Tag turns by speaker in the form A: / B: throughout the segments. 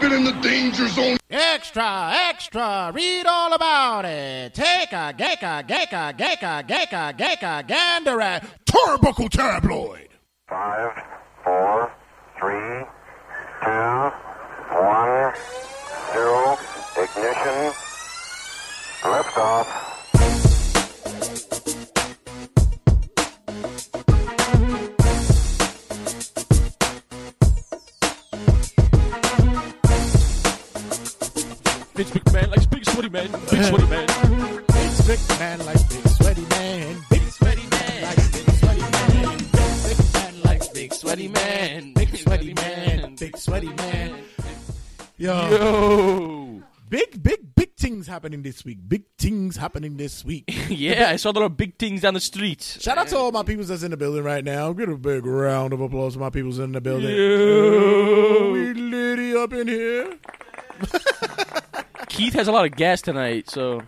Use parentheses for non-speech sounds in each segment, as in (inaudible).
A: been in the danger zone.
B: Extra, extra, read all about it. Take a geka, geka, geka, geka, geka, gander at Turbuckle Tabloid.
C: Five, four, three, two, one, zero. Ignition. Liftoff.
D: Vince McMahon likes big sweaty men. Big sweaty men.
B: Big sick man like big sweaty man. Big sweaty man like big sweaty man. Big sick man like big sweaty man. Big sweaty man. Big sweaty man. Yo,
D: Yo.
B: big, big, big things happening this week. Big things happening this week.
D: (laughs) yeah, I saw a lot of big things down the street.
B: Shout out to all my peoples that's in the building right now. Give a big round of applause to my peoples in the building.
D: Yo.
B: We litty up in here.
D: Keith has a lot of gas tonight, so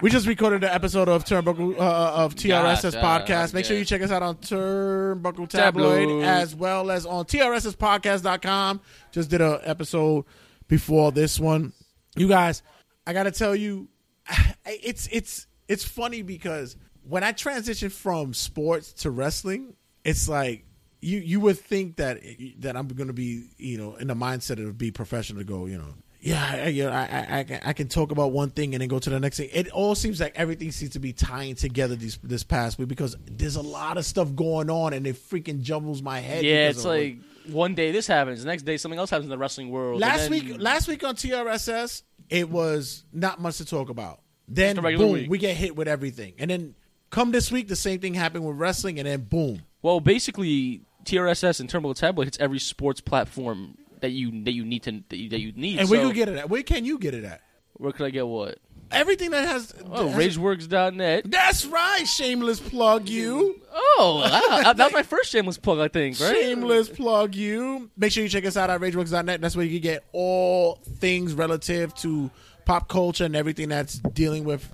B: We just recorded an episode of Turnbuckle uh, of TRS's
D: Gotcha,
B: podcast. Make sure
D: okay.
B: you check us out on Turnbuckle Tabloid,
D: Tabloid.
B: as well as on TRS'podcast.com. Just did an episode before this one. You guys, I got to tell you (sighs) it's it's it's funny because when I transition from sports to wrestling, it's like you you would think that that I'm going to be you know in the mindset of be professional to go you know yeah I, you know, I, I I can- I can talk about one thing and then go to the next thing. It all seems like everything seems to be tying together these this past week because there's a lot of stuff going on and it freaking jumbles my head.
D: yeah,
B: because
D: it's
B: of-
D: like one day this happens, the next day something else happens in the wrestling world. and
B: Last
D: then-
B: week, last week on TRSS, it was not much to talk about. Then
D: Just a regular
B: boom,
D: week.
B: we get hit with everything, and then come this week, the same thing happened with wrestling, and then boom.
D: well, basically TRSS and Turbo Tablet hits every sports platform that you that you need to that you, that you need.
B: And
D: so
B: where you get it at? Where can you get it at?
D: where could I get what?
B: Everything that has.
D: Oh,
B: has-
D: RageWorks.net.
B: That's right, shameless plug you.
D: Oh, (laughs) wow. that was my first shameless plug, I think. Right?
B: Shameless plug you. Make sure you check us out at rageworks.net. That's where you can get all things relative to pop culture and everything that's dealing with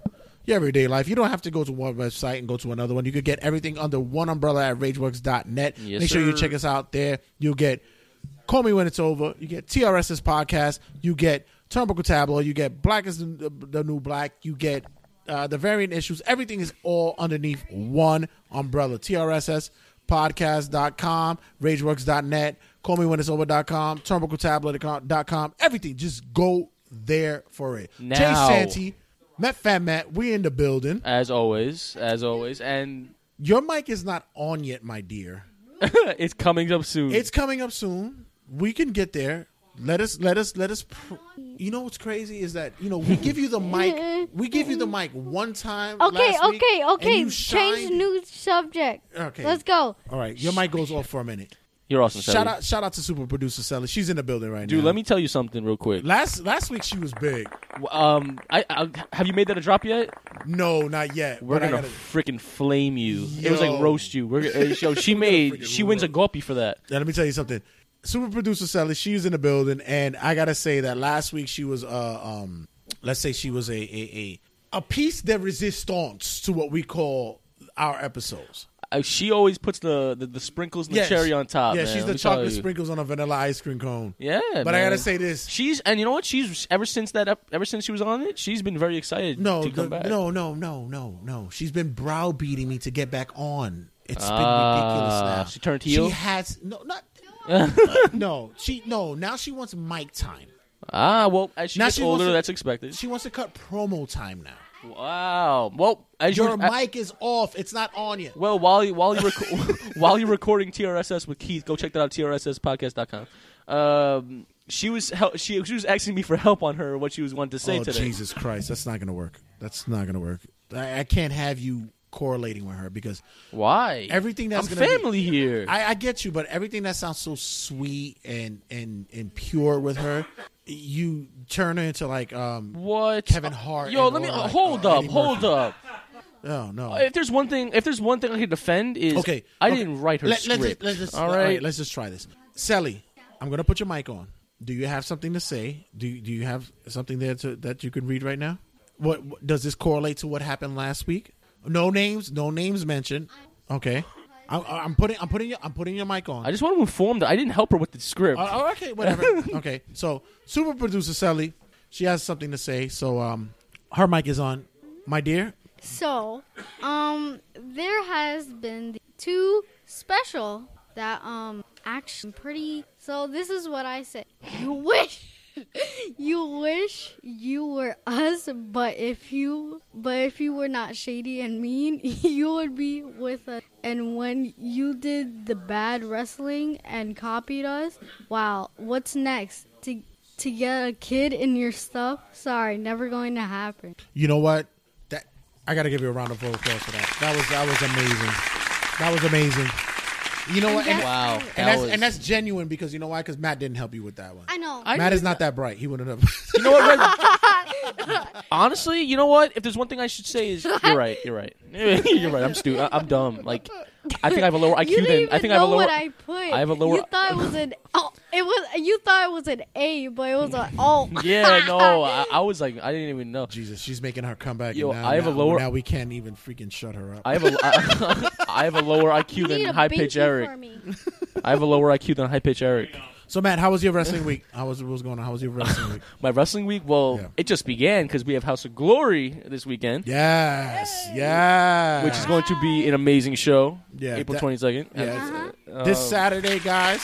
B: your everyday life. You don't have to go to one website and go to another one. You could get everything under one umbrella at rageworks.net.
D: Yes,
B: Make sure you
D: sir.
B: check us out there. You'll get Call Me When It's Over. You get TRS's podcast. You get Turnbuckle Tabloid. You get Black is the, the New Black. You get uh, the variant issues. Everything is all underneath one umbrella. TRSS podcast.com, rageworks.net, call me when it's over.com, turnbuckletablet.com. Everything. Just go there for it. Tay
D: Now.
B: Santee, Matt Fat Matt, we in the building.
D: As always, as always, and (laughs)
B: Your mic is not on yet, my dear.
D: it's coming up soon.
E: Mm.
B: It's coming up soon. We can get there. Let us let us let us pr- You know what's crazy is that you know we give
E: (laughs)
B: you the mic. We give you the mic one time.
E: Okay,
B: last week,
E: okay,
B: and
E: okay.
B: you
E: Change
B: shined-
E: new subject.
B: Okay.
E: Let's go.
B: All right, your mic goes off for a minute.
D: You're awesome,
B: Shout out shout out to super producer Sally. She's in the building right
D: dude.
B: now.
D: Let me tell you something real quick.
B: Last last week she was big.
D: Um, I, I have you made that a drop yet?
B: No, not yet.
D: We're
B: but I
D: gonna
B: gotta-
D: freaking flame you. It was
B: Yo.
D: like roast you. We're gonna, uh,
B: (laughs)
D: yo, she made
B: freaking
D: she wins a gopi for that.
B: Now, let me tell you something. Super producer Sally, she's in the building, and I gotta say that last week she was, uh, um, let's say she was a a a, a piece de resistance to what we call our episodes.
D: Uh, she always puts the the, the sprinkles and the cherry on top.
B: Yeah,
D: man,
B: she's
D: let
B: the
D: me tell
B: chocolate
D: you.
B: sprinkles on a vanilla ice cream cone.
D: Yeah,
B: but I gotta say this.
D: she's and you know what? She's ever since that ep- ever since she was on it, she's been very excited
B: No,
D: to come
B: the-
D: back.
B: no, no, no, no, no. She's been browbeating me to get back on. It's been ridiculous
D: Ah,
B: now.
D: she turned heel?
B: She has no,
D: (laughs)
B: not no. She no. Now she wants mic time.
D: Ah, well, as she
B: Now
D: gets
B: she wants
D: older,
B: to-
D: that's expected.
B: She wants to cut promo time now.
D: wow. Well, as
B: Your
D: you,
B: mic is off. It's not on yet.
D: Well, while you while you rec- (laughs) while you're recording TRSS with Keith, go check that out trspodcast.com. Um, she was hel- she she was asking me for help on her what she was wanting to say
B: oh,
D: today.
B: Jesus Christ. That's not going to work. That's not going to work. I, I can't have you correlating with her because
D: Why?
B: Everything that's
D: I'm
B: gonna be-
D: family here.
B: I, I get you, but everything that sounds so sweet and, and, and pure with her, you turn her into like, um,
D: what?
B: Kevin Hart
D: Yo,
B: and
D: let me
B: all, like,
D: hold
B: uh,
D: up,
B: Eddie
D: hold
B: Murphy.
D: up.
B: oh, no.
D: If there's one thing, if there's one thing I could defend is
B: okay.
D: I
B: okay.
D: didn't write her
B: Let-
D: script.
B: Let's just, let's just,
D: all right.
B: let's just try this. Sally, I'm going to put your mic on. Do you have something to say? Do you, do you have something there to, that you can read right now? What, what does this correlate to what happened last week? No names, no names mentioned. Okay. I'm, I'm putting I'm putting your, I'm putting your mic on.
D: I just want to inform that I didn't help her with the script.
B: Uh, oh, okay,
D: (laughs)
B: whatever. okay, so super producer Sally, she has something to say. So um, her mic is on. My dear,
A: So, um, there has been the two special that um action pretty. So this is what I say. (laughs) You wish, you wish you were us, but if you, but if you were not shady and mean, (laughs) you would be with us. And when you did the bad wrestling and copied us, wow, what's next? To to get a kid in your stuff? Sorry, never going to happen.
B: you know what? That I gotta give you a round of applause for that. That was that was amazing. That was amazing. You know what? And,
A: that's-
D: wow,
A: And
D: that
B: and that's
D: was.
B: and that's genuine because you know why? Because Matt didn't help you with that one.
A: I know.
D: I
B: Matt
D: knew
B: is not that bright. He wouldn't have. (laughs)
D: you know what?
A: (laughs)
D: Red, honestly, you know what? If there's one thing I should say is, you're right. You're right. (laughs) you're right. I'm stupid. I'm dumb. Like, I think I have a lower IQ
A: you didn't
D: than
A: even
D: I think
A: know
D: I have a lower.
A: what I put.
D: I have a lower-
A: You thought it was an oh, it was you thought it was an A, but it was an O.
D: (laughs) (laughs)
A: (laughs)
D: yeah, no, I, I was like, I didn't even know.
B: Jesus, she's making her comeback.
D: Yo,
B: and now,
D: I have a
B: now-
D: lower-
B: Now we can't even freaking shut her up.
D: I have a, I, (laughs) I have a lower
A: You
D: IQ
A: need
D: than
A: a
D: high
A: binky
D: pitch Eric.
A: for me.
D: I have a lower IQ than high pitch Eric.
B: so Matt, how was your wrestling week? How was what was going on? How was your wrestling
D: (laughs)
B: week?
D: My wrestling week, well,
B: Yeah.
D: it just began because we have House of Glory this weekend,
B: Yes, yes.
D: which is going to be an amazing show.
B: Yeah,
D: April
B: that-
D: twenty second.
B: yeah,
D: uh,
A: Uh-huh.
B: this
D: um,
B: Saturday, guys.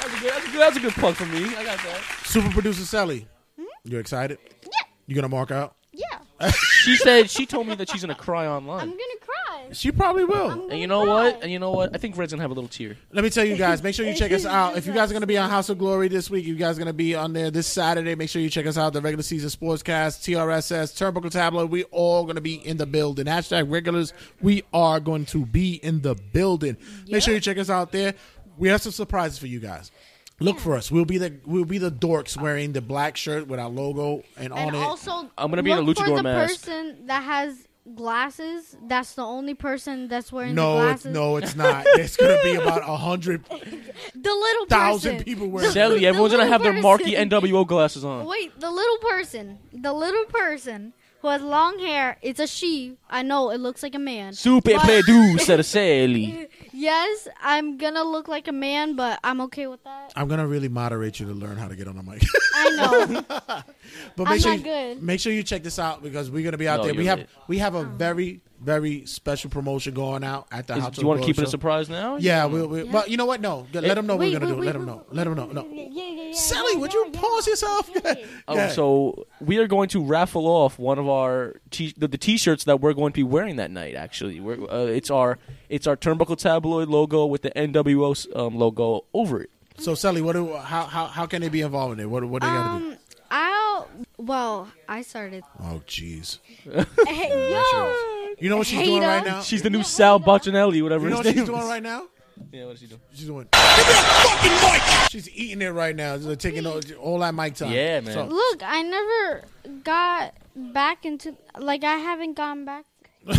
D: That's a good. That's a good, that's a good plug for me. I got that.
B: Super producer Sally,
A: Hmm?
B: you excited? Yeah. You gonna mark out?
A: Yeah,
D: She said she told me that she's gonna cry
A: I'm
D: online.
A: gonna cry.
B: She probably will.
A: I'm
D: And
A: gonna
D: you know
A: cry.
D: what? And you know what? I think Red's gonna have a little tear.
B: Let me tell you guys, make sure you check
A: (laughs)
B: us out. If you guys are going to be on House of Glory this week, you guys are going to be on there this Saturday. Make sure you check us out. The regular season sportscast, TRSS, Turnbuckle Tabloid. We all going to be in the building. Hashtag regulars. We are going to be in the building. Make sure you check us out there. We have some surprises for you guys. Look for us. We'll be the we'll be the dorks wearing the black shirt with our logo and on
A: And
B: it.
A: also,
D: I'm gonna be in a
A: look for
D: luchador
A: the
D: mask.
A: person that has glasses. That's the only person that's wearing the
B: no, it's,
A: glasses.
B: no, it's not. It's gonna be about a
A: (laughs)
B: hundred
A: the little
B: thousand
A: person.
B: people wearing. it.
D: Sally,
A: the
D: everyone's gonna
A: little
D: have their marquee
A: person.
D: NWO glasses on.
A: Wait, the little person, the little person who has long hair. It's a she. I know it looks like a man.
D: Super
A: But-
D: producer Sally.
A: Yes, I'm gonna look like a man, but I'm okay with that.
B: I'm gonna really moderate you to learn how to get on the mic.
D: (laughs)
A: I know.
B: But
A: I'm
B: make sure
A: not
B: you,
A: good. Oh.
B: make sure you check this out because we're gonna be out
D: No,
B: there. We
D: you're
B: have
D: lit.
B: we have a very very special promotion going out at the
D: Is-
B: house.
D: do you want
B: of
D: to keep it a
B: Glory show.
D: surprise now?
B: Yeah, we'll, we'll, but you know what? No, let them know
A: Wait,
B: we're gonna do.
A: wait,
B: it.
A: wait,
B: Let them
A: wait,
B: know.
A: wait,
B: Let them know.
A: wait,
B: No,
A: wait, yeah, yeah, yeah,
B: Sally,
A: yeah,
B: would you
A: yeah,
B: pause
A: yeah.
B: yourself? (laughs)
A: Yeah, yeah.
D: Oh,
B: Yeah.
D: so we are going to raffle off one of our t- the, the t-shirts that we're going to be wearing that night. Actually, we're, uh, it's our it's our Turnbuckle Tabloid logo with the NWO um, logo over it.
B: So Sally, what do how how how can they be involved in it? What what do they gotta do?
A: um, I'll. Well, I started.
D: (laughs)
B: Oh, jeez.
A: Hey, yo,
B: You know what she's
A: Hey,
B: doing
A: dog.
B: right now?
D: She's the new Sal Boccinelli, whatever
B: Oh. you know what
D: his
B: she's
D: name
B: doing
D: is.
B: right now?
D: Yeah, what is she doing?
B: She's
D: (laughs)
B: doing. Give me that fucking mic. She's eating it right now. She's taking all, all that mic time.
D: Yeah, man.
B: So-
A: look, I never got back into like I haven't gone back.
D: (laughs)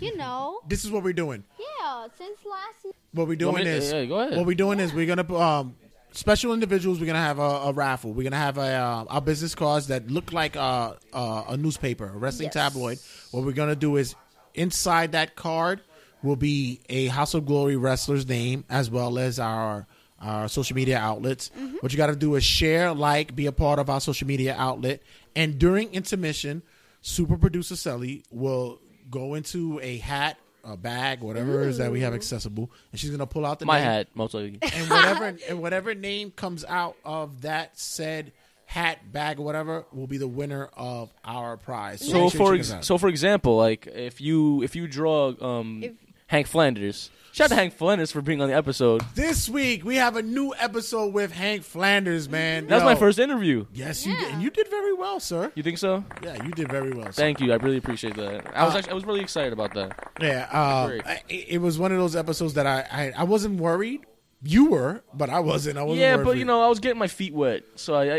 A: You know, you know.
B: this is what we're doing.
A: yeah. Since last year,
B: What we're
D: want
B: doing
D: me to-
B: is
D: yeah, go ahead.
B: what we're doing is we're gonna um special individuals. We're gonna have a, a raffle. We're gonna have a uh, our business cards that look like uh, uh, a newspaper, a wrestling
A: Yes.
B: tabloid. What we're gonna do is inside that card will be a House of Glory wrestler's name as well as our our social media outlets. What you got to do is share, like, be a part of our social media outlet, and during intermission, super producer Sally will go into a hat. A bag, whatever it is that we have accessible, and she's gonna pull out the
D: My
B: name
D: hat, most likely.
B: (laughs) and whatever and whatever name comes out of that said hat bag or whatever will be the winner of our prize.
D: So
B: make sure you
D: for
B: check
D: ex-
B: us out.
D: so for example, like if you if you draw um,
A: If-
D: Hank Flanders, shout out to Hank Flanders for being on the episode.
B: this week we have a new episode with Hank Flanders, man.
D: That was
B: Yo.
D: my first interview.
B: Yes, you did,
A: Yeah.
B: and you did very well, sir.
D: You think so?
B: Yeah, you did very well. Sir.
D: Thank you. I really appreciate that. I was actually, I was really excited about that.
B: Yeah, uh,
D: Great.
B: I, it was one of those episodes that I, I I wasn't worried. You were, but I wasn't. I wasn't.
D: Yeah,
B: worried for
D: but you know, I was getting my feet wet, so I I, I,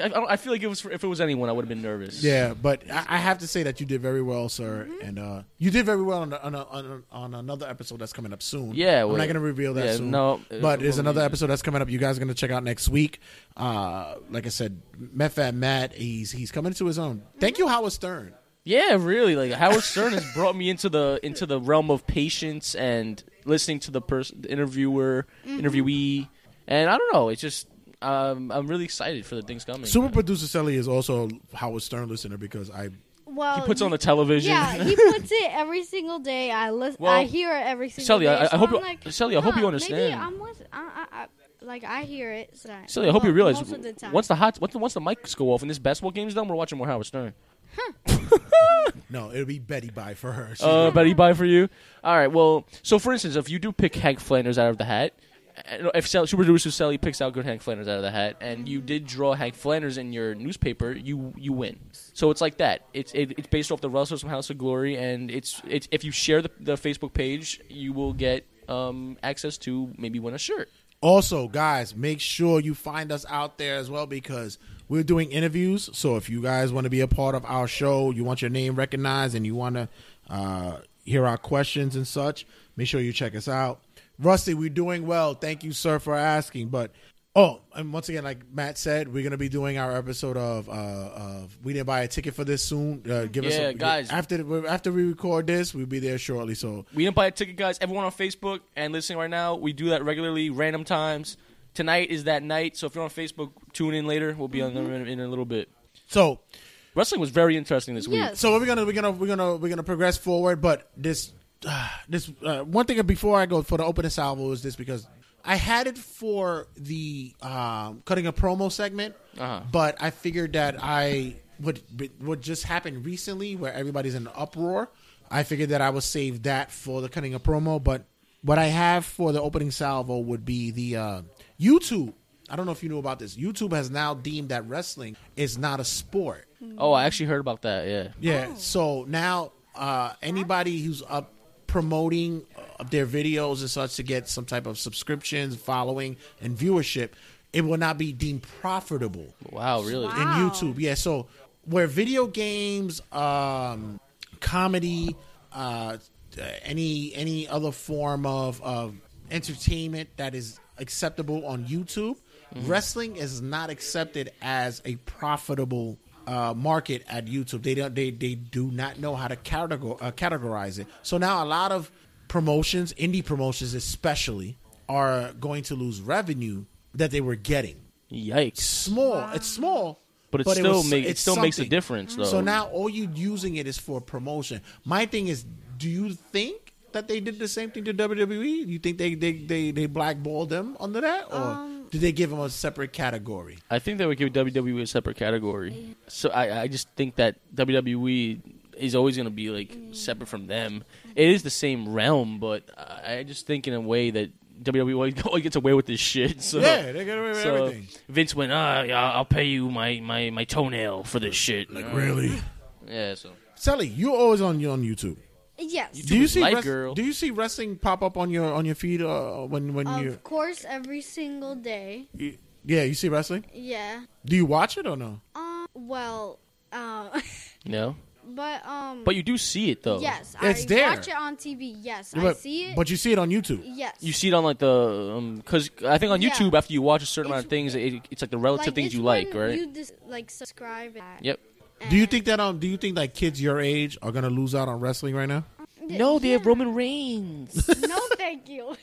D: I, I, don't- I feel like it was if it was anyone, I would have been nervous.
B: Yeah, but I, I have to say that you did very well, sir,
D: Mm-hmm.
B: and uh, you did very well on, a- on, a- on, a- on another episode that's coming up soon.
D: Yeah,
B: I'm
D: well,
B: not going to reveal that
D: yeah,
B: soon.
D: no, it-
B: but there's
D: we'll
B: another
D: leave it.
B: episode that's coming up. You guys are going to check out next week. Uh, like I said, Meth Fat Matt, he's he's coming to his own. Thank you, Howard Stern.
D: Yeah, really. Like Howard Stern has brought me into the into the realm of patience and listening to the person, the interviewer, interviewee, and I don't know. It's just um, I'm really excited for the things coming.
B: Super producer Sally is also a Howard Stern listener because I
A: Well,
D: he puts
A: Oh, you-
D: on the television. (laughs)
A: Yeah, he puts it every single day. I listen.
D: Well,
A: I hear it every single
D: Sally,
A: day.
D: I- I
A: so
D: hope
A: I'm
D: you-
A: like,
D: Sally, I hope you
A: huh, Maybe
D: understand.
A: I'm lis- I, I, I, like I hear it. So I,
D: so I hope you
A: well,
D: realize
A: most of the time.
D: once the hot once the, once the mics go off and this basketball game's done, we're watching more Howard Stern.
B: no, it'll be Betty Bye for her. She-
D: Uh, Betty, bye for you. All right. Well, so for instance, if you do pick Hank Flanders out of the hat, uh, if Sal- Super Producer Sally picks out good Hank Flanders out of the hat, and you did draw Hank Flanders in your newspaper, you you win. So it's like that. It's it, it's based off the Russells from House of Glory, and it's it's if you share the, the Facebook page, you will get um, access to maybe win a shirt.
B: Also, guys, make sure you find us out there as well because we're doing interviews. So if you guys want to be a part of our show, you want your name recognized, and you want to uh, hear our questions and such, make sure you check us out. Rusty, we're doing well. Thank you, sir, for asking. But oh, and once again, like Matt said, we're gonna be doing our episode of uh, of we didn't buy a ticket for this soon. Uh, give us
D: Yeah,
B: a,
D: guys.
B: after after we record this, we'll be there shortly. So
D: We didn't buy a ticket, guys. Everyone on Facebook and listening right now, we do that regularly, random times. Tonight is that night, so if you're on Facebook, tune in later. We'll be on the in a little bit.
B: so
D: Wrestling was very interesting this week.
A: Yes.
B: so we're gonna we're gonna we're gonna we're gonna progress forward but this uh, this uh, one thing before i go for the opening salvo is this because i had it for the um, cutting a promo segment
D: Uh-huh.
B: but i figured that i would what just happened recently where everybody's in an uproar i figured that i would save that for the cutting a promo but what i have for the opening salvo would be the uh, youtube i don't know if you knew about this youtube has now deemed that wrestling is not a sport
D: Oh, I actually heard about that. Yeah.
B: yeah. So now uh, anybody who's up promoting uh, their videos and such to get some type of subscriptions, following, and viewership, it will not be deemed profitable
D: Wow, really?
A: Wow.
B: in YouTube. Yeah, so where video games, um, comedy, uh, any any other form of, of entertainment that is acceptable on YouTube, wrestling is not accepted as a profitable uh, market at YouTube. They don't they, they do not know how to categor- uh, categorize it. So now a lot of promotions, indie promotions especially, are going to lose revenue that they were getting
D: Yikes.
B: small. It's small,
D: But it
B: it
D: still
B: was-
D: make- it
B: it's
D: still makes a
B: something.
D: difference, though.
B: So now all you using it is for promotion. My thing is, do you think that they did the same thing to WWE? You think they they they, they blackballed them under that, or
A: Um,
B: did they give them a separate category?
D: I think they would give WWE a separate category. So I, I just think that WWE is always going to be like separate from them. It is the same realm, but I I just think in a way that WWE always- (laughs) always gets away with this shit. So
B: Yeah, they get away with everything.
D: Vince went, ah, yeah, I'll pay you my, my, my toenail for this shit. Uh,
B: Really,
D: Yeah, so
B: Sally, you're always on on YouTube.
A: yes,
B: Do you
D: is
B: see
D: light,
B: wrest-
D: girl.
B: do you see wrestling pop up on your on your feed uh, when when
A: of
B: you,
A: course, every single day.
B: you yeah you see wrestling?
A: Yeah.
B: Do you watch it or no?
A: Um. Well. Um.
D: no,
A: (laughs) but um.
D: but you do see it though.
A: yes,
B: It's
A: I
B: there.
A: watch it on TV. Yes, I
B: but,
A: see it.
B: but you see it on YouTube.
A: yes,
D: You see it on like the because I think on
A: Yeah.
D: YouTube after you watch a certain amount of
A: It's-
D: things, it, it's like the relative things
A: it's
D: you like,
A: when
D: right?
A: You dis- like subscribe. At,
D: yep.
B: Do you think that um? Do you think like kids your age are gonna lose out on wrestling right now?
D: No, they have Roman
A: (laughs)
D: Reigns.
A: no, thank
D: (laughs)
A: you.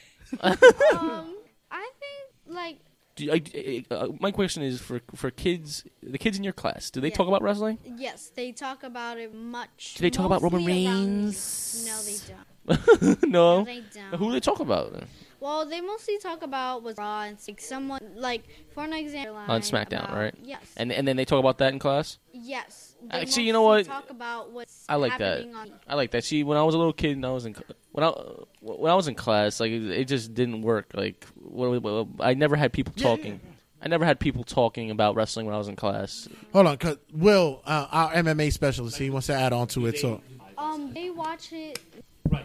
A: um, I think like
D: Do you- I- I- uh, my question is for for kids, the kids in your class, do they
A: Yeah.
D: talk about wrestling?
A: yes, they talk about it much.
D: Do they talk about Roman
A: mostly around-
D: Reigns?
A: No,
D: (laughs)
A: they don't.
D: no.
A: They don't.
D: Who do they talk about
A: Well, they mostly talk about what's raw and like someone like for an example
D: on SmackDown,
A: about-
D: right?
A: Yes.
D: And and then they talk about that in class.
A: yes.
D: Uh,
A: They
D: see, you know
A: mostly
D: what?
A: Talk about what's
D: I like that.
A: happening on-
D: I like that. See, when I was a little kid, and I was in cl- when I uh, when I was in class, like it, it just didn't work. Like what, what- I never had people talking. I never had people talking about wrestling when I was in class.
B: Hold on, cause Will, uh, our MMA specialist, he wants to add on to it. So
A: um, they watch it,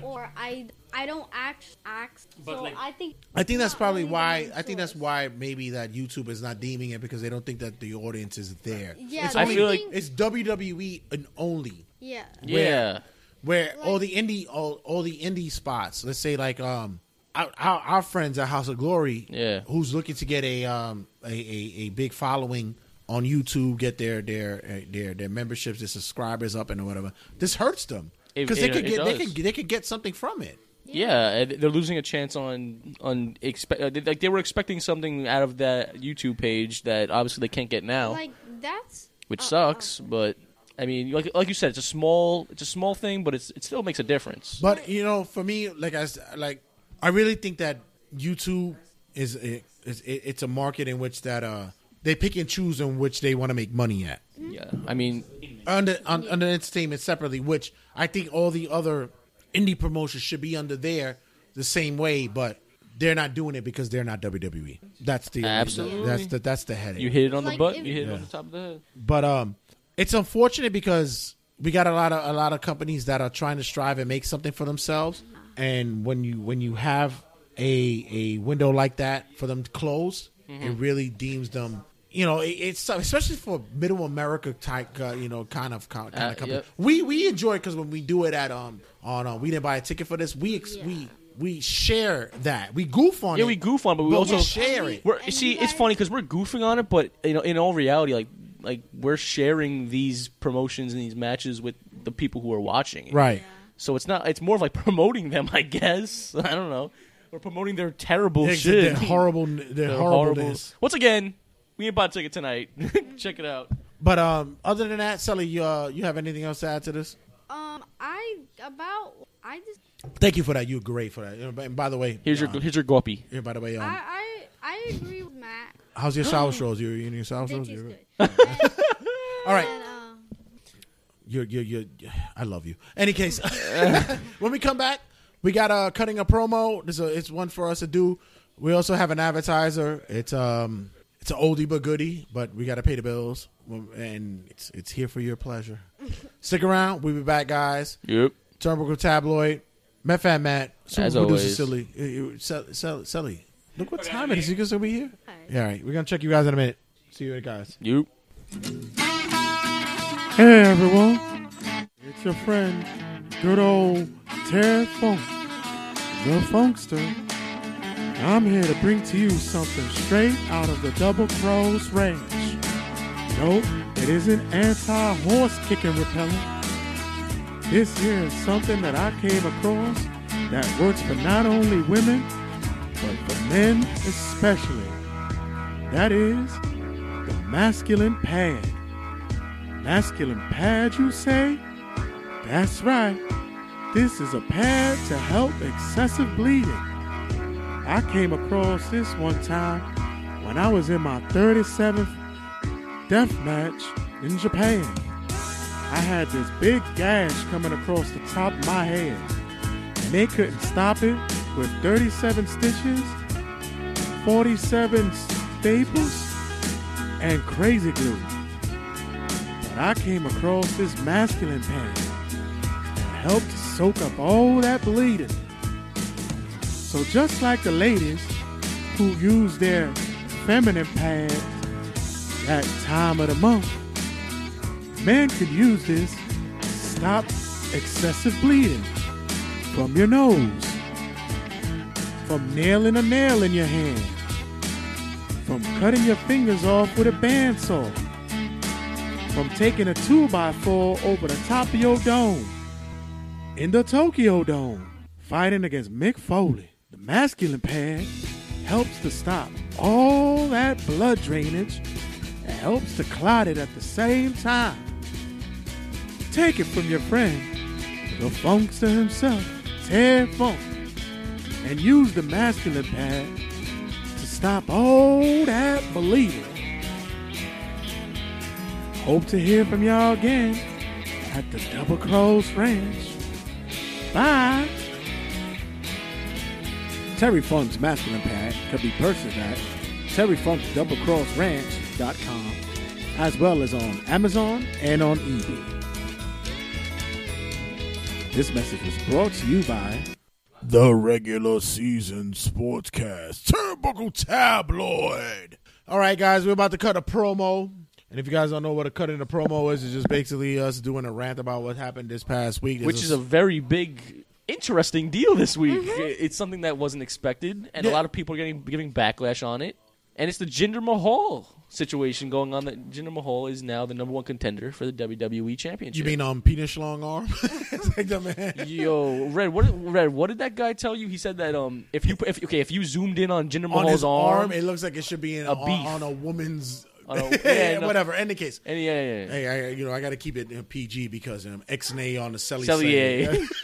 A: or I I don't act act. So I think
B: I think that's
A: Not
B: probably
A: really
B: why.
A: one
B: I think that's
A: choice.
B: why maybe that YouTube is not deeming it because they don't think that the audience is there.
A: Yeah,
B: it's
A: I
B: only,
D: feel like-
B: it's WWE and only
A: yeah.
D: Yeah.
B: where all
A: Like-
B: the indie all, all the indie spots. Let's say like um. Our, our, our friends at House of Glory,
D: Yeah.
B: who's looking to get a um a, a, a big following on YouTube get their their uh, their their memberships, their subscribers up, and whatever. This hurts them
D: It-
B: because they
D: it-
B: could
D: it
B: get they
D: does.
B: could they could get something from it.
D: Yeah, and they're losing a chance on on expe- uh, they- like they were expecting something out of that YouTube page that obviously they can't get now,
A: Like that's
D: which
A: oh,
D: sucks. But I mean, like like you said, it's a small it's a small thing, but it's it still makes a difference.
B: But you know, for me, like I s- like, I really think that YouTube is i- is it, it's a market in which that uh they pick and choose in which they want to make money at
A: Mm-hmm.
D: yeah, I mean,
B: under un, under entertainment separately, which I think all the other indie promotions should be under there the same way, but they're not doing it because they're not WWE. That's the
D: Absolutely.
B: that's the that's the headache.
D: you hit it on the
A: Like
D: butt,
A: if-
D: you hit it on the top of the head.
B: But um, it's unfortunate because we got a lot of a lot of companies that are trying to strive and make something for themselves. And when you when you have a a window like that for them to close,
D: Mm-hmm.
B: it really deems them. You know, it, it's especially for middle America type, uh, you know, kind of kind of
D: Uh,
B: company.
D: yep.
B: We we enjoy because when we do it at um on uh, we didn't buy a ticket for this. We ex-
A: Yeah.
B: we we share that. We goof on
D: Yeah,
B: it.
D: we goof on, but we
B: but
D: also
B: we share it.
D: We're,
A: And
D: see,
A: you
D: it's
A: guys-
D: funny because we're goofing on it, but you know, in all reality, like like we're sharing these promotions and these matches with the people who are watching, it.
B: Right.
D: So it's not. It's more of like (laughs) promoting them, I guess. (laughs) I don't know. We're promoting their terrible
B: They're,
D: Oh, shit.
B: they're
D: (laughs)
B: horrible. They're,
D: Their
B: horrible.
D: Once again, we ain't bought a ticket tonight. (laughs) Check it out.
B: But um, other than that, Sully, you, uh, you have anything else to add to this?
A: Um, I about I just
B: Thank you for that. You're great for that. You know, but- And by the way,
D: Here's your
B: uh,
D: here's your guppy.
B: here, by the way, um,
A: I I I agree with Matt.
B: how's your
A: (laughs)
B: sour shows? You you eating your sour
A: They
B: shows?
A: taste
B: You're-
A: good.
D: (laughs)
A: And,
B: All right,
A: and, um,
B: you're, you're you're (sighs) I love you. Any case, (laughs) when we come back, we got uh cutting a promo. This is a, it's one for us to do. We also have an advertiser. It's um it's an oldie but goodie, but we got to pay the bills, and it's it's here for your
A: (laughs)
B: pleasure. Stick around. We'll be back, guys.
D: Yep.
B: Turnbuckle Tabloid, Matt Fat Matt, Super
D: As
B: Producer
D: always.
B: Silly, Uh, you- Sel- Sel- Selly. Look what time it is. You guys gonna be here?
A: All right.
B: Yeah, all right. We're gonna check you guys in a minute. See you guys.
D: Yep.
B: Hey everyone, it's your friend, good old Ted Funk, the Funkster. I'm here to bring to you something straight out of the Double Crows Ranch. Nope, it isn't anti-horse kicking repellent. This here is something that I came across that works for not only women, but for men especially. That is the masculine pad. Masculine pad, you say? That's right. This is a pad to help excessive bleeding. I came across this one time when I was in my 37th death match in Japan. I had this big gash coming across the top of my head, and they couldn't stop it with 37 stitches, 47 staples, and crazy glue. But I came across this masculine pad that helped to soak up all that bleeding. So just like the ladies who use their feminine pad that time of the month, men could use this to stop excessive bleeding from your nose, from nailing a nail in your hand, from cutting your fingers off with a bandsaw, from taking a 2x4 over the top of your dome, in the Tokyo Dome, fighting against Mick Foley. The masculine pad helps to stop all that blood drainage and helps to clot it at the same time. Take it from your friend, the funkster himself, Ted Funk, and use the masculine pad to stop all that bleeding. Hope to hear from y'all again at the Double Crows Ranch. Bye. Terry Funk's Masculine Pad can be purchased at terryfunkdoublecrossranch.com as well as on Amazon and on eBay. This message was brought to you by the regular season sportscast turnbuckle tabloid all right guys we're about to cut a promo and if you guys don't know what a cut in a promo is it's just basically us doing a rant about what happened this past week There's
D: Which is a very big, interesting deal this week. It's something that wasn't expected, and
B: Yeah.
D: a lot of people are getting giving backlash on it. And it's the Jinder Mahal situation going on. That Jinder Mahal is now the number one contender for the WWE Championship.
B: You mean um penis long arm? (laughs) it's like the man.
D: Yo, Red, what did- Red, what did that guy tell you? He said that um, if you if okay, if you zoomed in on Jinder
B: On his
D: Mahal's
B: arm,
D: arm,
B: it looks like it should be in on,
D: beef.
B: on a woman's.
D: (laughs) On
B: (laughs)
D: a- yeah, no.
B: whatever. End the case.
D: and yeah, yeah, yeah.
B: Hey, I, you know, I got to keep it in PG because I'm X and A on the celly.
D: Cellier.
B: (laughs) side.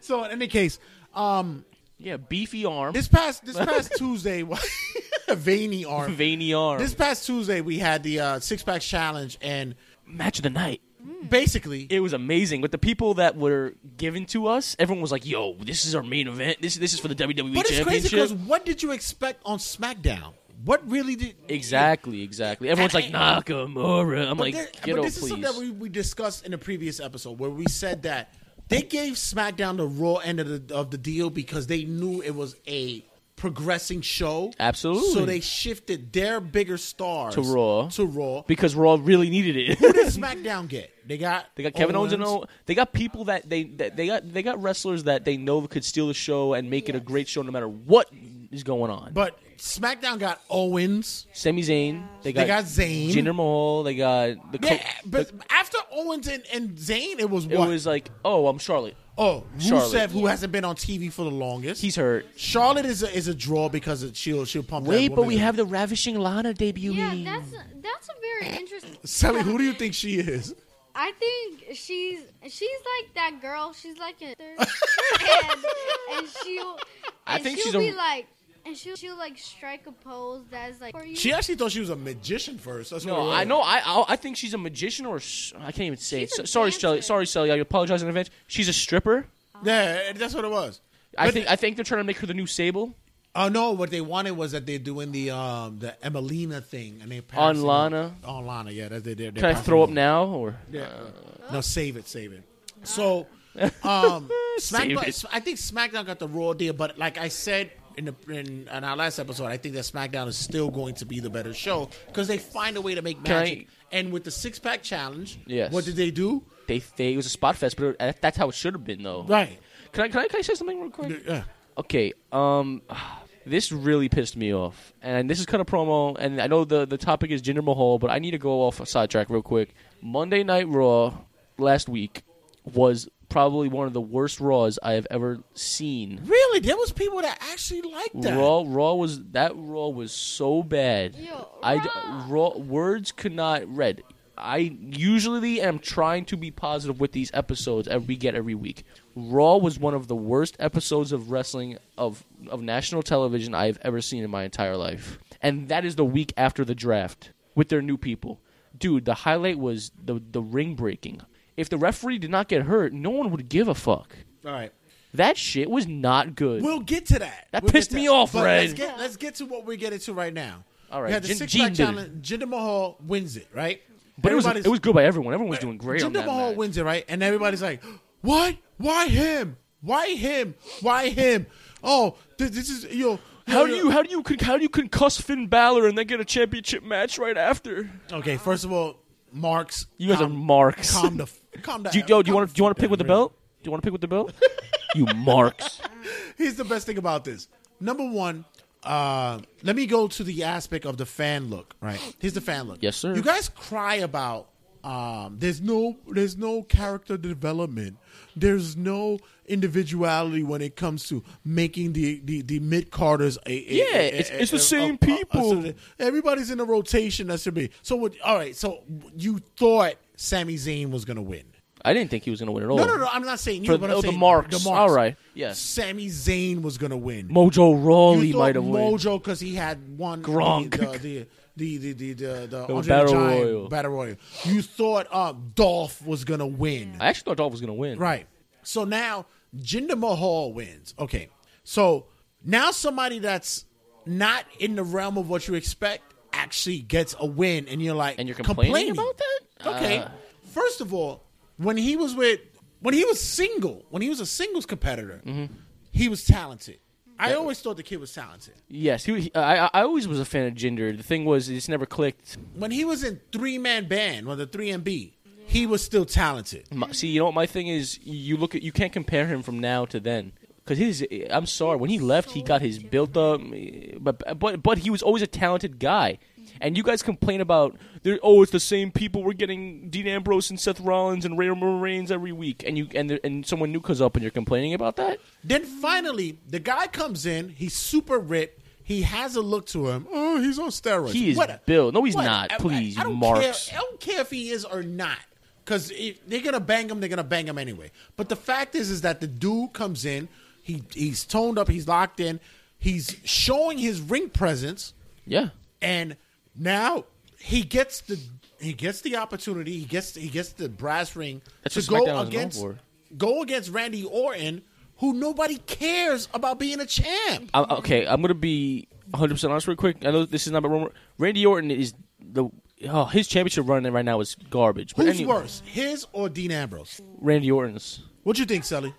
B: so in any case, um,
D: yeah, beefy arm,
B: this past
D: (laughs)
B: this past Tuesday, (laughs) veiny arm.
D: veiny arm,
B: This past Tuesday, we had the uh, six pack challenge, and
D: match of the night.
B: basically,
D: It was amazing. With the people that were given to us, everyone was like, "Yo, this is our main event. This this is for the WWE
B: but it's crazy
D: Championship."
B: because what did you expect on SmackDown? What really did?
D: exactly, exactly. Everyone's like Nakamura. I'm like,
B: There-
D: get
B: but
D: off,
B: this is
D: please.
B: something that we, we discussed in a previous episode where we said that they gave SmackDown the raw end of the, of the deal because they knew it was a progressing show.
D: Absolutely.
B: So they shifted their bigger stars
D: To Raw.
B: To Raw.
D: because Raw really needed
B: Who
D: it.
B: did SmackDown get? They got
D: (laughs) They got Kevin Owens and Owen. They got people that they that they got they got wrestlers that they know could steal the show and make it a great show no matter what is going on.
B: But SmackDown got Owens.
D: Sami Zayn, they got,
B: They got Zayn.
D: Jinder Mahal, they got the. Co-
B: Yeah, but after Owens and, and Zayn, it was
D: it
B: what?
D: was like, oh, I'm Charlotte.
B: oh, Rusev,
D: Charlotte.
B: who hasn't been on TV for the longest.
D: He's hurt.
B: Charlotte is a, is a draw because it, she'll she'll pump. that
D: Wait, but
B: woman
D: we
B: up.
D: have the ravishing Lana
A: Yeah,
D: debuting.
A: that's that's a very interesting.
B: Sally, who do you think she is?
A: I think she's she's like that girl. She's like a
D: (laughs)
A: and, and she'll.
D: I
A: and
D: think
A: she'll
D: she's a-
A: be like, and she'll she'll like strike a pose that's like for you.
B: She actually thought she was a magician first. That's what it
D: no,
B: was.
D: I know. I, I I think she's a magician or s- I can't even say. it.
A: She's a
D: So- sorry, Shelly.
A: dancer.
D: Sorry, Shelly. I apologize in advance. She's a stripper.
B: Yeah, that's what it was.
D: I
B: But-
D: think I think they're trying to make her the new Sable
B: Oh no, what they wanted was that they're doing the um the Emelina thing and they
D: on
B: passing it-
D: Lana.
B: On Lana, yeah. That's they, they're, they're
D: Can I
B: passing
D: throw
B: it
D: up now or?
B: Yeah. No, save it, save it.
D: (laughs)
B: So, um,
D: Save
B: SmackDown,
D: it.
B: I think SmackDown got the Raw deal, but like I said in the in, in our last episode, I think that SmackDown is still going to be the better show because they find a way to make
D: Can I-
B: magic. and with the six pack challenge,
D: Yes.
B: what did they do?
D: They, they it was a spot fest, but it, that's how it should have been though.
B: Right.
D: Can I, can I can I say something real quick?
B: Yeah.
D: Okay. Um, this really pissed me off, and this is cut a promo, and I know the the topic is Jinder Mahal, but I need to go off a sidetrack real quick. Monday Night Raw last week was probably one of the worst Raws I have ever seen.
B: Really, there was people that actually liked that.
D: Raw, Raw was that Raw was so bad.
A: Yo,
D: I d-
A: Raw.
D: Raw words could not read. I usually am trying to be positive with these episodes that we get every week. Raw was one of the worst episodes of wrestling of of national television I've ever seen in my entire life, and that is the week after the draft with their new people. Dude, the highlight was the the ring breaking. If the referee did not get hurt, no one would give a fuck.
B: All right.
D: That shit was not good.
B: We'll get to that.
D: That
B: We'll
D: pissed
B: get to
D: me
B: that.
D: off,
B: But
D: Red.
B: Let's get, let's get to what we're getting to right now.
D: All right,
B: We had the
D: Jin-
B: six
D: Gene
B: pack
D: did it.
B: challenge. Jinder Mahal wins it, right?
D: but it was
B: Everybody's-
D: it was good by everyone. Everyone was doing great on
B: Jinder
D: that
B: Mahal
D: match.
B: wins it, right? And everybody's like, "What? Why him? Why him? Why him? Oh, th- this is yo. yo,
D: How do
B: yo."
D: you how do you con- how do you concuss Finn Balor and then get a championship match right after?
B: Okay, first of all, marks.
D: You guys are
B: calm,
D: marks.
B: calm the f- calm down.
D: do (laughs) you, yo, do you
B: calm
D: want
B: the
D: do you want
B: f-
D: to pick with the
B: down, really.
D: belt? Do you want to pick with the belt? you marks.
B: Here's the best thing about this. Number one, uh, let me go to the aspect of the fan look. Right. Here's the fan look.
D: Yes, sir.
B: You guys cry about um, there's no there's no character development. There's no individuality when it comes to making the the, the mid Carters. A, a-
D: Yeah,
B: a-
D: it's-
B: a-
D: it's the
B: a-
D: same
B: a- a- a-
D: people.
B: everybody's in a rotation. That should be so. What, all right. So you thought Sami Zayn was gonna win.
D: (laughs) I didn't think he was going to win at all.
B: No, no, no. I'm not saying you.
D: For-
B: but
D: oh,
B: I'm
D: the
B: saying
D: marks.
B: The marks.
D: All right, yes.
B: Sami Zayn was gonna win.
D: Mojo Rawley
B: You thought
D: might have won.
B: Mojo because he had one
D: Gronk.
B: The, the the the the the, the, Andre the
D: Battle
B: Giant
D: Royal.
B: battle royal. You thought uh, Dolph was gonna win,
D: I actually thought Dolph was going to win.
B: right? So now Jinder Mahal wins. Okay, so now somebody that's not in the realm of what you expect actually gets a win, and you're like,
D: And you're complaining about that?
B: Okay,
D: Uh.
B: first of all, when he was with when he was single, when he was a singles competitor,
D: Mm-hmm.
B: he was talented. I always thought the kid was talented.
D: Yes, he, he- I I- I always was a fan of Jinder. The thing was, it just never clicked.
B: when he was in three man band, well, the three and B, he was still talented.
D: My, see, you know what my thing is? You look at you can't compare him from now to then. Cause his, I'm sorry, when he left, he got his built up, but but but he was always a talented guy. And you guys complain about, there- oh, it's the same people. We're getting Dean Ambrose and Seth Rollins and Ray Reigns every week, and you and there- and someone new comes up, and you're complaining about that.
B: Then finally, the guy comes in. He's super ripped. He has a look to him. Oh, he's on steroids.
D: He is
B: What-
D: built. No, he's
B: what?
D: not.
B: I- I-
D: Please,
B: I,
D: you
B: don't
D: marks.
B: Care. I don't care if he is or not. Because they're gonna bang him, they're gonna bang him anyway. But the fact is, is that the dude comes in. He he's toned up. He's locked in. He's showing his ring presence,
D: Yeah,
B: and now he gets the he gets the opportunity. He gets he gets the brass ring
D: That's
B: to go
D: what SmackDown is known
B: against
D: for.
B: go against Randy Orton, who nobody cares about being a champ.
D: I'm, Uh, okay, I'm gonna be 100 percent honest real quick. I know this is not my rumor. Randy Orton is the oh his championship run right now is garbage. But
B: Who's
D: any-
B: worse, his or Dean Ambrose?
D: Randy Orton's.
B: What you think, Sally?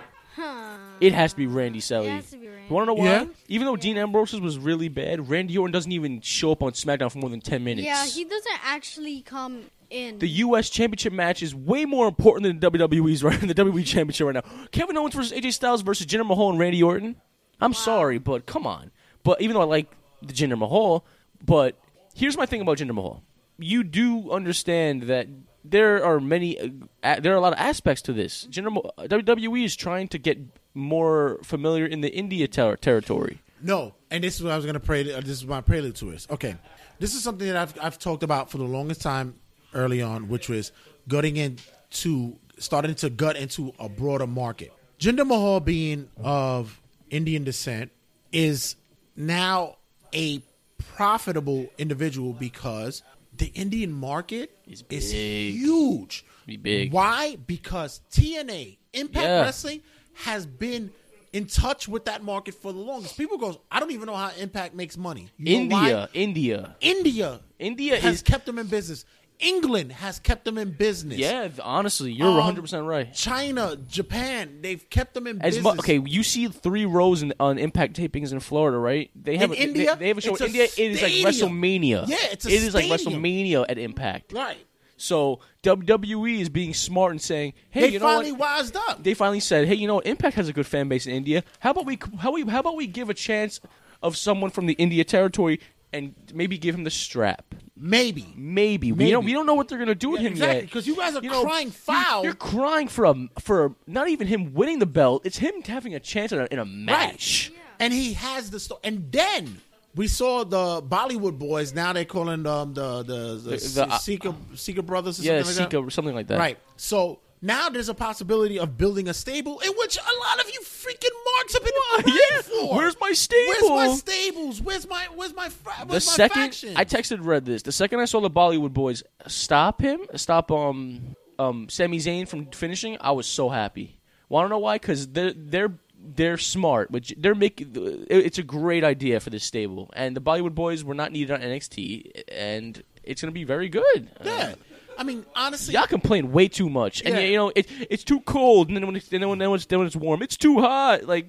D: It has to be Randy Selly.
A: It has to be Randy.
D: You want to know why?
B: Yeah?
D: Even though Dean Ambrose's was really bad, Randy Orton doesn't even show up on SmackDown for more than 10 minutes.
A: Yeah, he doesn't actually come in.
D: the U.S. Championship match is way more important than the WWE's right (laughs) the WWE Championship right now. Kevin Owens versus AJ Styles versus Jinder Mahal and Randy Orton. I'm sorry, but come on. But even though I like the Jinder Mahal, but here's my thing about Jinder Mahal. You do understand that there are many, uh, a- there are a lot of aspects to this. Jinder Mahal, uh, WWE E is trying to get more familiar in the India ter- territory.
B: No, and this is what I was gonna pray. uh, This is my prelude to it. Okay, this is something that I've I've talked about for the longest time early on, which was gutting into starting to gut into a broader market. Jinder Mahal being of Indian descent is now a profitable individual because the Indian market
D: It's
B: is
D: big.
B: huge.
D: Be big.
B: Why? Because TNA Impact
D: Yeah.
B: Wrestling has been in touch with that market for the longest. People goes, I don't even know how Impact makes money. You know why?
D: India, India.
B: India,
D: India
B: has
D: is-
B: kept them in business. England has kept them in business.
D: Yeah, honestly, you're
B: Um,
D: 100% right.
B: China, Japan, they've kept them in
D: As
B: business.
D: mu- okay, you see three rows in, on Impact tapings in Florida, right? They have
B: In
D: a, they-
B: India,
D: They, have a show
B: it's
D: in
B: a
D: India. It is like
B: stadium.
D: WrestleMania.
B: Yeah, it's a
D: It is like
B: stadium.
D: WrestleMania at Impact.
B: right.
D: So WWE is being smart and saying, "Hey,
B: They
D: you know
B: finally
D: what?
B: wised up.
D: They finally said, "Hey, you know what? Impact has a good fan base in India. How about we how we how about we give a chance of someone from the India territory and maybe give him the strap?
B: Maybe.
D: Maybe, we
B: Maybe.
D: don't we don't know what they're gonna do with
B: Yeah,
D: him
B: exactly,
D: yet
B: 'cause you guys are
D: know,
B: crying
D: you-
B: foul.
D: You're crying for a for not even him winning the belt. It's him having a chance in a, in a match.
B: And he has the story. And then we saw the Bollywood boys. Now they're calling um, the the the,
D: the- uh,
B: Se- Seeker Seeker brothers. Or
D: Yeah,
B: something like
D: Sika
B: that.
D: or something like that.
B: Right. So now there's a possibility of building a stable in which a lot of you freaking marks have been crying
D: Yeah.
B: for.
D: Where's my
B: Where's my
D: stable?
B: stables? Where's my where's my fra-
D: The
B: where's my
D: second
B: faction?
D: I texted Red this, the second I saw the Bollywood boys stop him, stop um um Sami Zayn from finishing, I was so happy. Want to know why? Because they're they're they're smart, which they're making. it- It's a great idea for this stable, and the Bollywood boys were not needed on NXT, and it's going to be very good. Uh,
B: yeah. I mean, honestly,
D: Y'all complain way too much, and
B: Yeah.
D: you know it, it's too cold. And then when it's, and then when, then when it's then when it's warm, it's too hot. Like,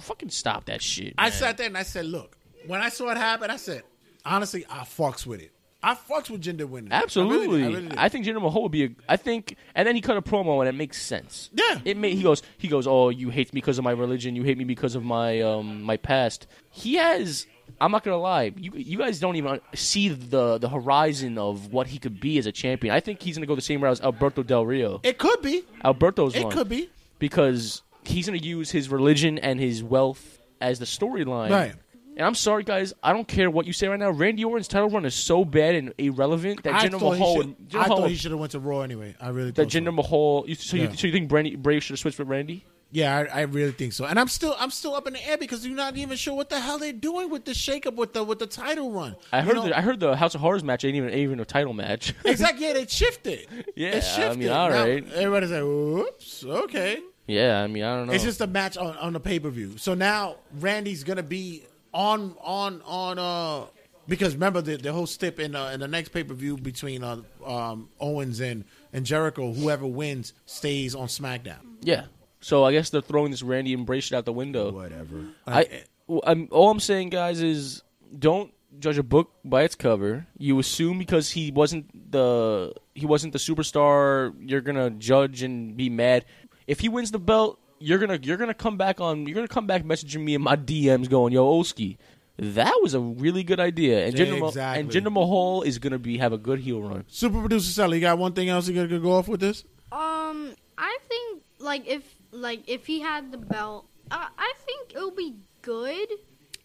D: fucking stop that shit.
B: I
D: man.
B: sat there and I said, look, when I saw it happen, I said, honestly, I fucks with it. I fucks with gender winning. I really did.
D: Absolutely.
B: I
D: I,
B: really did.
D: think Jinder Mahal would be a. I think, and then he cut a promo, and it makes sense.
B: Yeah.
D: It made he goes he goes. Oh, you hate me because of my religion. You hate me because of my um my past. He has. I'm not gonna lie. You you guys don't even see the the horizon of what he could be as a champion. I think he's gonna go the same route as Alberto Del Rio.
B: it could be.
D: Alberto's
B: It
D: one.
B: could be.
D: because he's going to use his religion and his wealth as the storyline.
B: Right.
D: And I'm sorry, guys. I don't care what you say right now. Randy Orton's title run is so bad and irrelevant that
B: I
D: Jinder
B: thought he
D: Mahal.
B: should-
D: would- Jinder
B: I
D: Mahal
B: thought
D: would-
B: he should have went to Raw anyway. I really
D: that
B: thought so.
D: Jinder Mahal. You, so,
B: Yeah.
D: you, so you think Brandy, Brave should have switched with Randy?
B: Yeah, I, I really think so. And I'm still I'm still up in the air because you're not even sure what the hell they're doing with the shakeup with the with the title run.
D: I
B: You
D: heard.
B: know-
D: the, I heard the House of Horrors match ain't even ain't even a title match.
B: exactly. Yeah, they
D: (laughs)
B: shifted.
D: Yeah,
B: they
D: I
B: shifted.
D: mean, all
B: Now
D: right.
B: Everybody's like, "Whoops, okay."
D: (laughs) yeah, I mean, I don't know.
B: It's just a match on on the pay per view. So now Randy's gonna be on on on uh because remember the the whole stip in uh, in the next pay per view between uh, um Owens and and Jericho, whoever wins stays on SmackDown.
D: yeah. So I guess they're throwing this Randy embrace shit out the window.
B: Whatever.
D: I, well, I'm all I'm saying, guys, is don't judge a book by its cover. You assume because he wasn't the he wasn't the superstar, you're gonna judge and be mad. If he wins the belt, you're gonna you're gonna come back on you're gonna come back messaging me in my DMs going, "Yo, Olski, that was a really good idea." And Jinder Mahal
B: Exactly.
D: and Jinder Mahal is gonna be have a good heel run.
B: Super producer Sally, you got one thing else you gotta go off with this?
A: Um, I think like if like if he had the belt, uh, I think it'll be good.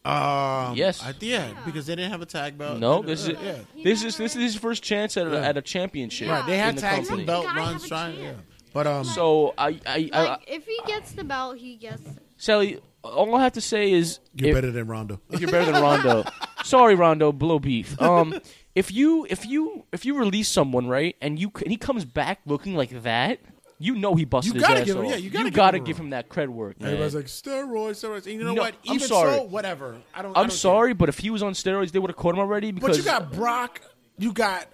B: Um,
D: Yes.
B: I- yeah, because they didn't have a tag belt.
D: No,
B: They-
D: this is
B: Uh, yeah.
D: this is this is his first chance at a,
B: Yeah.
D: at a championship.
A: Right,
B: They
A: in
B: had
D: the
B: tags
D: company.
B: and belt
A: Guys have
B: runs
A: a
B: trying. Yeah.
A: chance.
B: But um,
D: So I I, I,
A: Like if he gets the belt, he gets.
D: Sally, all I have to say is
B: you're
D: if-
B: better than Rondo.
D: You're better than
B: (laughs)
D: Rondo. Sorry, Rondo, blow beef. Um, if you if you if you release someone right, and you and he comes back looking like that, you know he busted
B: You
D: his
B: gotta
D: ass
B: give him-
D: off.
B: yeah, you gotta give him a
D: give
B: run.
D: him that cred work, man.
B: Everybody's like steroids, steroids. And you know
D: No,
B: what?
D: I'm
B: Even
D: sorry.
B: so, whatever. I don't. I
D: I'm
B: don't
D: sorry, but if he was on steroids, they would have caught him already.
B: care. But
D: Because
B: you got Brock. You got.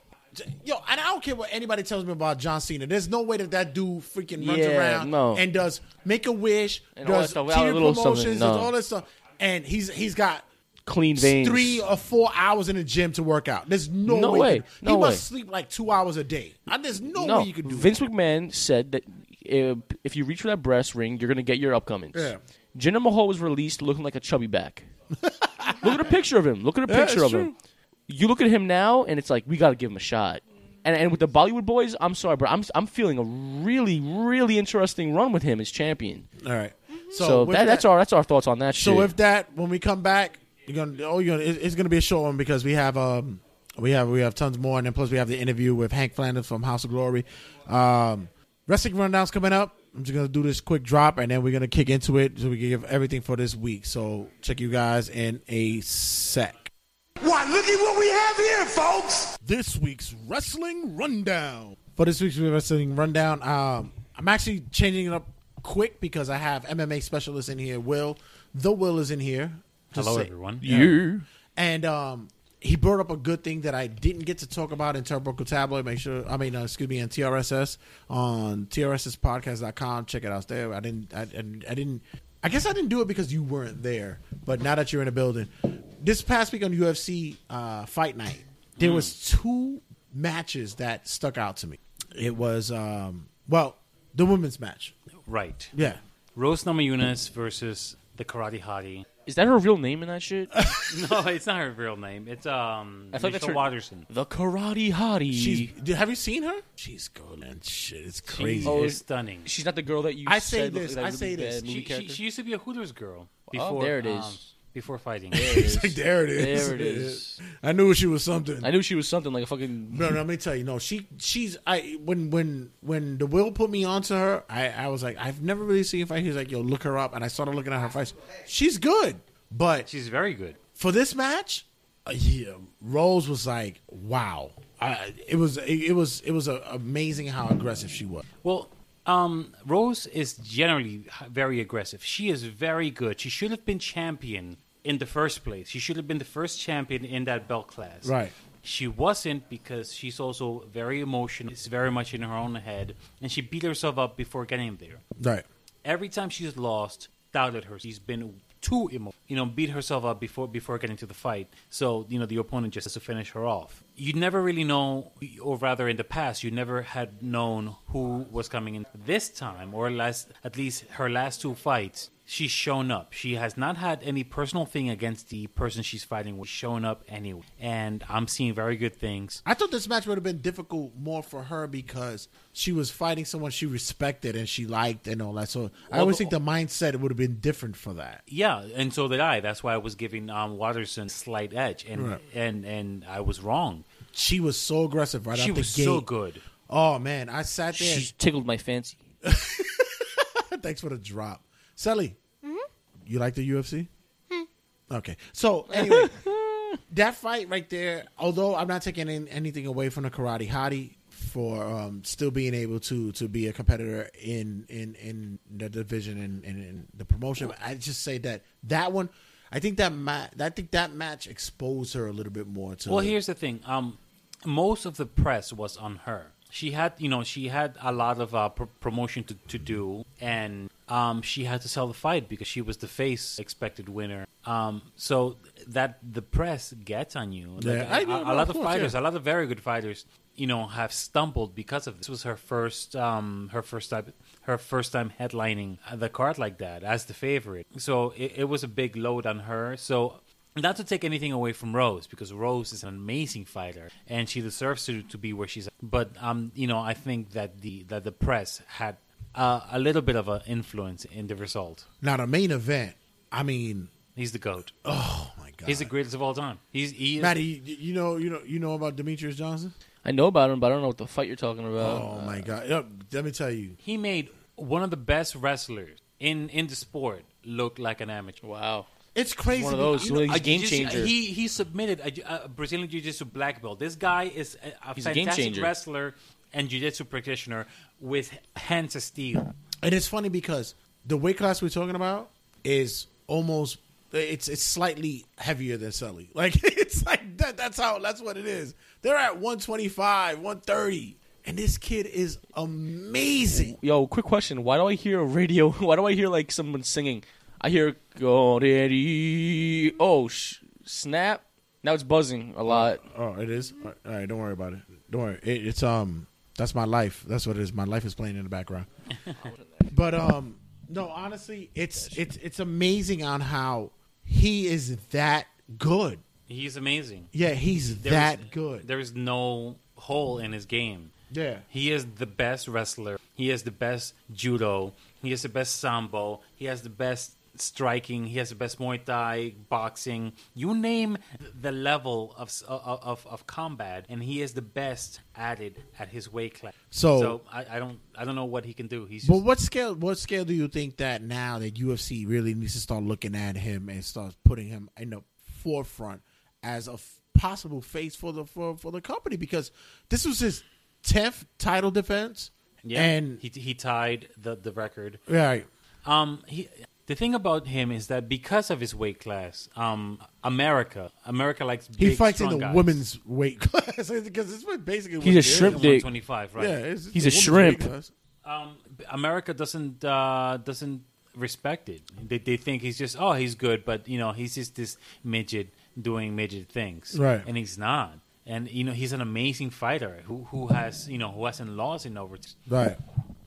B: Yo, and I don't care what anybody tells me about John Cena. There's no way that that dude freaking runs
D: Yeah,
B: around
D: no.
B: and does Make a Wish,
D: And all that
B: does
D: stuff
B: TV
D: without a little something,
B: promotions,
D: no.
B: does all this stuff, and he's he's got
D: clean veins.
B: three or four hours in the gym to work out. There's no,
D: No
B: way.
D: way.
B: He, could-
D: No
B: he
D: way.
B: must sleep like two hours a day. I, there's no,
D: no,
B: way you could do
D: Vince McMahon said that if, if you reach for that brass ring, you're gonna get your upcomings.
B: Yeah.
D: Jinder Mahal was released looking like a chubby back. (laughs) look at a picture of him. Look at a
B: Yeah,
D: picture
B: it's
D: of him. You look at him now, and it's like we gotta give him a shot. And and with the Bollywood boys, I'm sorry, but I'm I'm feeling a really really interesting run with him as champion.
B: that. All right. So,
D: So
B: with
D: that, that's our that's our thoughts on that.
B: So
D: shit.
B: if that, when we come back, you're gonna oh, you're gonna, it- it's gonna be a short one because we have um we have we have tons more, and then plus we have the interview with Hank Flanders from House of Glory. Um, wrestling rundowns coming up. I'm just gonna do this quick drop, and then we're gonna kick into it so we can give everything for this week. So check you guys in a sec.
E: Why, look at what we have here, folks!
B: this week's wrestling rundown. For this week's wrestling rundown, um, I'm actually changing it up quick because I have MMA specialist in here. Will the Will is in here. Just
F: Hello,
B: say-
F: everyone.
D: you
B: And um, he brought up a good thing that I didn't get to talk about in Turnbuckle Tabloid. Make sure, I mean, uh, excuse me, in TRSS on trspodcast.com. Check it out there. I didn't, I, I, I didn't, I guess I didn't do it because you weren't there. But now that you're in the building, this past week on UFC uh, Fight Night, there was two matches that stuck out to me. It was, um, well, the women's match.
F: Right.
B: Yeah.
F: Rose Namajunas versus the Karate Hottie. (laughs)
D: is that her real name in
B: (laughs)
D: that shit?
F: No, it's not her real name. It's um
D: I thought that's
F: Michelle
D: her-
F: Watterson.
D: the Karate Hottie.
B: She's, have you seen her? She's good and shit. It's crazy.
D: Oh,
F: She is stunning.
D: She's not the girl that you.
B: I say
D: said looked
B: this,
D: like that
B: I say
D: really
B: this.
D: bad movie
F: She, she,
D: character?
F: she used to be a Hooters girl before
D: Oh, there it is.
F: um, before fighting.
D: There it is.
B: there it is.
D: There it is.
B: I knew she was something.
D: I knew she was something like a fucking.
B: No, no, let me tell you. No, she, she's. I when when when the will put me onto her, I I was like, I've never really seen a fight. He's like, yo, look her up, and I started looking at her fights. She's good, but
F: She's very good.
B: for this match, uh, yeah, Rose was like, wow. I, it was it, it was it was uh amazing how aggressive she was.
F: Well, um, Rose is generally h- very aggressive. She is very good. She should have been champion in the first place. She should have been the first champion in that belt class.
B: Right.
F: She wasn't because she's also very emotional. It's very much in her own head, and she beat herself up before getting there.
B: Right.
F: Every time she's lost, doubted her. She's been too emo. You know, beat herself up before before getting to the fight. So you know, the opponent just has to finish her off. You never really know, or rather, in the past, you never had known who was coming in. This time, or last, at least her last two fights, she's shown up. She has not had any personal thing against the person she's fighting. She's shown up anyway, and I'm seeing very good things.
B: I thought this match would have been difficult more for her because she was fighting someone she respected and she liked and all that. So I always think the mindset would have been different for that.
F: Yeah, and so did I. That's why I was giving um, Watterson slight edge, and
B: Right.
F: and and I was wrong.
B: She was so aggressive right
F: she
B: out the
F: was
B: gate.
F: so good.
B: Oh man, I sat there.
D: She tickled my fancy.
B: Thanks for the drop, Sally. You like the UFC? okay. So anyway, (laughs) that fight right there. Although I'm not taking in anything away from the Karate Hottie for um, still being able to to be a competitor in in in the division and in, in the promotion, I just say that that one. I think that ma- I think that match exposed her a little bit more to.
F: Well, here's the thing. Um, most of the press was on her. She had, you know, she had a lot of uh, pr- promotion to, to do, and um, she had to sell the fight because she was the face expected winner. Um, so that the press gets on you.
B: Yeah, I know,
F: a,
B: no,
F: a lot
B: of
F: of
B: course,
F: fighters,
B: yeah.
F: a lot of very good fighters, you know, have stumbled because of this. This was her first, um, her first time, her first time headlining the card like that as the favorite. So it, it was a big load on her. So not to take anything away from Rose because Rose is an amazing fighter and she deserves to, to be where she's at. But um, you know, I think that the that the press had uh, a little bit of an influence in the result.
B: Now the main event. I mean,
F: He's the goat.
B: oh my god,
F: He's the greatest of all time. He's he is,
B: Matty, you, you know, you know, you know about Demetrius Johnson.
D: I know about him, but I don't know what the fight you're talking about.
B: Oh my god, Yup, let me tell you,
F: he made one of the best wrestlers in in the sport look like an amateur.
D: Wow.
B: it's crazy.
D: One of those.
B: You know,
D: He's a
F: I
D: game
F: just-
D: changer.
F: He he submitted a, ju- a Brazilian jiu-jitsu black belt. This guy is a, a
D: He's a game
F: fantastic
D: changer.
F: wrestler and jiu-jitsu practitioner with hands of steel.
B: and it's funny because the weight class we're talking about is almost it's it's slightly heavier than Sully. (laughs) Like it's like that. That's how. That's what it is. They're at one twenty five, one thirty, and this kid is amazing.
D: Yo, quick question. Why do I hear a radio? (laughs) Why do I hear like someone singing? I hear Goreri. Oh, sh- snap. Now it's buzzing a lot.
B: Oh, it is. All right, all right, don't worry about it. Don't worry. It, it's um, that's my life. That's what it is. My life is playing in the
F: (laughs)
B: background. but um, no, honestly, it's it's it's amazing on how he is that good.
F: He's amazing.
B: Yeah, he's
F: There
B: that
F: is-
B: good.
F: There is no hole in his game.
B: Yeah.
F: He is the best wrestler. He is the best judo. He is the best sambo. He has the best striking. He has the best Muay Thai, boxing. You name the level of s- of, of, of combat, and he is the best at it at his weight class.
B: So-
F: I, I don't I don't know what he can do. He's
B: But
F: just,
B: what scale? What scale do you think that now that UFC really needs to start looking at him and start putting him in the forefront as a f- possible face for the for, for the company? Because this was his tenth title defense,
F: yeah,
B: and
F: he he tied the the record.
B: right,
F: Um, he, the thing about him is that because of his weight class, um, America, America likes
B: he
F: big,
B: fights in
F: strong
B: the
F: guys.
B: women's weight class (laughs) because it's what basically what
D: He's a
B: it is.
D: shrimp dick.
F: 125, right?
B: Yeah, it's- it's
D: He's
B: the
D: a
B: women's
D: shrimp.
B: weight class.
F: Um, America doesn't uh, doesn't respect it. They they think he's just oh he's good, but you know he's just this midget doing midget things,
B: Right.
F: And he's not. And you know he's an amazing fighter who who has you know who hasn't lost in over.
B: Right?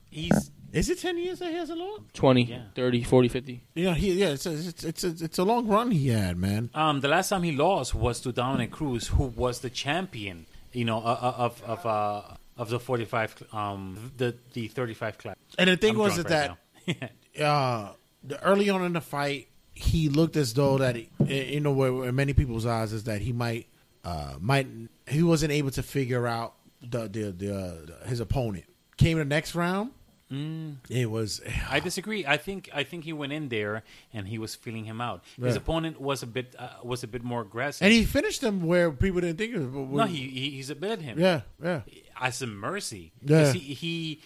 F: He's
B: Is it ten years that he hasn't lost?
D: 20,
F: Yeah.
D: 30, 40, 50.
B: Yeah, he, yeah. It's a, it's it's a, it's a long run he had, man.
F: Um, the last time he lost was to Dominic Cruz, who was the champion, you know, uh, uh, of of uh, of the forty five, um, the the thirty five class.
B: And the thing
F: I'm
B: was
F: drunk
B: that
F: right now. (laughs)
B: uh, the early on in the fight, he looked as though that he, in a way, in many people's eyes, is that he might uh, might he wasn't able to figure out the the, the, uh, his opponent. Came the next round,
F: Mm.
B: it was
F: I disagree. I think I think he went in there and he was feeling him out. His
B: Yeah.
F: opponent was a bit uh, was a bit more aggressive.
B: and he finished him where people didn't think it. Was,
F: no, he, he he submitted him.
B: yeah yeah
F: as a mercy.
B: Yeah.
F: Yeah. He, he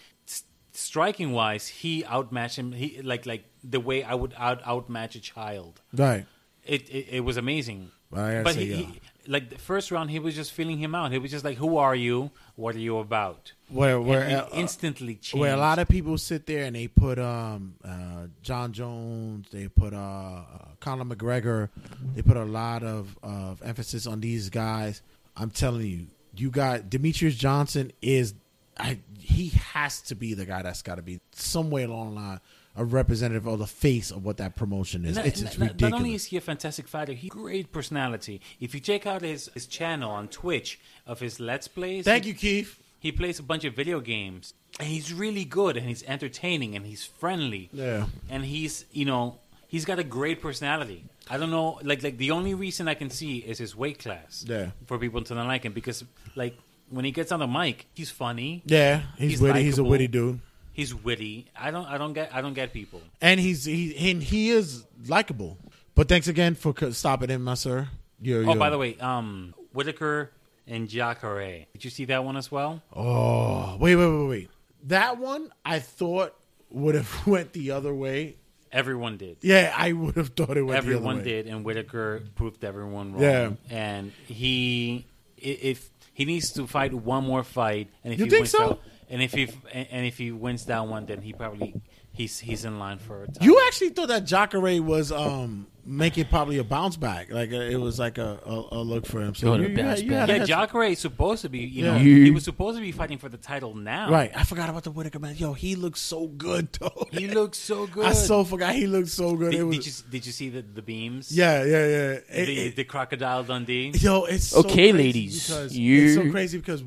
F: striking wise, he outmatched him. He like like the way I would out outmatch a child.
B: right.
F: It it, it was amazing.
B: Well, I gotta
F: but
B: say,
F: he,
B: yeah.
F: he like the first round, he was just feeling him out. He was just like, "Who are you? What are you about?"
B: Where
F: And
B: where
F: he
B: uh,
F: instantly changed.
B: where a lot of people sit there and they put um uh John Jones, they put uh, uh Conor McGregor, they put a lot of of emphasis on these guys. I'm telling you, you got Demetrius Johnson is I he has to be the guy that's got to be somewhere along the line a representative or the face of what that promotion is.
F: Not-
B: it's it's
F: not- not-
B: ridiculous.
F: Not only is he a fantastic fighter, he great personality. If you check out his, his channel on Twitch of his Let's Plays,
B: Thank
F: he-
B: you, Keith.
F: He plays a bunch of video games, and he's really good, and he's entertaining, and he's friendly.
B: Yeah.
F: and he's you know he's got a great personality. I don't know, like like the only reason I can see is his weight class.
B: Yeah.
F: for people to not like him because like when he gets on the mic, he's funny.
B: Yeah, he's,
F: He's
B: witty. He's a
F: likable.
B: witty dude.
F: He's witty. I don't. I don't get. I don't get people.
B: and he's he and he is likable. But thanks again for co- stopping in, my sir. You're,
F: Oh, by the way, um, Whitaker and Jacare. Did you see that one as well?
B: oh, wait, wait, wait, wait. That one I thought would have (laughs) went the other way.
F: Everyone did.
B: Yeah, I would have thought it went
F: everyone
B: the other way.
F: did, and Whitaker proved everyone wrong.
B: Yeah.
F: and he i- if he needs to fight one more fight, and if
B: You
F: he
B: think
F: wins
B: so?
F: that, and if he and if he wins that one, then he probably he's he's in line for a
B: You actually thought that Jacare was um, making probably a bounce back, like uh, it was like a, a, a look for him. So
D: Going
B: you,
D: to
B: you had-
D: bounce
B: you
D: back.
B: had a
F: Yeah,
B: head-
F: Jacare is supposed to be, you
B: Yeah.
F: know, he was supposed to be fighting for the title now.
B: right. I forgot about the Whitaker man. Yo, he looks so good, though. (laughs)
F: He looks so good.
B: I so forgot he looked so good.
F: Did,
B: it
F: did
B: was,
F: you did you see the, the beams?
B: yeah, yeah, yeah. It-
F: The,
B: it-
F: the crocodile Dundee.
B: yo, it's so
D: Okay,
B: crazy
D: ladies,
B: because
D: you-
B: It's so crazy because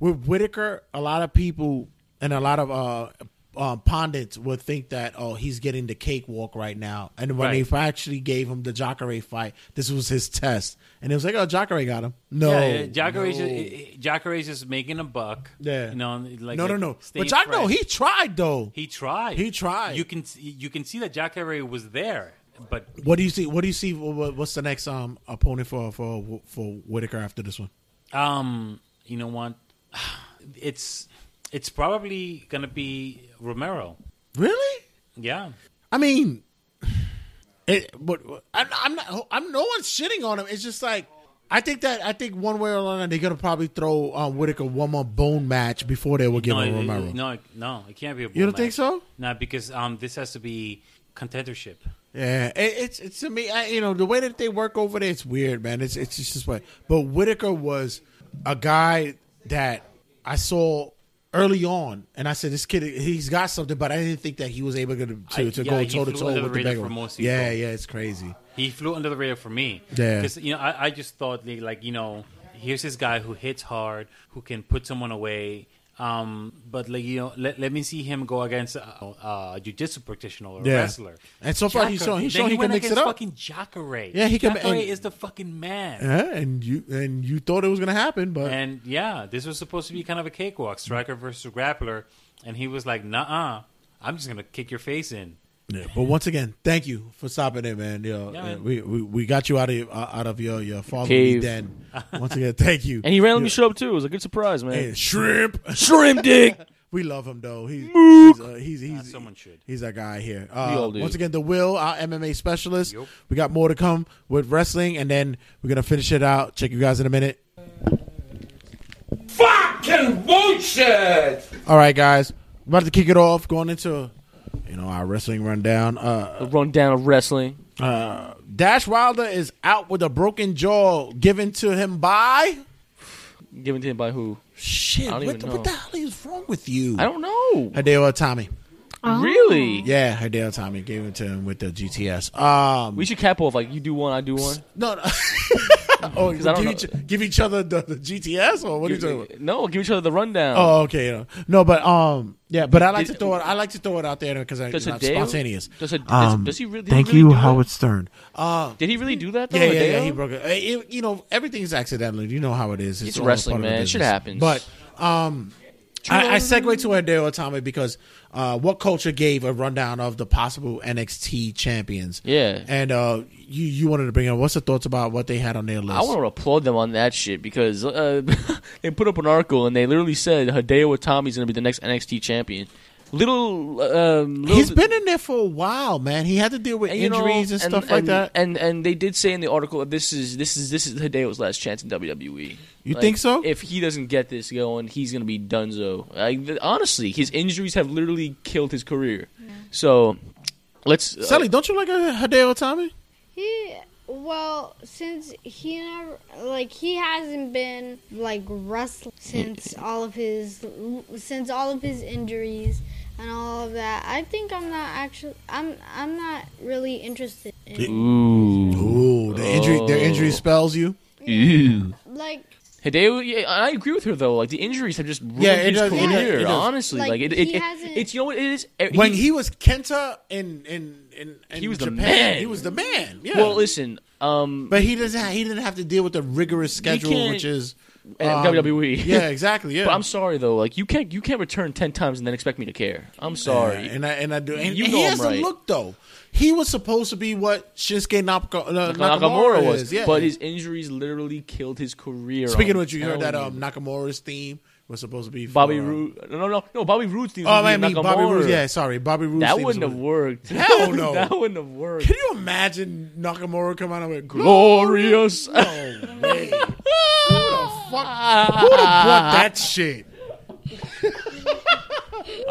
B: with Whitaker, a lot of people and a lot of uh, um, pundits would think that oh he's getting the cakewalk right now, and when
F: Right.
B: they actually gave him the Jacare fight, this was his test, and it was like oh Jacare got him. No,
F: Yeah, yeah, Jacare's
B: no.
F: just, Jacare's just making a buck.
B: Yeah.
F: you know, and like
B: no, no,
F: like
B: no.
F: staying
B: But Jack, no,
F: fresh.
B: he tried though.
F: he tried.
B: he tried.
F: You can see- you can see that Jacare was there, but
B: what do you see? What do you see? What, what- what's the next um opponent for for for Whitaker after this one?
F: um, you know what? (sighs) It's it's probably gonna be Romero.
B: Really?
F: Yeah,
B: I mean, (sighs) it, but I'm, I'm not. I'm no one's shitting on him. It's just like I think that I think one way or another they're gonna probably throw um, Whitaker one more bone match before they will give
F: no,
B: him
F: it-
B: Romero.
F: it- no, it- no, it can't be. A
B: You don't think so?
F: No, because um, this has to be contendership.
B: Yeah, it, it's it's to me. I, you know the way that they work over there, it's weird, man. It's it's just what. But Whitaker was a guy that I saw early on, and I said, "This kid, he's got something." But I didn't think that he was able to to,
F: I-
B: to
F: yeah,
B: go
F: he
B: toe to
F: flew under
B: toe with
F: the
B: the
F: radar
B: big
F: for
B: one.
F: most people.
B: Yeah, yeah, it's crazy.
F: He flew under the radar for me.
B: Yeah.
F: Because, you know, I, I just thought, like, like, you know, here's this guy who hits hard, who can put someone away. Um, but, like, you know, let, let me see him go against uh, uh, a jiu-jitsu practitioner or a
B: Yeah.
F: wrestler.
B: And so far, he's
F: Jacare.
B: shown- he's
F: Then
B: shown he can
F: went
B: mix it
F: against
B: up.
F: fucking Jacare.
B: Yeah, he can-
F: Jacare
B: and-
F: is the fucking man.
B: Yeah, and you and you thought it was gonna happen, but
F: And, yeah, this was supposed to be kind of a cakewalk, striker versus grappler. And he was like, nah-uh, I'm just going to kick your face in.
B: Yeah, but once again, thank you for stopping it, man. Yo,
F: Yeah,
B: uh,
F: man.
B: we, we we got you out of your- uh, out of your your fatherly
D: Cave.
B: den. Once again, thank you.
D: And he randomly
B: Yeah.
D: showed up too. It was a good surprise, man.
B: Hey, shrimp. (laughs)
D: Shrimp dick.
B: We love him though. He's he's, uh, he's, he's
F: someone should.
B: He's our guy here.
D: We
B: Uh,
D: all do.
B: once again, the Will, our MMA specialist.
F: Yup.
B: We got more to come with wrestling, and then we're gonna finish it out. Check you guys in a minute.
E: Fucking bullshit!
B: All right, guys, we're about to kick it off. Going into you know our wrestling rundown. Uh,
D: A rundown of wrestling.
B: Uh, Dash Wilder is out with a broken jaw given to him by
D: Given to him by who?
B: shit.
D: I don't
B: What
D: even
B: the, what
D: know.
B: the hell is wrong with you?
D: I don't know.
B: Hideo Tommy.
D: Really?
B: Yeah, Hideo Tommy gave it to him with the GTS. Um,
D: We should cap off like you do one, I do one.
B: no,
D: (laughs)
B: no. oh,
D: I don't
B: give
D: know.
B: each, give each other the, the GTS or what are you talking about?
D: No, give each other the rundown.
B: Oh, okay. you know. No, but um, yeah, but I like
D: Did-
B: to throw it. I like to throw it out there because it's
D: Does
B: not
D: Hideo-
B: spontaneous.
D: does Hideo- does he really- did he
B: Um, Thank
D: really
B: you,
D: do that?
B: Howard Stern. Uh,
D: Did he really do that? Though,
B: Yeah, yeah, yeah.
D: Hideo?
B: He broke it. Uh, it- You know, everything's accidental. You know how it is.
D: It's
B: all
D: wrestling,
B: part of the
D: man. Shit
B: business.
D: happens.
B: But um, I, I segue to Hideo Itami because uh, what culture gave a rundown of the possible NXT champions.
D: Yeah.
B: and uh, you you wanted to bring up what's the thoughts about what they had on their list?
D: I want to applaud them on that shit because uh, (laughs) they put up an article and they literally said Hideo Itami's going to be the next NXT champion. Little, um, little
B: He's been in there for a while, man. He had to deal with
D: and, you know,
B: injuries and stuff like that.
D: And and they did say in the article that this is this is this is Hideo's last chance in WWE.
B: You
D: Like,
B: think so?
D: If he doesn't get this going, he's gonna be Dunzo. Like th- honestly, his injuries have literally killed his career. So let's. uh,
B: Sally, don't you like uh, Hideo Itami?
A: He well, since he never like he hasn't been like wrestling since
D: Mm.
A: all of his since all of his injuries and all of that. I think I'm not actually I'm I'm not really interested in
D: ooh,
B: Ooh, the injury,
D: Oh.
B: their injury spells you.
D: ooh.
A: like
D: Hideo, yeah, I agree with her though. Like the injuries have just ruined
B: Yeah, it
D: his
B: does- it
D: career.
B: does- it does.
D: Honestly, like,
A: Like,
D: it,
A: he
D: it, it-
A: hasn't-
D: it's you know what it is. Eh,
B: when he was Kenta in in in, in
D: He was the
B: Japan,
D: man.
B: He was the man. Yeah.
D: well, listen, um,
B: but he doesn't. Ha- he didn't have to deal with the rigorous schedule,
D: can't-
B: which is
D: eh,
B: um,
D: WWE.
B: Yeah, exactly. Yeah.
D: (laughs) But I'm sorry though, like you can't you can't return ten times and then expect me to care. I'm sorry.
B: Yeah, and I and I do. And,
D: You
B: and
D: know
B: he
D: I'm
B: has
D: right.
B: a look though. He was supposed to be what Shinsuke Napka- uh, Nakamura,
D: Nakamura was,
B: is. Yeah.
D: but his injuries literally killed his career.
B: speaking of
D: on
B: which, you heard that um,
D: television.
B: Nakamura's theme was supposed to be for,
D: Bobby
B: um,
D: Roode. No, no, no, Bobby Roode's theme.
B: Oh,
D: was
B: I
D: gonna
B: mean
D: be
B: Bobby
D: Nakamura.
B: Roode. Yeah, sorry, Bobby Roode.
D: that
B: theme was
D: wouldn't have
B: supposed-
D: worked. (laughs)
B: Hell no.
D: that wouldn't have worked.
B: Can you imagine Nakamura coming out with
D: (laughs) Glorious.
B: No way. Who the fuck? Who the brought that shit?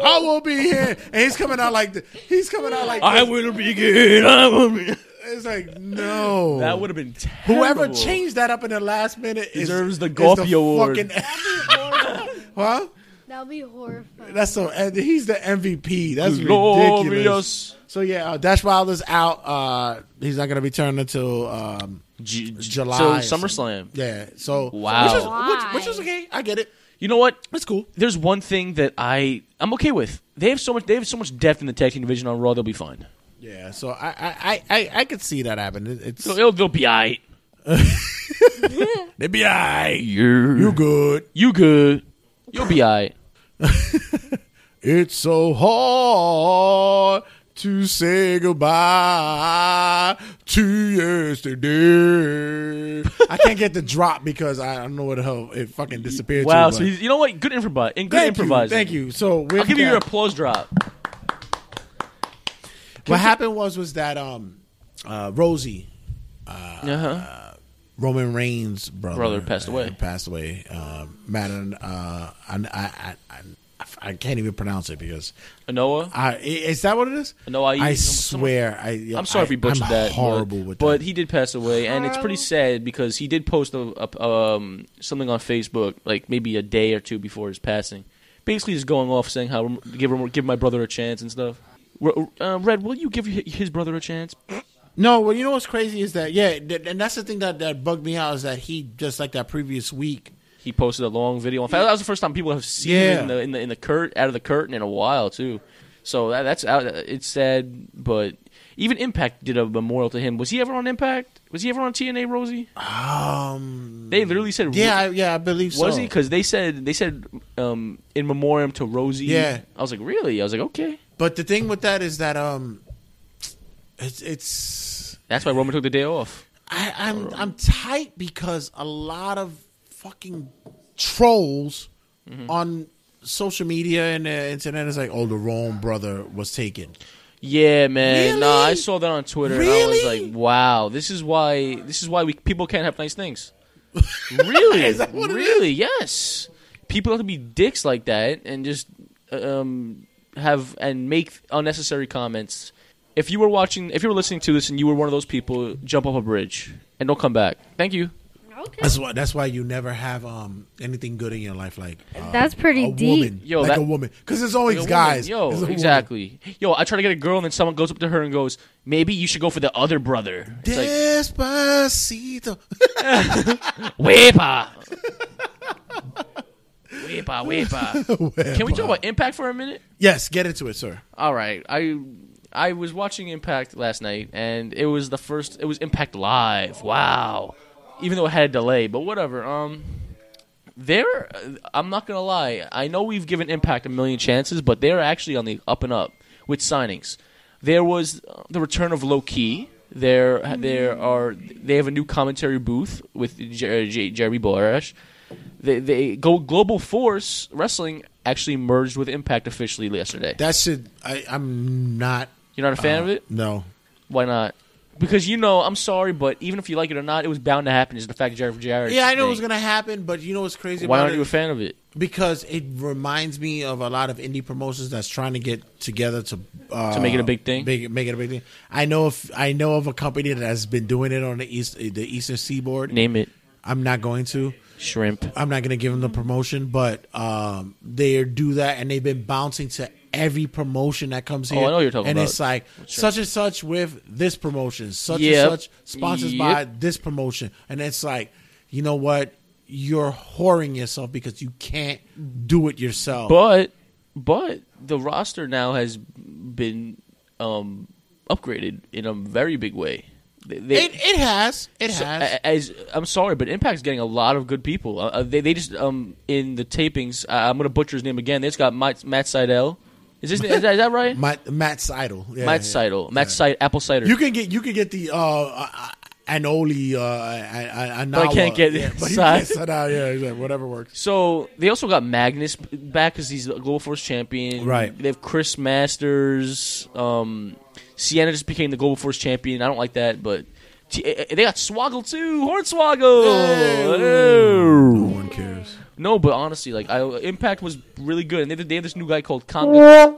B: I will be here, and he's coming out like th- he's coming out like
D: I
B: this.
D: will begin. I will begin.
B: it's like no.
D: That would have been terrible.
B: Whoever changed that up in the last minute is-
D: Deserves the
B: is
D: Golpi Award.
B: fucking- (laughs) huh?
A: That'll be horrifying.
B: That's so. and He's the MVP. That's
D: Glorious.
B: ridiculous. So yeah, uh, Dash Wilder's out. Uh, he's not gonna return until um,
D: J- j-
B: July.
D: So
B: or something.
D: SummerSlam.
B: Yeah. So
D: Wow.
B: which is, which, which is okay. I get it.
D: You know what?
B: That's cool.
D: There's one thing that I I'm okay with. They have so much. They have so much depth in the tag team division on Raw. They'll be fine.
B: Yeah. So I I I, I, I could see that happen. It- It's
D: So they'll, they'll be alright.
B: they be alright.
D: You
B: You good?
D: you good? You'll be alright.
B: It's so hard to say goodbye to yesterday. I can't get the drop because I don't know what the hell it fucking disappeared.
D: Wow.
B: to,
D: So
B: but-
D: he's, you know what? Good improv and good
B: thank you,
D: improvising.
B: thank you. So with
D: I'll give you
B: that-
D: your applause drop.
B: what happened was was that um uh Rosie
D: Uh
B: Uh-huh.
D: huh.
B: Roman Reigns' brother,
D: Brother passed
B: uh,
D: away.
B: Passed away. Um, Madden. Uh, I, I, I, I, I can't even pronounce it because
D: Noah.
B: I, i- is that what it is?
D: No, I-
B: I
D: some-
B: swear. I, yeah,
D: I'm sorry
B: I,
D: if we butchered
B: I'm
D: that.
B: Horrible
D: but,
B: with
D: but
B: that.
D: he did pass away, and it's pretty
A: Horrible.
D: sad because he did post a, a, um, something on Facebook, like maybe a day or two before his passing, basically just going off saying how give him, give my brother a chance and stuff. R- Uh, Red, will you give hi- his brother a chance?
B: No, well, you know what's crazy is that yeah, th- and that's the thing that that bugged me out is that he just like that previous week.
D: He posted a long video. In fact, that was the first time people have seen him
B: Yeah.
D: in the in the, in the cur- out of the curtain in a while too. So that, that's out. It's sad, but even Impact did a memorial to him. Was he ever on Impact? Was he ever on TNA? Rosie?
B: Um.
D: They literally said
B: Yeah, I, yeah, I believe so.
D: Was he? Because they said they said um, in memoriam to Rosie.
B: Yeah.
D: I was like, really? I was like, okay.
B: But the thing with that is that um, it's it's
D: That's why Roman took the day off.
B: I, I'm I'm tight because a lot of fucking trolls
D: Mm-hmm.
B: on social media and the internet is like, oh, the wrong brother was taken.
D: Yeah, man.
B: Really?
D: Nah, I saw that on Twitter. And I was
B: Really?
D: like, wow. This is why. This is why we people can't have
B: (laughs)
D: nice things. really?
B: Is that what it
D: really? Yes. People have to be dicks like that and just um, have and make unnecessary comments. If you were watching, if you were listening to this and you were one of those people, jump off a bridge and don't come back. Thank you.
A: Okay.
B: That's why that's why you never have um anything good in your life like uh,
A: That's pretty
B: a
A: deep.
B: woman,
D: Yo,
B: like
D: that-
B: a woman, because it's always
D: Like a woman.
B: guys. It's a
D: Yo,
B: woman.
D: exactly. Yo, I try to get a girl, and then someone goes up to her and goes, "Maybe you should go for the other brother." It's like,
B: Despacito.
D: wepa, wepa, wepa. Can we talk about Impact for a minute?
B: yes, get into it, sir.
D: All right, I I was watching Impact last night, and it was the first. It was Impact Live. Wow, even though it had a delay, but whatever. Um, they're. I'm not gonna lie. I know we've given Impact a million chances, but they're actually on the up and up with signings. There was uh, the return of Low Key. There, there are. They have a new commentary booth with Jer- J- Jerry Borash. They, they go Global Force Wrestling actually merged with Impact officially yesterday.
B: That should I, I'm not
D: You're not a fan of it?
B: no.
D: Why not? Because you know, I'm sorry, but even if you like it or not, it was bound to happen. Is the fact Jared Jarrett?
B: Yeah, I know it was gonna happen, but you know what's crazy?
D: Why
B: about
D: aren't
B: it?
D: you a fan of it?
B: because it reminds me of a lot of indie promotions that's trying to get together to uh,
D: To make it a big thing?
B: Make, it- make it a big thing. I know if I know of a company that has been doing it on the east the eastern seaboard.
D: Name it
B: I'm not going to.
D: shrimp.
B: I'm not going to give them the promotion, but um, they do that, and they've been bouncing to every promotion that comes
D: Oh,
B: here.
D: I know what you're talking
B: and
D: about.
B: it's like such and such with this promotion, such
D: Yep.
B: and such sponsors by
D: Yep.
B: this promotion, and it's like, you know what? You're whoring yourself because you can't do it yourself.
D: But but the roster now has been um, upgraded in a very big way. They, they-
B: it it has it
D: So, uh,
B: has.
D: a- as I'm sorry, but Impact's getting a lot of good people. Uh, Uh, they they just um in the tapings. Uh, I'm gonna butcher his name again. They just got Matt, Matt Seidel. Is this is that, is
B: (laughs)
D: that right?
B: Matt, Matt Seidel. Yeah,
D: uh, Matt
B: yeah.
D: Seidel. Matt Seidel. Apple Cider.
B: You can get you can get the uh, uh, Anoli. Uh, I, I,
D: But I can't get (laughs)
B: yeah, but you
D: Seidel.
B: can't Seidel, Yeah, yeah, whatever works.
D: So they also got Magnus back because he's the Global Force champion.
B: Right.
D: They have Chris Masters. Um, Sienna just became the Global Force champion. I don't like that, but t- eh, eh, they got Swoggle too. Hornswoggle.
B: Hey.
D: Oh.
B: one cares.
D: No, but honestly, like I, Impact was really good, and they, they have this new guy called Kanga. Yeah,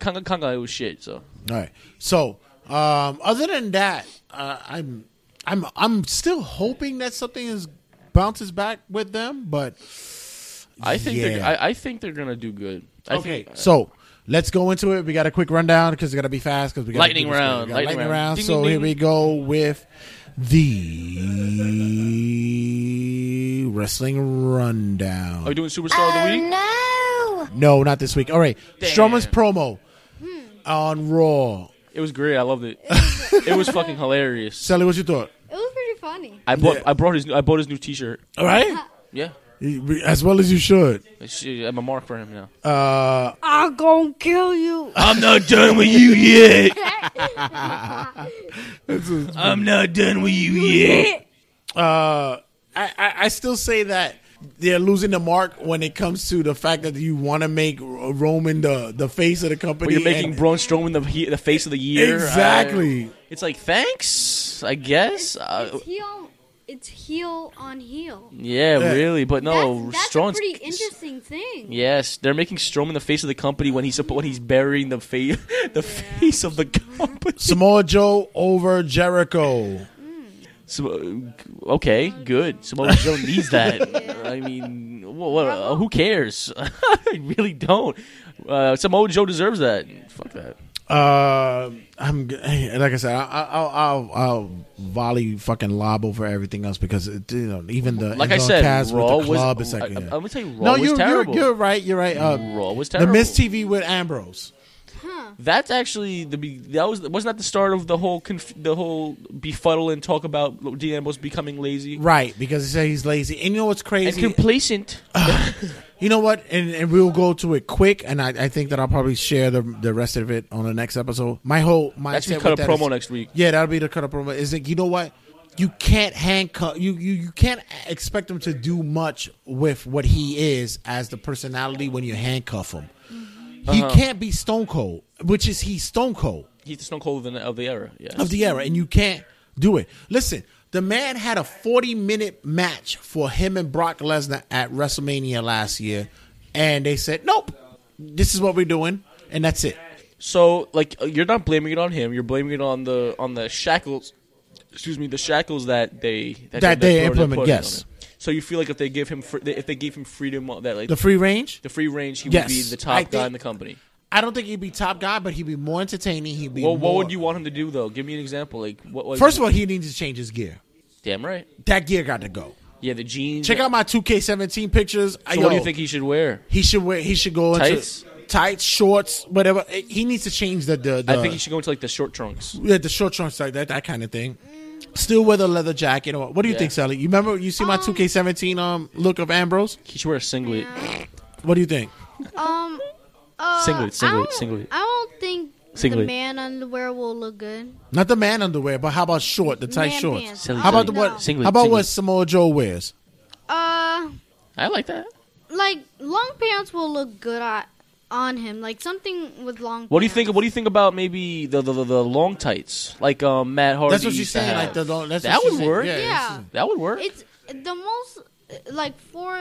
D: Kanga Kanga was shit. So
B: All right. So, um, other than that, uh, I'm I'm I'm still hoping that something is bounces back with them, but
D: I think they're,
B: Yeah.
D: I, I think they're gonna do good. I
F: Okay.
D: think,
B: so let's go into it. We got a quick rundown because we got to be fast because we got
D: Lightning round, lightning
B: lightning
D: round.
B: round.
D: Ding,
B: so
D: ding,
B: here
D: ding.
B: we go with the wrestling rundown.
D: are we doing Superstar of the
A: Uh,
D: Week?
B: No, not this week. All right,
D: Damn.
B: Strowman's promo on Raw.
D: It was great. I loved it. (laughs) it was fucking hilarious.
B: Sally, what you thought?
A: It was pretty funny.
D: I bought
B: Yeah.
D: I brought his new- I bought his new T-shirt.
B: All right,
D: Yeah,
B: as well as you should.
D: It's- I'm a mark for him now.
B: Uh,
A: I'm gonna kill you.
D: I'm not done with you yet. I'm not done with you yet.
B: uh, I, I, I still say that they're losing the mark when it comes to the fact that you want to make R- Roman the, the face of the company.
D: But you're making
B: and-
D: Braun Strowman the he- the face of the year.
B: Exactly.
D: I- it's like thanks, I guess. Uh,
A: It's heel. It's heel on heel.
D: yeah,
B: Yeah.
D: really. But no,
A: that's, that's a
D: Strowman's.
A: pretty interesting thing.
D: Yes, they're making Strowman the face of the company when he's suppo- when he's burying the face (laughs) the face of the company.
B: Samoa Joe over Jericho.
D: So, uh, okay, good. Samoa Joe needs that. I mean, wha what, uh, who cares? (laughs) I really don't. Uh, Samoa Joe deserves that. Fuck that.
B: Uh, I'm g- like I said, I, I- I'll, I'll I'll volley fucking lob over everything else because it, you know even the
D: Like I
B: Enzo
D: said,
B: Cass with
D: Raw
B: the club
D: was.
B: is like,
D: I,
B: yeah.
D: I, I'm gonna tell you, Raw
B: no,
D: was
B: you're, you're
D: terrible.
B: you're right, you're right. Uh,
D: Raw was
B: the
D: terrible.
B: Miss TV with Ambrose.
D: That's actually the be- that was wasn't that the start of the whole conf- the whole befuddle and talk about Dean Ambrose becoming lazy
B: Right, because he said he's lazy. And you know what's
D: and
B: crazy?
D: complacent.
B: You know what? And, and we'll go to it quick, and I, I think that I'll probably share the the rest of it on the next episode. My whole mindset.
D: That's we
B: with
D: cut a
B: that
D: promo
B: is-
D: next week.
B: Yeah, that'll be the cut up promo. Is that you know what? You can't handcuff you, you you can't expect him to do much with what he is as the personality when you handcuff him.
D: Uh-huh.
B: He can't be stone cold, which is he's stone cold
D: He's the Stone Cold of the, of the era. Yes.
B: of the era, and you can't do it. Listen, the man had a 40 minute match for him and Brock Lesnar at WrestleMania last year, and they said, nope, this is what we're doing, and that's it.
D: So like uh, you're not blaming it on him. You're blaming it on the on the shackles. Excuse me, the shackles that they
B: That they
D: throw-
B: implement,
D: putting
B: yes.
D: on him. So you feel like if they give him fr- if they gave him freedom uh, that like
B: The
D: the,
B: free range?
D: free range, he
B: Yes.
D: would be the
B: I
D: top
B: think-
D: guy in the company.
B: I don't think he'd be top guy, but he'd be more entertaining. He'd be
D: Well,
B: more,
D: what would you want him to do though? Give me an example. Like what? what
B: First of all, he needs to change his gear.
D: damn right.
B: That gear got to go.
D: Yeah, the jeans.
B: Check out my 2K17 pictures.
D: So what do you think he should wear?
B: He should wear. He should go into
D: Tights?
B: tights, shorts, whatever. He needs to change the the. the
D: I think he should go into like the short trunks.
B: Yeah, the short trunks like that, that kind of thing. Still with a leather jacket. Or what do you
D: Yeah.
B: think, Sally? You remember you see my 2K17 um look of Ambrose?
D: He should wear a singlet.
B: What do you think?
A: Um. Uh,
D: Singlet,
A: I
D: singlet,
A: don't-
D: singlet.
A: I don't think the
D: Singlet.
A: man underwear will look good.
B: Not the man underwear, but how about short, the tight
A: Man
B: shorts?
A: pants.
D: Silly,
A: I
B: How about the
A: don't
D: silly.
B: what?
A: know.
D: Singlet,
B: how about what
D: singlet.
B: Samoa Joe wears?
A: Uh,
D: I like that.
A: like long pants will look good on, on him. Like something with long.
D: What do you
A: pants.
D: think? What do you think about maybe the the, the, the long tights like um, Matt Hardy?
B: That's what she's
D: used to
B: saying.
D: have?
B: Like the long, that's
D: That
B: what she's
D: would
B: saying.
D: work.
B: that's
A: Yeah.
B: what she's-
D: that would work.
A: It's the most uh, like for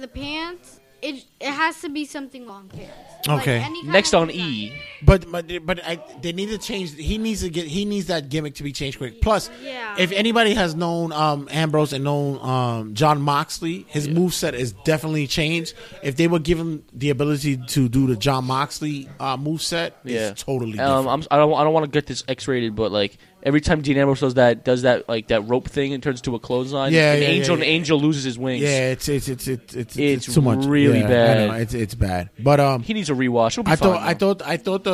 A: the pants. It it has to be something long pants. Like,
B: Okay.
A: any kind
D: Next
A: of
D: on
A: design.
D: E,
B: But but but I, they need to change. He needs to get. He needs that gimmick to be changed quick. Plus,
A: Yeah.
B: if anybody has known um, Ambrose and known um, John Moxley, his move set is definitely changed. If they would give him the ability to do the John Moxley uh, move set,
D: yeah,
B: it's totally different.
D: Um, I'm, I don't I don't want to get this X-rated, but like every time Dean Ambrose does that, does that like that rope thing and turns to a clothesline.
B: Yeah,
D: an
B: yeah,
D: angel,
B: yeah,
D: an
B: yeah.
D: angel loses his wings.
B: yeah, it's it's it's it's it's,
D: It's
B: too much.
D: really
B: Yeah, I
D: bad.
B: know, it's it's bad. But um,
D: he needs a rewatch. It'll be
B: I
D: fine,
B: thought I
D: though.
B: thought I thought the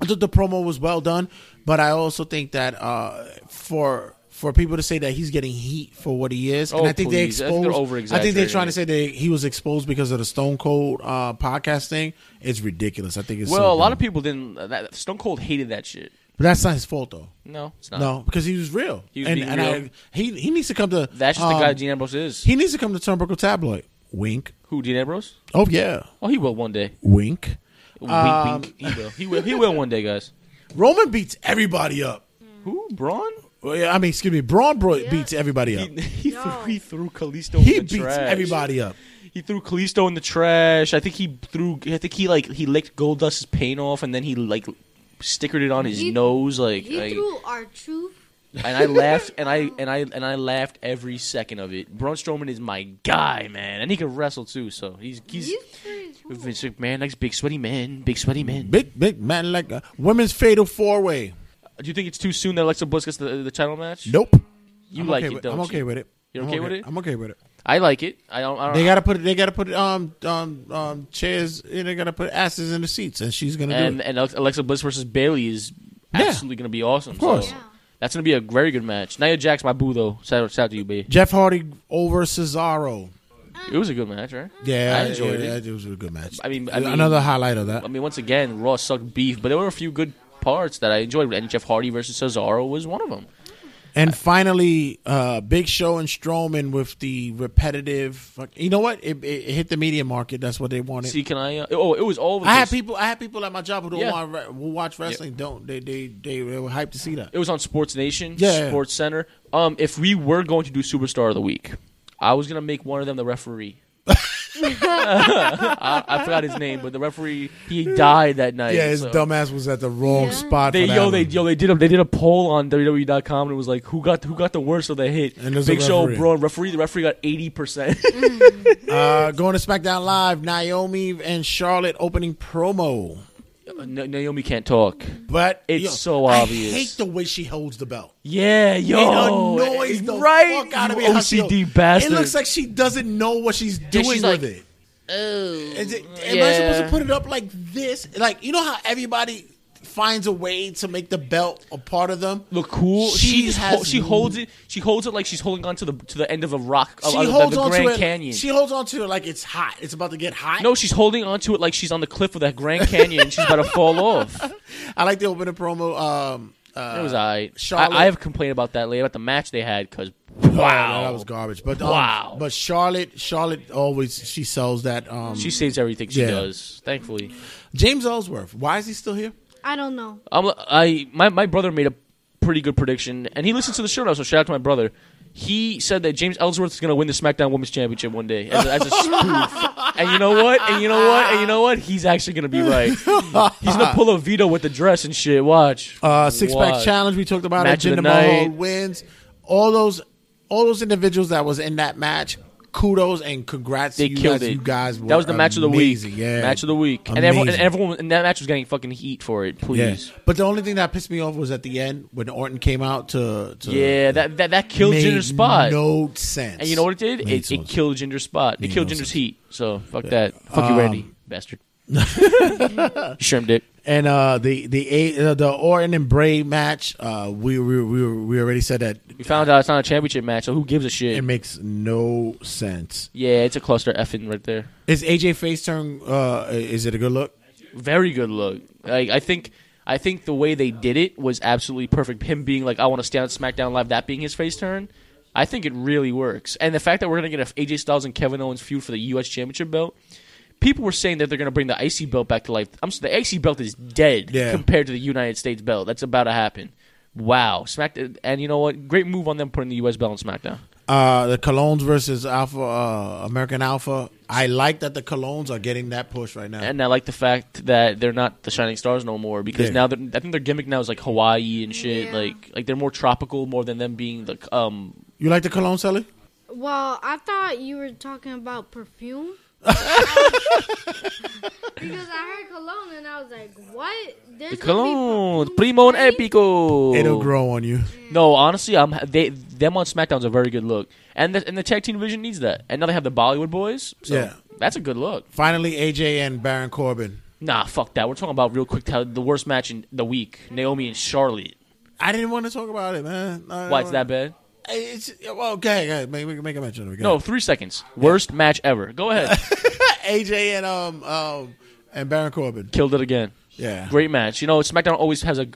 B: I thought the promo was well done, but I also think that uh, for for people to say that he's getting heat for what he is, and
D: Oh,
B: I think they
D: please. I
B: exposed. I think
D: think they're
B: they're
D: over-exaggerating
B: trying to
D: it.
B: say that he was exposed because of the Stone Cold uh, podcast thing. It's ridiculous. I think it's
D: Well,
B: so
D: a lot
B: dumb.
D: of people didn't. uh, That, Stone Cold hated that shit.
B: But that's not his fault though.
D: No, it's not.
B: No, because he was real.
D: He was
B: and
D: being
B: and I,
D: real.
B: he he needs to come to.
D: that's just
B: um,
D: the guy Dean Ambrose is.
B: He needs to come to Turnbuckle Tabloid. Wink.
D: Who Dean Ambrose?
B: Oh yeah.
D: Oh, he will one day.
B: Wink.
D: Wink,
B: Um,
D: wink. He will. He will. He will one day, guys.
B: Roman beats everybody up.
D: (laughs) Who? Braun?
B: Well, yeah, I mean, excuse me, Braun Bro-
A: Yeah.
B: beats everybody up.
D: He, (laughs) he,
G: No.
D: threw, he threw Kalisto
B: He,
D: in the
B: beats
D: trash.
B: everybody up.
D: He threw Kalisto in the trash. I think he threw. I think he like he licked Goldust's paint off, and then he like stickered it on his
A: He-
D: nose. Like,
A: He
D: like-
A: threw our truth.
D: and I
A: (laughs)
D: laughed, and I and I and I laughed every second of it. Braun Strowman is my guy, man, and he can wrestle too. So he's he's,
A: He's pretty cool.
D: Vince McMahon likes big sweaty men, big sweaty men.
B: Big, big man like a women's fatal four way.
D: Do you think it's too soon that Alexa Bliss gets the, the title match?
B: Nope.
D: you
B: I'm
D: like
B: okay
D: it,
B: with,
D: don't
B: I'm okay
D: you?
B: with it.
D: You're
B: I'm
D: okay with it?
B: I'm okay with it.
D: I like it. I don't. I don't
B: They gotta put. They gotta put um um um chairs. And they gotta put asses in the seats, and she's gonna
D: and
B: do it.
D: and Alex- Alexa Bliss versus Bailey is
B: Yeah.
D: absolutely going to be awesome. Of
B: course.
D: so
A: Yeah.
D: that's going to be a very good match. Nia Jax, my boo though. Shout, shout out to you, babe.
B: Jeff Hardy over Cesaro.
D: It was a good match, right?
B: Yeah,
D: I enjoyed
B: yeah,
D: it.
B: It was a good match.
D: I mean- I mean- um,
B: another highlight of that.
D: I mean, once again, Raw sucked beef, but there were a few good parts that I enjoyed, and Jeff Hardy versus Cesaro was one of them.
B: And finally, uh, Big Show and Strowman with the repetitive. fuck- You know what? It, it, it hit the media market. That's what they wanted.
D: See, can I? Uh, oh, it was all. Over
B: I had
D: this-
B: people. I had people at my job who don't
D: Yeah.
B: want re- who watch wrestling. Don't they, they? They were hyped to see that.
D: It was on Sports Nation,
B: Yeah, yeah.
D: Sports Center. Um, if we were going to do Superstar of the Week, I was gonna make one of them
B: (laughs)
D: the referee. (laughs) I, I forgot his name, but the referee he died that night.
B: Yeah, his
D: so-
B: dumbass was at the wrong
A: Yeah.
B: spot.
D: They
B: for that
D: yo they
B: one.
D: yo they did a they did a poll on WWE.com and it was like who got who got the worst of the hit.
B: And there's a
D: Big Show,
B: referee.
D: Braun, referee. The referee got eighty (laughs) percent.
B: Uh, going to SmackDown Live, Naomi and Charlotte opening promo.
D: Naomi can't talk.
B: But
D: It's
B: yo,
D: so obvious.
B: I hate the way she holds the belt.
D: Yeah, yo,
B: it annoys the
D: right,
B: fuck out of
D: you
B: me. how she
D: OCD
B: holds-
D: bastard.
B: It looks like she doesn't know what she's doing
D: she's
B: with
D: like,
B: it.
D: oh,
B: Is it, am I
D: yeah.
B: supposed to put it up like this? Like you know how everybody finds a way to make the belt a part of them.
D: look cool.
B: She
D: She just
B: has-
D: hol- she holds it. She holds it like she's holding on to the to the end of a rock. Of,
B: She
D: of the-
B: holds
D: the
B: on
D: Grand
B: to it.
D: Canyon.
B: She holds on to it like it's hot. It's about to get hot.
D: no, she's holding on to it like she's on the cliff of that Grand Canyon. and She's
B: (laughs)
D: about to fall off.
B: I like the opening promo. Um, uh,
D: It was alright.
B: Charlotte-
D: I, I have complained about that later about the match they had because
B: oh,
D: wow,
B: that was garbage. But um,
D: Wow.
B: But Charlotte, Charlotte always she sells that. Um,
D: She saves everything she
B: Yeah.
D: does. Thankfully,
B: James Ellsworth. Why is he still here?
A: I don't know.
D: I'm, I my my brother made a pretty good prediction, and he listens to the show now. So shout out to my brother. He said that James Ellsworth is going to win the SmackDown Women's Championship one day as, a- as a spoof.
B: (laughs)
D: and you know what? And you know what? And you know what? He's actually going to be right. He's going to pull a veto with the dress and shit. Watch.
B: Uh, six pack
D: Watch.
B: challenge we talked about.
D: Match
B: it.
D: of the
B: Jinder Mahal
D: night.
B: wins. All those, all those individuals that was in that match. Kudos and congrats
D: They
B: to you
D: killed
B: guys.
D: it.
B: You guys were
D: that was the match of the week.
B: amazing. Yeah,
D: Match of the week. And everyone, and
B: Amazing.
D: everyone, and that match was getting fucking heat for it.
B: Yeah.
D: Please.
B: But the only thing that pissed me off was at the end when Orton came out to. to
D: Yeah, that, that that killed
B: made
D: Jinder's spot.
B: No sense.
D: And you know what it did?
B: Made
D: It,
B: no
D: it
B: sense.
D: killed Ginger's spot. It
B: Made
D: killed
B: no
D: Ginger's
B: sense.
D: heat. So fuck that. Fuck you, Randy, bastard. Shrimp dick.
B: And uh, the the eight, uh, the Orton and Bray match. Uh, we we we we already said that
D: We found out it's not a championship match, so who gives a
B: it
D: shit?
B: makes no sense.
D: Yeah, it's a cluster effing right there.
B: Is AJ face turn? Uh, is it a good look?
D: Very good look. Like I think, I think the way they did it was absolutely perfect. Him being like, I want to stand on SmackDown Live, that being his face turn. I think it really works. And the fact that we're gonna get a AJ Styles and Kevin Owens feud for the U.S. Championship belt. People were saying that they're gonna bring the IC belt back to life. I'm s- the IC belt is dead
B: Yeah.
D: compared to the United States belt. That's about to happen. Wow, Smack! And you know what? Great move on them putting the U.S. belt on SmackDown.
B: Uh, the Colognes versus Alpha uh, American Alpha. I like that the Colognes are getting that push right now.
D: And I like the fact that they're not the shining stars no more because
B: Yeah.
D: now they're, I think their gimmick now is like Hawaii and shit.
A: Yeah.
D: Like like they're more tropical more than them being the um.
B: you like the Cologne, Sally?
A: Well, I thought you were talking about
D: (laughs)
A: perfume. because I heard cologne and I was like, what? There's
D: Cologne, Primo and Epico.
B: It'll grow on you.
D: No, honestly, I'm they them on SmackDown's a very good look, and the, and the tag team division needs that. And now they have the Bollywood boys. So
B: Yeah.
D: that's a good look.
B: Finally, AJ and Baron Corbin.
D: Nah, fuck that. We're talking about real quick how the worst match in the week: Naomi and Charlotte.
B: I didn't want to talk about it, man. I didn't
D: Why it's
B: wanna-
D: that bad?
B: It's well, okay, okay make, make, make a mention. of it, go
D: No, three seconds. Worst match ever.
B: (laughs)
D: Go ahead.
B: ahead. AJ and um um and Baron Corbin.
D: Killed it again.
B: Yeah,
D: Great match. You know, SmackDown always has a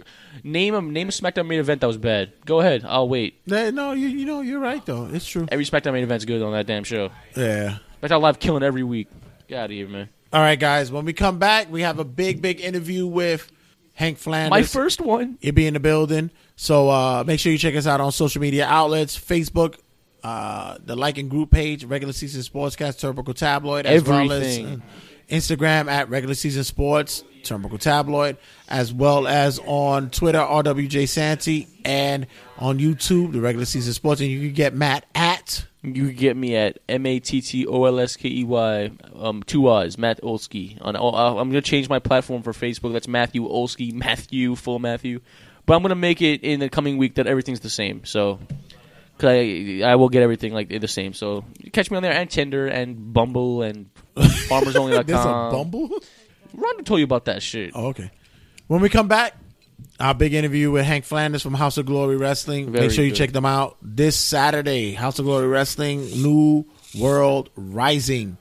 D: name. A name a SmackDown main event that was bad. Go ahead. I'll wait.
B: Nah, No, you you know you're right though. It's true.
D: Every SmackDown main event's good on that damn show.
B: Yeah.
D: SmackDown Live killing every week. Get out of here, man.
B: All right, guys. When we come back, we have a big big interview with Hank Flanders.
D: My first one.
B: It be in the building. So uh, make sure you check us out on social media outlets, Facebook, uh, the like and group page, regular season sportscast, Turbical Tabloid, as well as
D: Everything.
B: uh, Instagram at regular season sports, Turbical Tabloid, as well as on Twitter, RWJ Santee, and on YouTube, the regular season sports. And you can get Matt at
D: You can get me at M A T T O L S K E Y, um, two O's, Matt Olsky. On, oh, uh, I'm going to change my platform for Facebook. That's Matthew Olsky, Matthew, full Matthew. But I'm going to make it in the coming week that everything's the same. So, cause I, I will get everything like the same. So, catch me on there and Tinder and
B: (laughs)
D: Bumble and FarmersOnly.com.
B: There's a Bumble.
D: Ronda told you about that shit.
B: Oh, okay. When we come back, our big interview with Hank Flanders from House of Glory Wrestling.
D: Very
B: Make sure you
D: good.
B: check them out this Saturday. House of Glory Wrestling, New World Rising.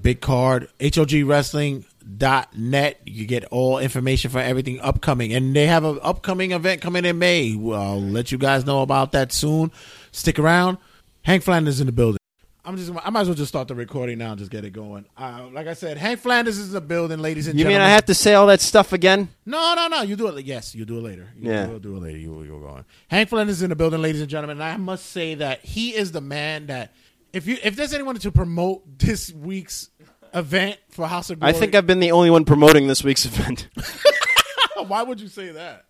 B: Big card. HOGWrestling.net. You get all information for everything upcoming. And they have an upcoming event coming in May. Well, I'll let you guys know about that soon. Stick around. Hank Flanders in the building. I'm just. I might as well just start the recording now and just get it going. Uh, like I said, Hank Flanders is in the building, ladies and
G: You
B: gentlemen.
G: mean I have to say all that stuff again?
B: No, no, no. You do it. Yes, you do it later. You
G: Yeah.
B: will do it later. You will go on. Hank Flynn is in the building, ladies and gentlemen. And I must say that he is the man that if you if there's anyone to promote this week's event for House of
G: I
B: Glory,
G: think I've been the only one promoting this week's event.
B: Oh, why would you say
G: (laughs)
B: that?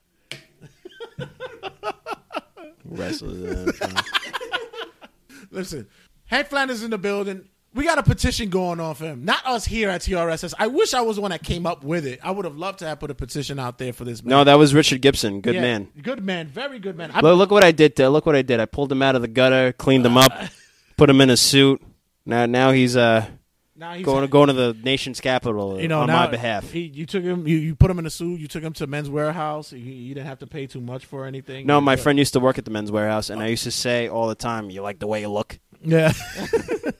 B: (laughs) Listen, Hank Flanders in the building. We got a petition going on for him. Not us here at TRSS. I wish I was the one that came up with it. I would have loved to have put a petition out there for this man.
G: no, that was Richard Gibson. Good
B: Yeah,
G: man.
B: Good man. Very good man. I-
G: Look, look what I did. To, look what I did. I pulled him out of the gutter,
B: (laughs)
G: cleaned him up, put him in a suit. Now, now he's uh
B: now he's
G: going to going to the nation's capital
B: you know,
G: on
B: now
G: my behalf.
B: He, you took him, you, you put him in a suit. You took him to Men's Warehouse. You, you didn't have to pay too much for anything.
G: no, my
B: Yeah.
G: friend used to work at the men's warehouse, and I used to say all the time, "You like the way you look."
B: Yeah.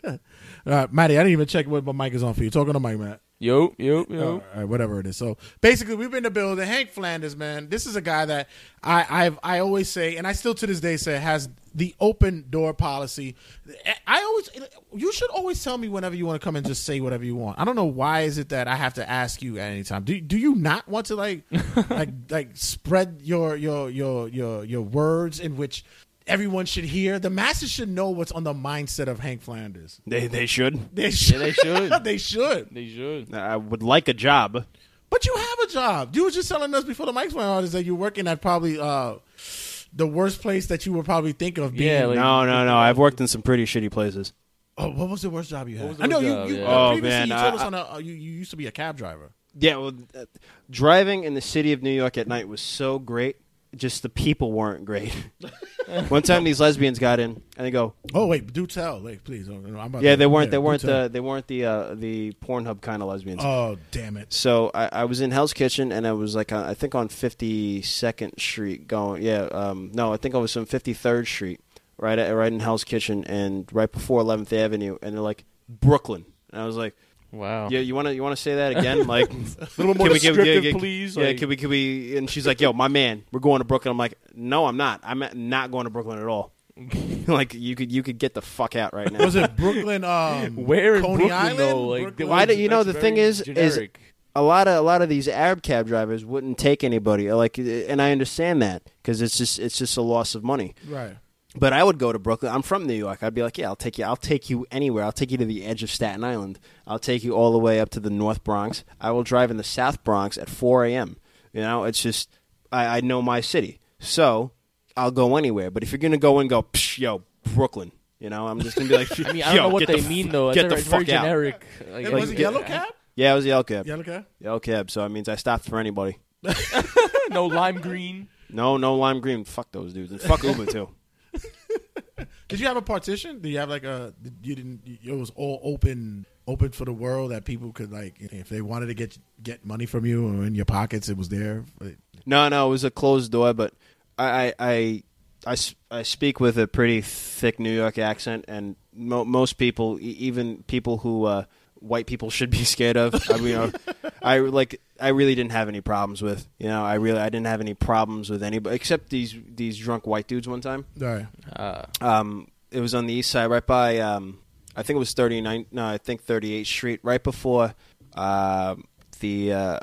B: (laughs) All right, Matty, I didn't even check what my mic is on for you. Talking to Mike, Matt.
D: Yo, yo,
B: All
D: yo.
B: right, whatever it is. So basically, we've been to build the Hank Flanders, man. This is a guy that I I've, I always say, and I still to this day say, has the open door policy. I always, you should always tell me whenever you want to come and just say whatever you want. I don't know why is it that I have to ask you at any time. Do do you not want to
D: (laughs)
B: like like like spread your your your your your words in which everyone should hear? The masses should know what's on the mindset of Hank Flanders.
G: They they should.
B: They should. (laughs)
D: they should.
B: they should.
D: They should.
G: I would like a job.
B: But you have a job. You were just telling us before the mics went on is that you're working at probably uh, the worst place that you would probably think of being.
D: Yeah, like-
G: No, no, no. I've worked in some pretty shitty places.
B: oh, what was the worst job you had?
D: was the
B: I know
D: worst
B: you.
D: job,
B: you
D: yeah.
B: uh,
G: Oh,
B: previously
G: man,
B: you
G: I-
B: told us on a, uh, you, you used to be a cab driver.
G: Yeah, well, uh, driving in the city of New York at night was so great. Just the people
B: (laughs)
G: weren't great. One time, these lesbians got in, and they go,
B: Oh wait, do tell. Wait, please. Oh, no, I'm about
G: "Yeah,
B: to-
G: they weren't, they
B: do
G: weren't
B: tell.
G: the, they weren't the, uh, the Pornhub kind of lesbians."
B: Oh damn it!
G: So I, I was in Hell's Kitchen, and I was like, on, I think on Fifty Second Street, going, yeah, um, no, I think I was on Fifty Third Street, right, at, right in Hell's Kitchen, and right before Eleventh Avenue, and they're like Brooklyn, and I was like.
D: Wow.
G: Yeah, you want to you want to say that again? Like a little
D: more descriptive, please?
G: Yeah,
D: Like-
G: can we can we? And she's like, "Yo, my man, we're going to Brooklyn." I'm like, "No, I'm not. I'm not going to Brooklyn at all." (laughs) like you could you could get the fuck out right now.
B: Was it Brooklyn? Um,
D: Where in
B: Coney
D: Brooklyn,
B: Island?
D: though? Like,
B: Brooklyn?
G: Why do you know
D: That's
G: the thing
D: very
G: is
D: generic.
G: is a lot of a lot of these Arab cab drivers wouldn't take anybody. Like, and I understand that because it's just it's just a loss of money.
B: right.
G: But I would go to Brooklyn. I'm from New York. I'd be like, yeah, I'll take you. I'll take you anywhere. I'll take you to the edge of Staten Island. I'll take you all the way up to the North Bronx. I will drive in the South Bronx at 4 a.m. You know, it's just I, I know my city, so I'll go anywhere. But if you're gonna go and go, Psh, yo, Brooklyn, you know, I'm just gonna be like,
D: (laughs) I mean, I don't know what they mean though.
G: Get the
D: It's very
G: fuck out.
D: generic. Like,
B: It
D: like,
B: was it yellow cab?
G: Yeah, it was yellow cab.
B: Yellow cab.
G: Yellow cab. So it means I stopped for anybody.
D: No lime green.
G: No, no lime green. Fuck those dudes and fuck Uber too.
B: Did you have a partition? Did you have like a? You didn't. It was all open, open for the world that people could like, if they wanted to get get money from you or in your pockets, it was there.
G: No, no, it was a closed door, but I, I, I, I, s- I speak with a pretty thick New York accent, and mo- most people, e- even people who uh, white people should be (laughs) scared of, I mean, uh, I like, I really didn't have any problems with, you know, I really, I didn't have any problems with anybody except these these drunk white dudes one time.
B: All right.
G: Um, it was on the east side, right by, um, I think it was 39, no, um, I think 38th Street, right before uh, the uh,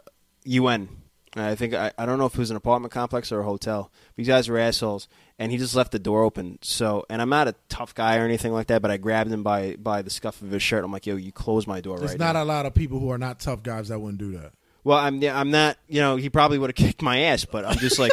G: UN. I think I, I don't know if it was an apartment complex or a hotel. These guys were assholes, and he just left the door open. So, and I'm not a tough guy or anything like that, but I grabbed him by by the scuff of his shirt. I'm like, "Yo, you close my door
B: There's
G: right
B: not a
G: now."
B: lot of people who are not tough guys that wouldn't do that.
G: well, I'm yeah, I'm not. You know, he probably would have (laughs) kicked my ass, but I'm just like,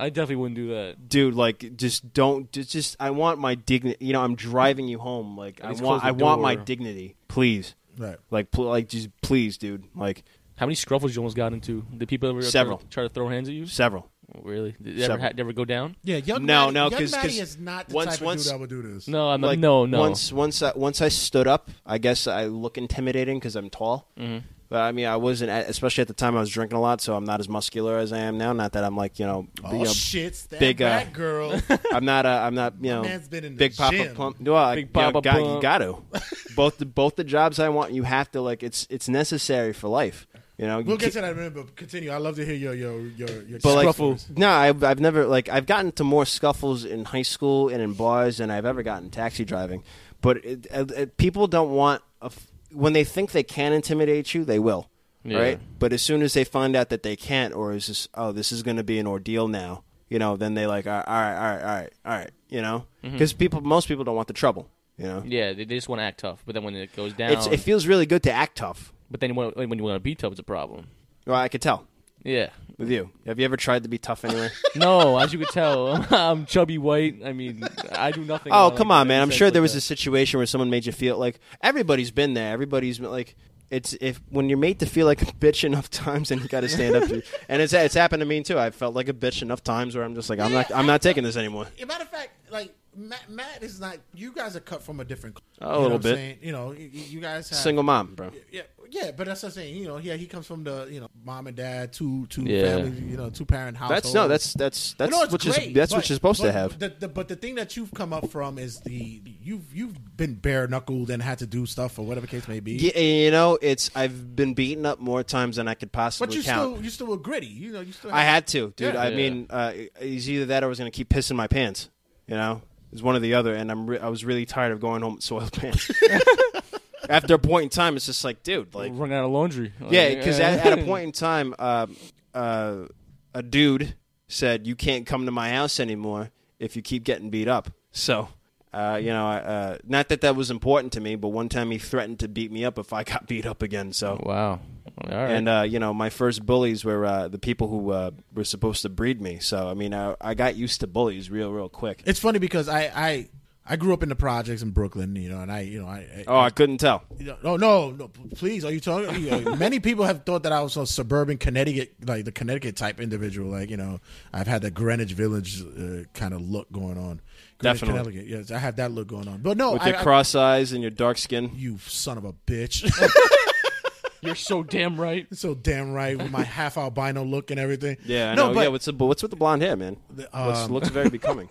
D: I definitely wouldn't do that.
G: dude, like, just don't. Just, just I want my dignity. You know, I'm driving you home. Like, I
D: least
G: want
D: close the
G: I want my
D: door.
G: dignity, please.
B: Right.
G: Like, pl- like, just please, dude. Like,
D: How many scruffles you almost got into? Did people ever
G: Several.
D: try- try to throw hands at you?
G: several.
D: Really? Did they ever,
G: Several.
D: ha- they ever go down?
B: Yeah, young
G: No,
B: Matty-
G: no,
B: young
G: 'cause-
B: Matty
G: 'cause
B: is not the
G: once-
B: type
G: once-
B: of dude that would do this.
D: Uh, No, I'm
G: like
D: like, no, no.
G: Once once I, once I stood up, I guess I look intimidating because I'm tall.
D: Mm-hmm.
G: But I mean, I wasn't especially at the time. I was drinking a lot, so I'm not as muscular as I am now. Not that I'm like you know,
B: oh
G: you know,
B: shit, stand
G: big, uh,
B: back, girl.
G: I'm not. A, I'm not. You know,
B: man's been in the
G: big papa
B: gym.
G: plump. No, I,
D: Big
G: you know,
D: Papa
G: got,
D: Plump.
G: You
B: (laughs)
G: got to. both the both the jobs I want, you have to like. It's it's necessary for life. You know,
B: (laughs) we'll
G: You
B: get
G: keep-
B: to that in a minute, but continue. I love to hear your your your, your
G: but like,
B: scruffles.
G: no, I've, I've never like I've gotten to more scuffles in high school and in bars than I've ever gotten taxi driving. But it, it, it- people don't want a f- when they think they can intimidate you, they will,
D: Yeah.
G: right? But as soon as they find out that they can't, or is this oh this is going to be an ordeal now, you know, then they like all right, all right, all right, all right, all right you know, because people most people don't want the trouble, you know.
D: Mm-hmm. yeah, they, they just want to act tough, but then when it goes down,
G: It's, it feels really good to act tough.
D: but then when, like, when you want to be tough, it's a problem.
G: Well, I could tell (laughs)
D: Yeah.
G: with you. Have you ever tried to be tough anyway?
D: (laughs) No, as you could tell, I'm chubby white. I mean, I do nothing.
G: (laughs) Oh,
D: like
G: come on,
D: that.
G: man. I'm
D: It's
G: sure
D: like
G: there was
D: that.
G: a situation where someone made you feel like everybody's been there. Everybody's been like it's if when you're made to feel like a bitch enough (laughs) times and you got to stand up to
B: (laughs)
G: and it's it's happened to me too. I felt like a bitch enough times where I'm just like I'm not I'm not taking this anymore.
B: As a matter of fact, like Matt, Matt is not. You guys are cut from a different.
G: A
B: you know what
G: little
B: I'm
G: bit.
B: saying? You know, you, you guys have
G: Single mom, bro.
B: Yeah, yeah, but that's what I'm saying. You know, yeah, he comes from the you know mom and dad, two two
D: Yeah.
B: families, you know, two parent household.
G: That's no, that's that's that's
B: No, it's
G: which
B: great,
G: is that's what
B: but-
G: you're supposed
B: but
G: to have.
B: The, the, but the thing that you've come up from is the you've you've been bare knuckled and had to do stuff or whatever case may be.
G: Yeah, you know, it's I've been beaten up more times than I could possibly
B: but you
G: count.
B: still you still were gritty. You know, you still.
G: I had to, dude.
B: Yeah.
G: I
D: Yeah.
G: mean, uh, it's either that or I was going to keep pissing my pants. You know, it was one or the other, and I'm re- I was really tired of going home with soiled pants. After a point in time, it's just like, dude, like,
D: run out of laundry. Like,
G: yeah, because at,
D: (laughs)
G: at a point in time, uh, uh, a dude said, "You can't come to my house anymore if you keep getting beat up." So. Uh, you know, I- uh, not that that was important to me, but one time he threatened to beat me up if I got beat up again. So
D: Wow. All right.
G: and uh, you know, my first bullies were uh, the people who uh, were supposed to breed me. So I mean, I, I got used to bullies real, real quick.
B: It's funny because I I I grew up in the projects in Brooklyn. You know, and I you know I,
G: Oh, I couldn't tell.
B: No, no, no, no, p- please. Are you talking? you know, many people have thought that I was a suburban Connecticut, like the Connecticut type individual. Like you know, I've had the Greenwich Village uh, kind of look going on. Greenwich,
G: Definitely.
B: Connecticut. Yes, I have that look going on. But no,
G: With
B: Oh, I,
G: your
B: I-
G: cross eyes and your dark skin,
B: you son of a
G: (laughs)
B: bitch. (laughs)
D: You're so damn right.
B: so damn right with my half albino look and everything.
G: yeah, I
B: no,
G: know.
B: but
G: yeah, what's the, but what's with the blonde hair, man? Looks,
B: um,
G: looks very
B: (laughs)
G: becoming.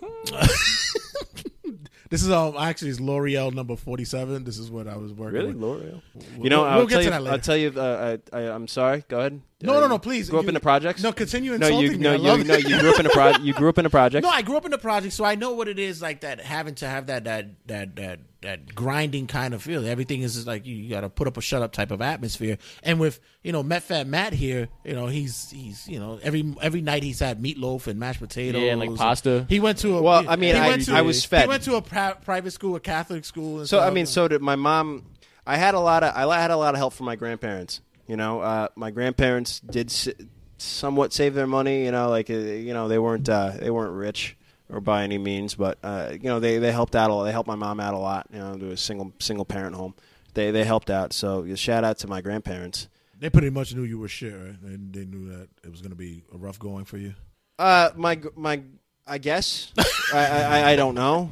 B: this is um actually it's L'Oreal number forty-seven. This is what I was working.
G: really,
B: with.
G: L'Oreal. You know,
B: we'll-
G: I'll,
B: we'll get
G: tell
B: to
G: you,
B: that later.
G: I'll tell you. Uh, I, I, I'm sorry. Go ahead.
B: No,
G: Uh,
B: no,
G: you
B: no. Please.
G: Grew up
B: You-
G: in the projects.
B: No, continue
G: No,
B: insulting
G: you,
B: me.
G: no,
B: I
G: you,
B: love
G: no, you grew up in a pro- You grew up
B: (laughs)
G: in a project.
B: No, I grew up in the project, so I know what it is like that having to have that that that that that grinding kind of feel. Everything is just like you, you got to put up a shut up type of atmosphere. And with you know MetFat Matt here, you know he's he's you know every every night he's had meatloaf and mashed potatoes,
D: Yeah, and, like, pasta.
B: He went to a
G: Well, I mean,
B: he
G: I-
B: went
G: I was fed.
B: He went to a pri- private school, a Catholic school. And
G: So I
B: stuff.
G: mean, so did my mom. I had a lot of I had a lot of help from my grandparents. You know, uh, my grandparents did s- somewhat save their money. You know, like uh, you know they weren't uh, they weren't rich or by any means, but uh, you know they, they helped out a lot. They helped my mom out a lot. You know, to a single single parent home. They they helped out. So yeah, shout out to my grandparents.
B: they pretty much knew you were shit, right? They, they knew that it was going to be a rough going for you.
G: Uh, my gr- my I guess (laughs) I, I I- I don't know.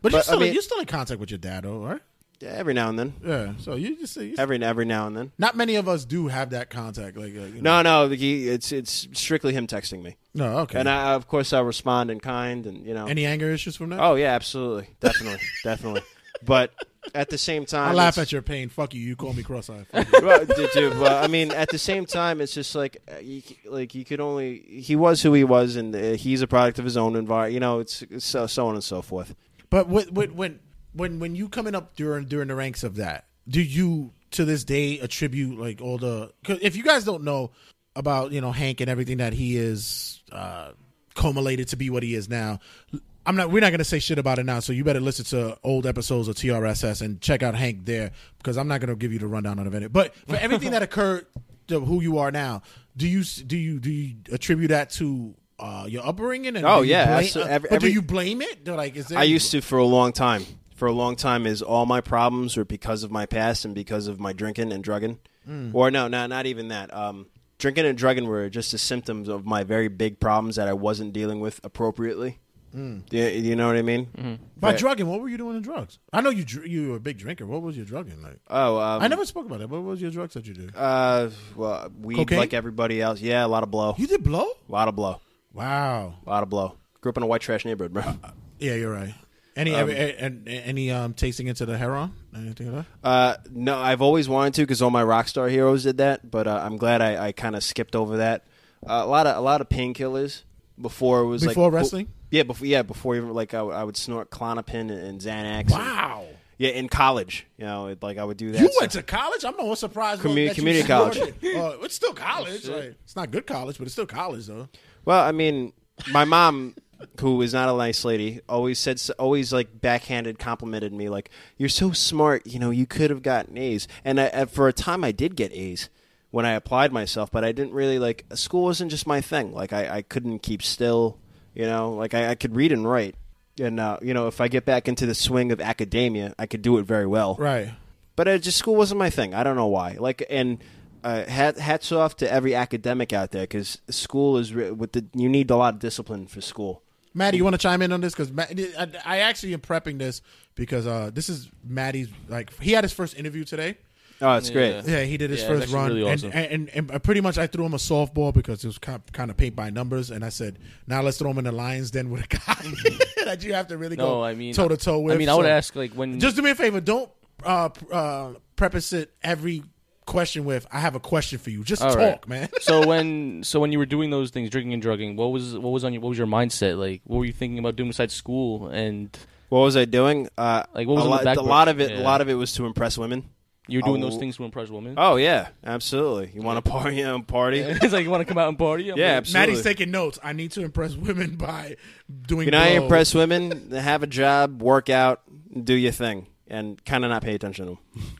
B: But,
G: But,
B: you're
G: I
B: still
G: mean-
B: you're still in contact with your dad, though, right?
G: Every now and then,
B: Yeah. So you just you
G: every every now and then.
B: not many of us do have that contact. Like uh, you know.
G: No, no, he, it's it's strictly him texting me.
B: No, okay.
G: And I, of course, I respond in kind, and you know.
B: Any anger issues from that?
G: oh yeah, absolutely, definitely, (laughs) definitely. But at the same time,
B: I laugh
G: it's-
B: at your pain. Fuck you. You call me cross-eyed. Fuck you.
G: (laughs) Well, dude, dude, well, I mean, at the same time, it's just like uh, you, c- like you could only he was who he was, and uh, he's a product of his own environment. You know, it's, it's so so on and so forth.
B: but when, when- when when when you coming up during during the ranks of that, do you to this day attribute like all the? Cause if you guys don't know, about you know Hank and everything that he is uh, commolated to be what he is now. I'm not. We're not going to say shit about it now. So you better listen to old episodes of TRSS and check out Hank there because I'm not going to give you the rundown on it. But for everything
G: (laughs)
B: that occurred to who you are now, do you do you do you attribute that to uh, your upbringing? And
G: Oh,
B: do you
G: yeah,
B: blame,
G: absolutely.
B: uh,
G: Every-
B: but do
G: every-
B: you blame it? They're Like, is there
G: I used to for a long time. For a long time, is all my problems were because of my past and because of my drinking and drugging,
B: Hmm.
G: or no, no, not even that. Um, drinking and drugging were just the symptoms of my very big problems that I wasn't dealing with appropriately.
B: Hmm.
G: Do, you, do you know what I mean?
B: by drugging? What were you doing in drugs? I know you dr- you were a big drinker. What was your drugging like?
G: Oh, um,
B: I never spoke about it. What was your drugs that you did?
G: Uh, well, weed
B: Cocaine?
G: like everybody else. Yeah, a lot of blow,
B: you did blow?
G: a lot of blow,
B: Wow.
G: a lot of blow. Grew up in a white trash neighborhood,
B: Uh,
G: bro.
B: Yeah, you're right. Any every, and any um tasting into the heroin? Anything like that?
G: Uh, no, I've always wanted to because all my rock star heroes did that, but uh, I'm glad I, I kind of skipped over that. Uh, a lot of a lot of painkillers before it was
B: Before
G: like,
B: wrestling?
G: yeah, before yeah, before even like I, would- I would snort Clonopin and, and Xanax. and-
B: Wow.
G: yeah, in college, you know, it, like I would do that.
B: You
G: so-
B: went to college? I'm not surprised.
G: Commu-
B: that you
G: community
B: (laughs)
G: college.
B: snorted. Uh, it's still college. like, it's not good college, but it's still college though.
G: Well, I mean, my mom, who is not a nice lady, always said, always like backhanded complimented me, like, "You're so smart. You know, you could have gotten A's." And I, and for a time, I did get A's when I applied myself, but I didn't really like school wasn't just my thing. Like, I, I couldn't keep still. You know, like I, I could read and write, and uh, you know, if I get back into the swing of academia, I could do it very well
B: Right.
G: but it just school wasn't my thing. I don't know why. Like, and uh, hat, hats off to every academic out there because school is re- with the you need a lot of discipline for school.
B: Maddie, you want to chime in on this because I, I actually am prepping this because uh, this is Maddie's like he had his first interview today.
G: Oh, it's
D: Yeah.
G: great.
B: Yeah, he did his
D: Yeah, it's
B: first
D: actually
B: run,
D: really
B: and-
D: awesome.
B: and, and and pretty much I threw him a softball because it was kind of, kind of paint by numbers, and I said, now let's throw him in the lions den with a
D: (laughs)
B: guy that you have to really
D: No,
B: go
D: I mean,
B: toe to toe with.
D: I mean, I would
B: So-
D: ask like when
B: Just do me a favor. Don't uh, pr- uh, preface it every question with "I have a question for you." Just
D: All
B: talk,
D: right. (laughs)
B: man.
D: (laughs) so when so when you were doing those things, drinking and drugging, what was what was on your what was your mindset like? What were you thinking about doing besides school? And
G: What was I doing? Uh,
D: Like, what was
G: a,
D: on the
G: lot,
D: back
G: a
D: burner?
G: lot of it.
D: Yeah.
G: A lot of it was to impress women.
D: you were doing those
G: Oh.
D: things to impress women. (laughs)
G: Oh yeah, absolutely. You want to party? You know, party? (laughs) Yeah,
D: it's like you want to come out and party. I'm like,
G: absolutely.
B: Maddie's taking notes. I need to impress women by doing.
G: you know, how you
B: blow.
G: impress women. Have a job, work out, do your thing, and kind of not pay attention to them.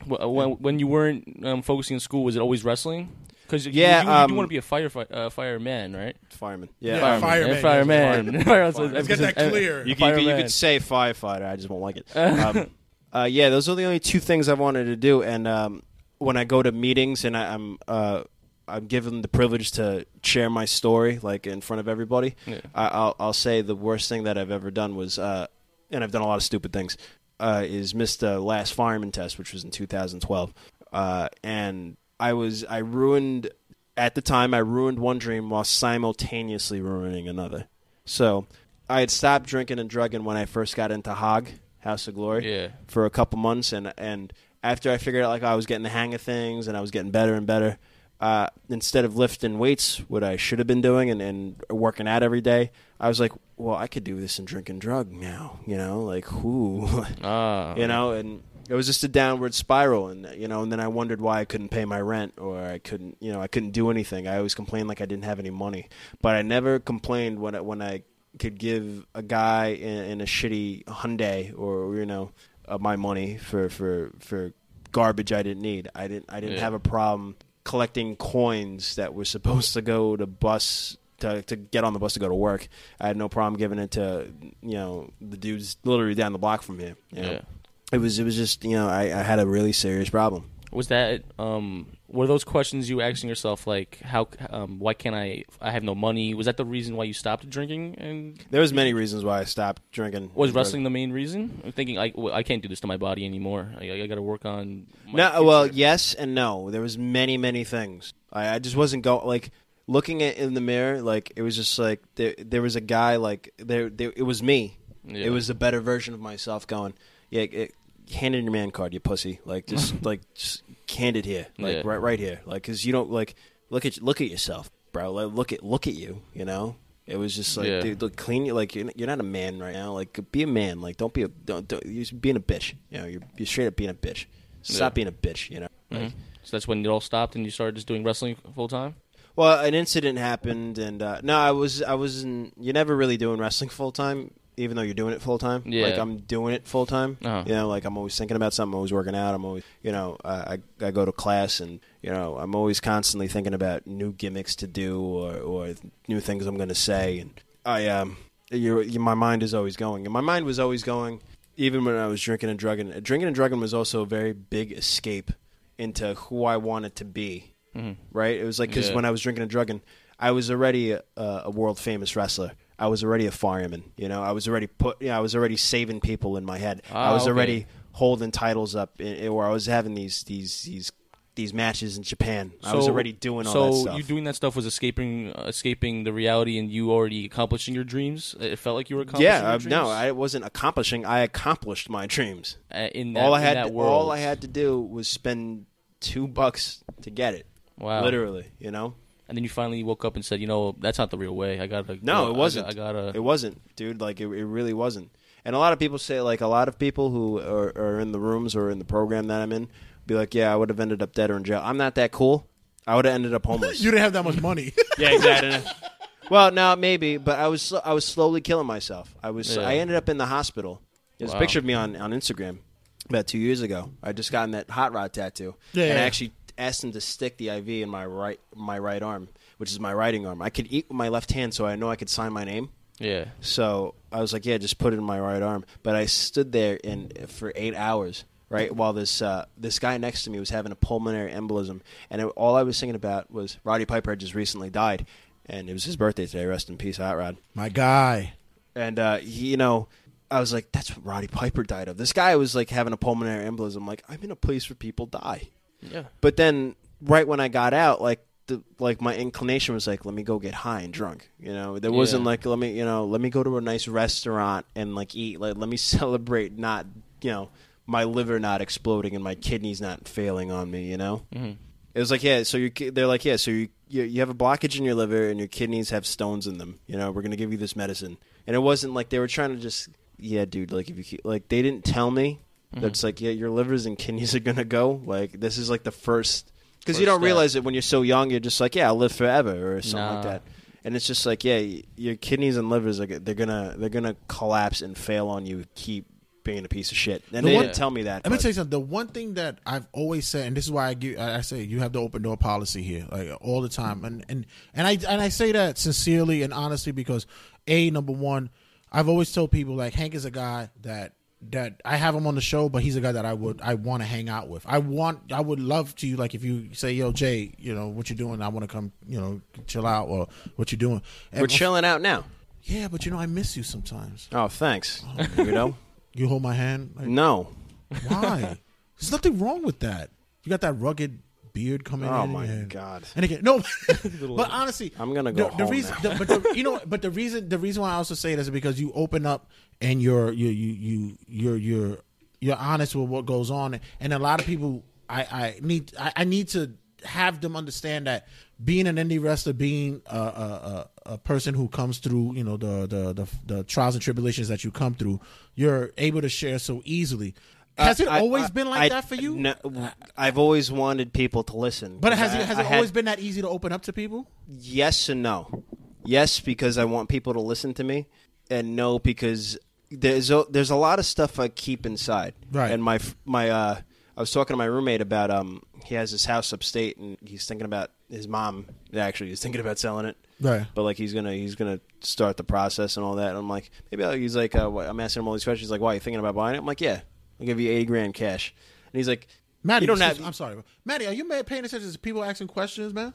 D: wh- when when you weren't um, focusing on school, was it always wrestling? Because
G: Yeah,
D: you, you,
G: um,
D: do want to be a firefighter, uh, fireman, right?
G: (laughs) Fireman. Yeah.
B: Fire-
D: fireman, yeah,
B: fireman.
D: (laughs) fireman.
B: Let's get that clear.
G: You, could- you, could- you
D: Fireman.
G: could say firefighter. I just won't like
D: (laughs)
G: it. Um, uh, yeah, those are the only two things I wanted to do. And um, when I go to meetings and I, I'm uh, I'm given the privilege to share my story, like in front of everybody, I, I'll, I'll say the worst thing that I've ever done was, uh, and I've done a lot of stupid things, uh, is missed the last fireman test, which was in 2012. Uh, and I was I ruined at the time I ruined one dream while simultaneously ruining another. So I had stopped drinking and drugging when I first got into Hog House of Glory
D: Yeah.
G: for a couple months, and and after I figured out like I was getting the hang of things and I was getting better and better. Uh, instead of lifting weights, what I should have been doing and, and working out every day, I was like, well, I could do this and drink and drug now, you know, like who, (laughs)
D: Ah,
G: you know, and it was just a downward spiral, and you know, and then I wondered why I couldn't pay my rent or I couldn't, you know, I couldn't do anything. I always complained like I didn't have any money, but I never complained when I, when I could give a guy in, in a shitty Hyundai or you know uh, my money for for for garbage I didn't need. I didn't I didn't
D: Yeah.
G: have a problem collecting coins that were supposed to go to bus to, to get on the bus to go to work. I had no problem giving it to you know the dudes literally down the block from here. you know?
D: Yeah.
G: It was it was just you know I, I had a really serious problem.
D: was that um were those questions you were asking yourself like how um why can't I I have no money? Was that the reason why you stopped drinking and
G: There was many reasons why I stopped drinking.
D: Was wrestling the main reason? I'm thinking I, well, I can't do this to my body anymore. I, I got to work on. My
G: No, well,
D: future.
G: yes and no. There was many, many things. I, I just wasn't going like looking at in the mirror. Like it was just like there, there was a guy like there, there. It was me.
D: Yeah.
G: It was the better version of myself. Going, yeah, it, hand in your man card, you pussy.
D: (laughs)
G: Like just like just hand it here, like
D: Yeah.
G: right, right here. Like because you don't like look at look at yourself, bro. Like, look at look at you. You know. It was just like,
D: Yeah.
G: dude, look, clean. you Like, you're not- you're not a man right now. Like, be a man. Like, don't be a don't. don't you're just being a bitch. You know, you're, you're straight up being a bitch. Stop
D: Yeah.
G: being a bitch, you know. Like,
D: So that's when it all stopped, and you started just doing wrestling full time.
G: Well, an incident happened, and uh, no, I was I was in, you're never really doing wrestling full time, even though you're doing it full time.
D: Yeah.
G: Like I'm doing it full time.
D: Uh-huh.
G: You know, like I'm always thinking about something. I'm always working out. I'm always you know I I I go to class, and you know I'm always constantly thinking about new gimmicks to do or or new things I'm going to say, and I um you you- my mind is always going, and my mind was always going even when I was drinking and drugging. Drinking and drugging was also a very big escape into who I wanted to be. Right? It was like because
D: Yeah.
G: when I was drinking and drugging, I was already a, a world famous wrestler. I was already a fireman. You know, I was already put. You know, I was already saving people in my head.
D: Ah,
G: I was
D: okay.
G: already holding titles up, i- or I was having these these these these matches in Japan. I was
D: So-
G: already doing all
D: so
G: that stuff.
D: you doing that stuff was escaping, uh, escaping the reality, and you already accomplishing your dreams. It felt like you were accomplishing.
G: yeah,
D: your
G: uh,
D: dreams?
G: no, I wasn't accomplishing. I accomplished my dreams.
D: Uh, in that,
G: all I
D: in
G: had,
D: that
G: to,
D: world.
G: all I had to do was spend two bucks to get it.
D: Wow.
G: literally, you know.
D: and then you finally woke up and said, "You know, that's not the real way. I gotta."
G: No,
D: I
G: it
D: got-
G: wasn't.
D: I gotta.
G: It wasn't, dude. Like it, it really wasn't. And a lot of people say, like a lot of people who are, are in the rooms or in the program that I'm in, be like, yeah, I would have ended up dead or in jail. I'm not that cool. I would have ended up homeless.
B: You didn't have that much
D: (laughs)
B: money.
G: yeah, exactly. well, no, maybe, but I was sl- I was slowly killing myself. I was
D: Yeah.
G: I ended up in the hospital. There's
D: Wow.
G: a picture of me on on Instagram about two years ago. I just gotten that hot rod tattoo,
B: Yeah,
G: and
B: yeah.
G: I actually asked him to stick the IV in my right my right arm, which is my writing arm. I could eat with my left hand, so I know I could sign my name.
D: yeah.
G: So I was like, yeah, just put it in my right arm. But I stood there and for eight hours, right, while this uh, this guy next to me was having a pulmonary embolism, and it, all I was thinking about was Roddy Piper had just recently died, and it was his birthday today. Rest in peace, Hot Rod.
B: My guy.
G: And uh, he, you know, I was like, that's what Roddy Piper died of. This guy was like having a pulmonary embolism. Like I'm in a place where people die.
D: Yeah.
G: But then right when I got out, like the like my inclination was like, let me go get high and drunk. You know, there wasn't
D: Yeah.
G: like let me you know let me go to a nice restaurant and like eat. Like let me (laughs) celebrate not you know my liver not exploding and my kidneys not failing on me. You know. Mm-hmm. It was like yeah, so you they're like yeah, so you, you you have a blockage in your liver and your kidneys have stones in them. You know, we're gonna give you this medicine, and it wasn't like they were trying to just yeah, dude. Like if you keep, like they didn't tell me that's like yeah, your livers and kidneys (laughs) are gonna go. Like this is like the first because you
D: First
G: don't
D: step.
G: realize it when you're so young. You're just like yeah, I'll live forever or something like
D: Nah.
G: that. And it's just like yeah, y- your kidneys and livers are g- they're gonna they're gonna collapse and fail on you. Keep being a piece of shit. And they
B: one-
G: didn't tell me that.
B: Let me
G: but-
B: tell you something. The one thing that I've always said, and this is why I give, I I say you have the open door policy here, like all the time, and and and I and I say that sincerely and honestly because a number one, I've always told people like Hank is a guy that that I have him on the show, but he's a guy that I would I want to hang out with. I want I would love to like if you say yo Jay, you know what you doing? I want to come, you know, chill out or what you doing? And
G: we're chilling out now.
B: Yeah, but you know I miss you sometimes.
G: Oh, thanks, weirdo.
B: You hold my hand. Like,
G: (laughs) No.
B: Why? There's nothing wrong with that. You got that rugged beard coming in.
G: Oh, my
B: and-
G: God.
B: And again,
G: (laughs)
B: no, but honestly,
G: I'm gonna
B: the-
G: go
B: The,
G: home
B: reason,
G: now.
B: the- but the, you know, but the reason, the reason why I also say this is because you open up and you're you you you you're you're you're honest with what goes on, and a lot of people, I I need I, I need to have them understand that being an indie wrestler, being a, a, a, a person who comes through, you know, the, the the the trials and tribulations that you come through, you're able to share so easily. Has it
G: I-
B: always
G: I-
B: been like
G: I-
B: that for you?
G: No, I've always wanted people to listen.
B: But has
G: I-
B: it, has
G: I
B: it
G: had-
B: always been that easy to open up to people?
G: Yes and no. Yes, because I want people to listen to me, and no, because there's a, there's a lot of stuff I keep inside.
B: Right.
G: And my f- my uh, I was talking to my roommate about um, he has his house upstate, and he's thinking about his mom. Actually, is thinking about selling it.
B: Right.
G: But like he's gonna he's gonna start the process and all that. And I'm like, maybe I'll, he's like, uh, why- I'm asking him all these questions. He's like, why you thinking about buying it? I'm like, yeah, I'll give you eighty grand cash. And he's like,
B: Maddie,
G: you don't
B: excuse-
G: have.
B: I'm sorry, Maddie. Are you ma- paying attention to people asking questions, man?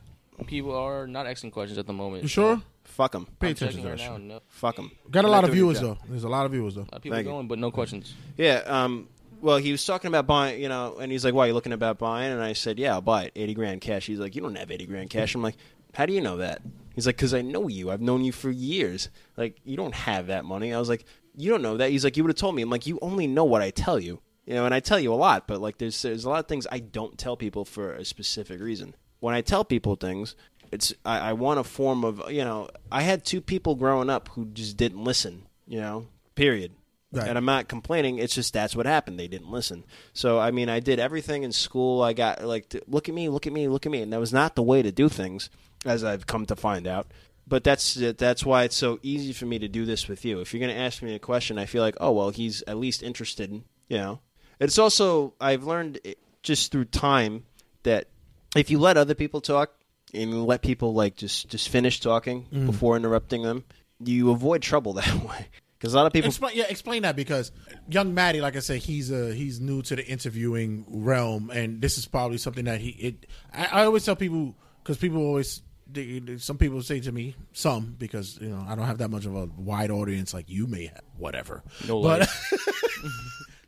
D: People are not asking questions at the moment.
B: You sure?
G: Fuck him.
B: Pay
D: I'm
B: attention
D: checking
B: to
D: right
B: that.
D: now.
B: shit.
D: No.
G: Fuck him.
B: Got a lot of viewers though. There's a lot of viewers though.
D: A lot of people
G: Thank you.
D: going, but no questions.
G: Yeah. Um. Well, he was talking about buying, you know, and he's like, "Why are you looking about buying?" And I said, "Yeah, I'll buy it, eighty grand cash." He's like, "You don't have eighty grand cash." I'm like, "How do you know that?" He's like, "Cause I know you. I've known you for years. Like, you don't have that money." I was like, "You don't know that." He's like, "You would have told me." I'm like, "You only know what I tell you, you know." And I tell you a lot, but like, there's there's a lot of things I don't tell people for a specific reason. When I tell people things, it's I, I want a form of you know. I had two people growing up who just didn't listen, you know. Period.
B: Right.
G: And I'm not complaining. It's just that's what happened. They didn't listen. So I mean, I did everything in school. I got like, to, look at me, look at me, look at me, and that was not the way to do things, as I've come to find out. But that's that's why it's so easy for me to do this with you. If you're going to ask me a question, I feel like, oh well, he's at least interested. in- You know, it's also I've learned eh, just through time that if you let other people talk and let people like just just finish talking before interrupting them, you avoid trouble (laughs) that way. Because a lot of people
B: Explain, yeah, explain that because young Maddie, like I said, he's uh he's new to the interviewing realm, and this is probably something that he. It, I, I always tell people because people always they, they- some people say to me some because you know I don't have that much of a wide audience like you may have. Whatever,
D: No
B: but (laughs)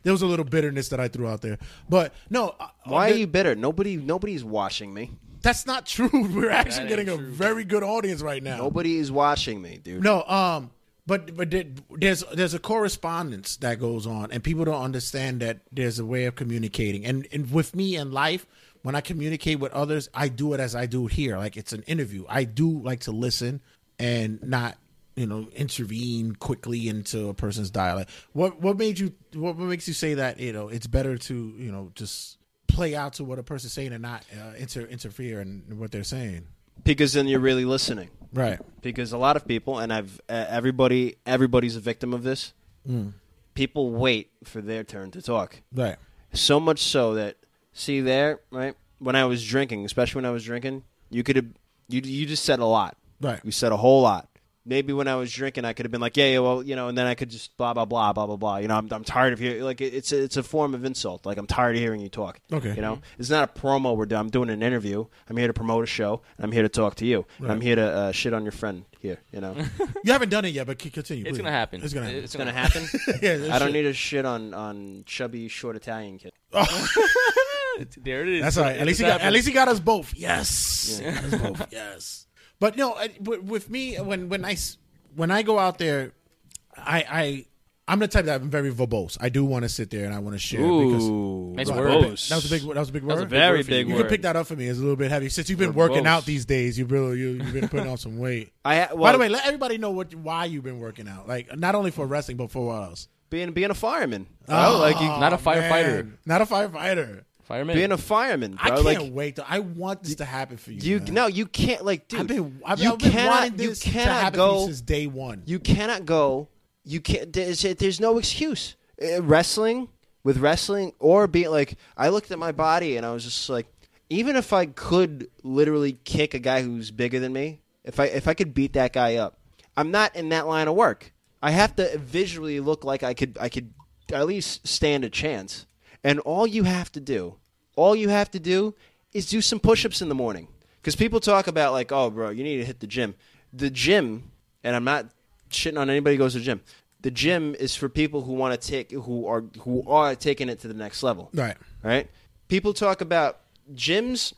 B: there was a little bitterness that I threw out there, but no. uh,
G: Why are
B: th-
G: you bitter? Nobody, nobody's watching me.
B: That's not true. (laughs) We're actually
D: ain't
B: getting a
D: true.
B: very good audience right now.
G: Nobody is watching me, dude.
B: No, um, but but there- there's there's a correspondence that goes on, and people don't understand that there's a way of communicating. And and with me in life, when I communicate with others, I do it as I do here, like it's an interview. I do like to listen and not you know intervene quickly into a person's dialect. What what made you what what makes you say that you know it's better to you know just play out to what a person's saying and not uh, inter interfere in what they're saying,
G: because then you're really listening.
B: right?
G: Because a lot of people, and I've uh, everybody, everybody's a victim of this. People wait for their turn to talk.
B: Right.
G: So much so that see there, right? When I was drinking, especially when I was drinking, you could have you you just said a lot.
B: Right.
G: You said a whole lot. Maybe when I was drinking, I could have been like, yeah, yeah, well, you know, and then I could just blah blah blah blah blah blah. You know, I'm I'm tired of hearing like it- it's a, it's a form of insult. Like I'm tired of hearing you talk.
B: Okay.
G: You know, it's not a promo we're doing. I'm doing an interview. I'm here to promote a show, and I'm here to talk to you, and I'm here to uh, shit on your friend here.
B: (laughs)
G: You know,
B: You haven't done it yet, but c- continue.
D: It's
B: please.
D: gonna happen.
B: It's gonna happen.
G: it's gonna happen.
B: (laughs) yeah,
G: I don't need to shit on on chubby short Italian kid.
D: (laughs)
B: Oh,
D: There it is.
B: That's all right.
D: It
B: At least he
D: just
B: got. At
D: happened.
B: least he got us both. Yes. He got us both. Yes. But no, I, but with me, when when I s- when I go out there, I I I'm the type that I'm very verbose. I do want to sit there and I want to share.
G: Ooh,
D: Nice
B: because
D: word.
B: That was a big. That was a big word.
D: was a
G: very
D: Word for you.
G: big
B: you
G: word.
B: can pick that up for me. It's a little bit heavy since you've been working
D: Verbose.
B: out these days. You've really you, you've been putting on some
G: (laughs)
B: weight.
G: I ha- well,
B: By the way, let everybody know what why you've been working out. Like not only for wrestling, but for what else?
G: being being a fireman.
B: Ah.
G: Oh, like you,
D: Not a firefighter.
B: Man, not a firefighter.
D: Fireman.
G: being a fireman. Bro.
B: I can't
G: like,
B: wait. Though. I want this to happen for you.
G: You
B: man.
G: no, you can't like dude.
B: I've been, I've,
G: you
B: I've been wanting
G: cannot. You
B: this to
G: cannot
B: happen to me
G: go.
B: since day one.
G: You cannot go. You can't. There's, there's no excuse. Uh, Wrestling with wrestling or being like, I looked at my body and I was just like, even if I could literally kick a guy who's bigger than me, if I if I could beat that guy up, I'm not in that line of work. I have to visually look like I could I could at least stand a chance. And all you have to do all you have to do is do some push-ups in the morning because people talk about like oh bro you need to hit the gym the gym and i'm not shitting on anybody who goes to the gym the gym is for people who want to take who are who are taking it to the next level
B: Right.
G: right people talk about gyms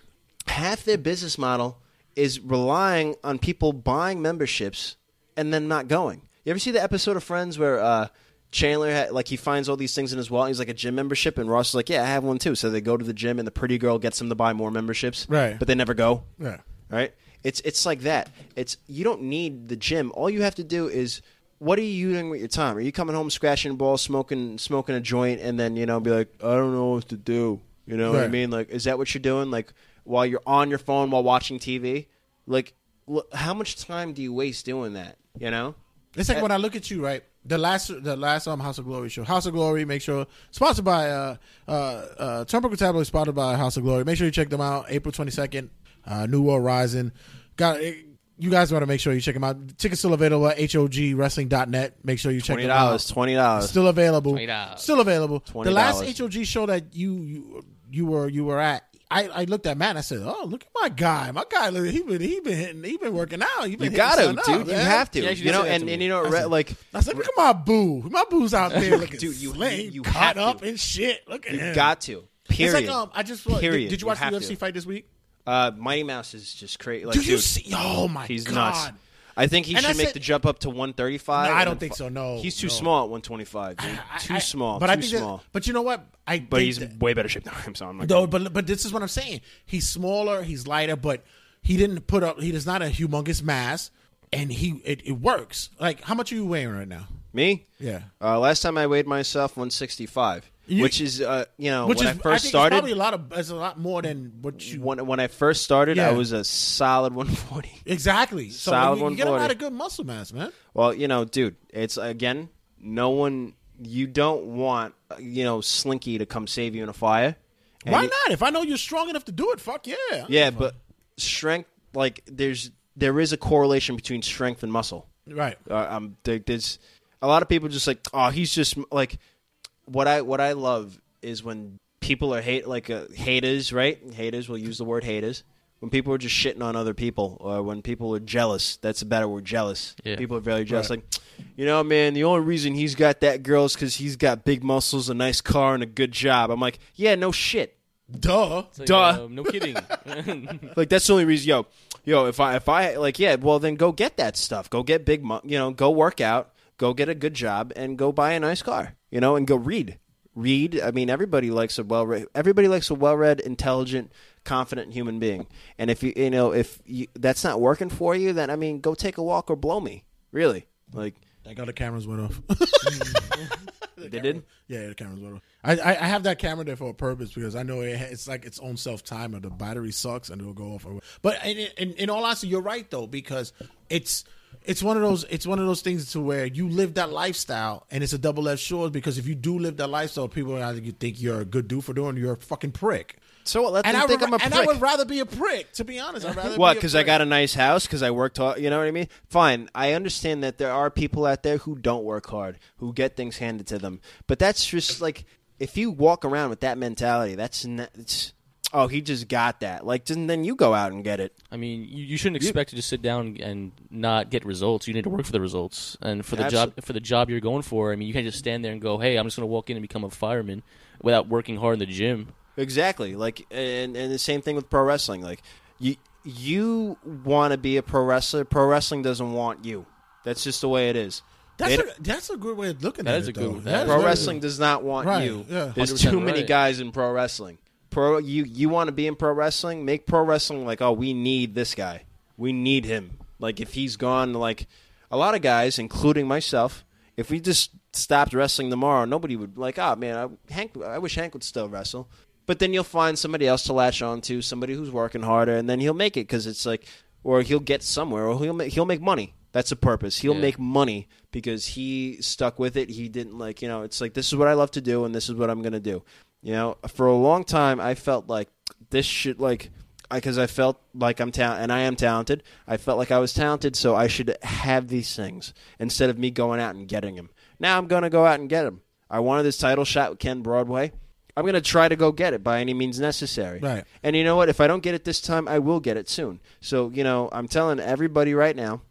G: half their business model is relying on people buying memberships and then not going you ever see the episode of friends where uh Chandler had, like he finds all these things in his wallet. He's like a gym membership, and Ross is like, "Yeah, I have one too." So they go to the gym, and the pretty girl gets them to buy more memberships,
B: Right.
G: But they never go,
B: Yeah.
G: Right? It's it's like that. It's you don't need the gym. All you have to do is what are you doing with your time? Are you coming home scratching balls, smoking smoking a joint, and then you know be like, "I don't know what to do." You know what I
B: Right.
G: mean? Like, is that what you're doing? Like while you're on your phone while watching TV? Like, l- how much time do you waste doing that? You know?
B: It's
G: Eh
B: like when I look at you, right? The last, the last um, House of Glory show. House of Glory, make sure sponsored by uh uh uh Turnbuckle Tabloid, sponsored by House of Glory. Make sure you check them out. April twenty second, uh, New World Rising. Got it, you guys want to make sure you check them out. Tickets still available at hogwrestling.net. Make sure you check
G: Twenty
B: them out.
G: dollars. Twenty dollars.
B: Still available.
D: $20.
B: Still available. The
G: $20.
B: last HOG show that you you, you were you were at, I, I looked at Matt and I said, "Oh, look at my guy. My guy, look, he been he been hitting, he been working out. He (laughs)
G: (laughs) You
B: been
G: got to,
B: hitting
G: dude.
B: something up,
G: you
B: man."
G: have to.
D: Yeah, she
G: you
D: did
G: know,
D: say that
G: and,
D: to
G: and
D: me.
G: you know, re- like
B: I said, "Look at my boo. My boo's out there
G: (laughs)
B: looking
G: Dude, you-
B: slim,
G: you- you
B: cut
G: have to.
B: up and shit. Look at
G: you
B: him.
G: got to.
B: It's
G: Period.
B: like um, I just did-
G: Period.
B: Did, you watch the
G: have
B: UFC
G: to.
B: fight this week?
G: Uh, Mighty Mouse is just crazy. Like,
B: Do you
G: dude,
B: see? Oh my
G: he's
B: god,
G: nuts. I think he
B: And I
G: should make
B: said-
G: the jump up to 135.
B: No, I don't
G: and then
B: think
G: fu-
B: so, no,
G: he's too
B: no.
G: small at 125. Dude.
B: I-
G: too
B: I-
G: small.
B: But
G: too
B: I think
G: small.
B: That, but you know what? I
G: but
B: think
G: he's
B: that-
G: way better shaped than I am. So I'm like,
B: No, but but this is what I'm saying. He's smaller, he's lighter, but he didn't put up. He does not a humongous mass, and he it, it works. Like how much are you weighing right now?
G: Me?
B: Yeah.
G: Uh, last time I weighed myself 165,
B: You-
G: which is uh, you know
B: Which
G: when
B: is
G: I
B: I
G: first
B: think
G: started.
B: It's probably a lot of. It's a lot more than what you.
G: when, when I first started, I
B: Yeah.
G: was a solid 140.
B: Exactly. So
G: Solid
B: you, you get a lot
G: 140.
B: of good muscle mass, man.
G: Well, you know, dude, it's again, no one. You don't want uh, you know Slinky to come save you in a fire. And
B: Why
G: you-
B: not? If I know you're strong enough to do it, fuck yeah.
G: Yeah, but strength like there's there is a correlation between strength and muscle.
B: Right.
G: Uh, um, there, there's a lot of people just like oh he's just like what I what I love is when people are hate like uh, haters right haters will use the word haters when people are just shitting on other people or when people are jealous that's a better word jealous
D: Yeah.
G: people are very jealous like you know man the only reason he's got that girl is because he's got big muscles a nice car and a good job I'm like yeah no shit
B: Duh.
D: It's like,
G: Duh.
D: um, no kidding. (laughs)
G: like that's the only reason, yo, yo. If I if I like, yeah, well then go get that stuff. Go get big, mo- you know. Go work out. Go get a good job and go buy a nice car, you know, and go read. Read. I mean, everybody likes a well. Everybody likes a well-read, intelligent, confident human being. And if you you know if you, that's not working for you, then I mean, go take a walk or blow me. Really, like
B: Thank God the cameras went off.
G: they did.
B: yeah, the cameras went off. I, I, I have that camera there for a purpose because I know it, ha- it's like its own self timer. The battery sucks and it'll go off. Or, but in, in, in all honesty, you're right though because it's it's one of those it's one of those things to where you live that lifestyle and it's a double edged sword because if you do live that lifestyle, people are either you think you're a good dude for doing, it, you're a fucking prick.
G: So what, let
B: and
G: them
B: I
G: think
B: would-
G: I'm a
B: and I
G: prick.
B: would rather be a prick. To be honest, I'd rather
G: What?
B: be a
G: Because I
B: prick.
G: got a nice house. Because I worked hard. You know what I mean? Fine. I understand that there are people out there who don't work hard, who get things handed to them. But that's just like if you walk around with that mentality, that's not, it's, oh, he just got that. Like then, then you go out and get it.
D: I mean, you, you shouldn't expect to just sit down and not get results. You need to work for the results and for the
G: Absol-
D: job for the job you're going for. I mean, you can't just stand there and go, "Hey, I'm just going to walk in and become a fireman," without working hard in the gym.
G: Exactly. Like and and the same thing with pro wrestling. Like you you want to be a pro wrestler. Pro wrestling doesn't want you. That's just the way it is.
B: That's
G: They
B: a, that's a good way of looking
D: That
B: at
D: is
B: it.
D: a good-
B: though.
D: that
B: That is
D: is a
G: pro
D: Right.
B: good.
G: wrestling does not want
B: Right,
G: you.
B: yeah.
G: There's
D: 100%
G: too many
D: right.
G: guys in pro wrestling. Pro you you want to be in pro wrestling? Make pro wrestling like oh we need this guy. We need him. Like if he's gone like a lot of guys including myself if we just stopped wrestling tomorrow nobody would like oh man I, Hank I wish Hank would still wrestle. But then you'll find somebody else to latch on to, somebody who's working harder and then he'll make it cuz it's like or he'll get somewhere or he'll make, he'll make money. That's the purpose. He'll
D: Yeah.
G: make money because he stuck with it. He didn't like, you know, it's like this is what I love to do and this is what I'm going to do. You know, for a long time I felt like this should like because I felt like I'm talent and I am talented. I felt like I was talented, so I should have these things instead of me going out and getting them. Now I'm going to go out and get them. I wanted this title shot with Ken Broadway. I'm going to try to go get it by any means necessary.
B: Right.
G: And you know what? If I don't get it this time, I will get it soon. So, you know, I'm telling everybody right now,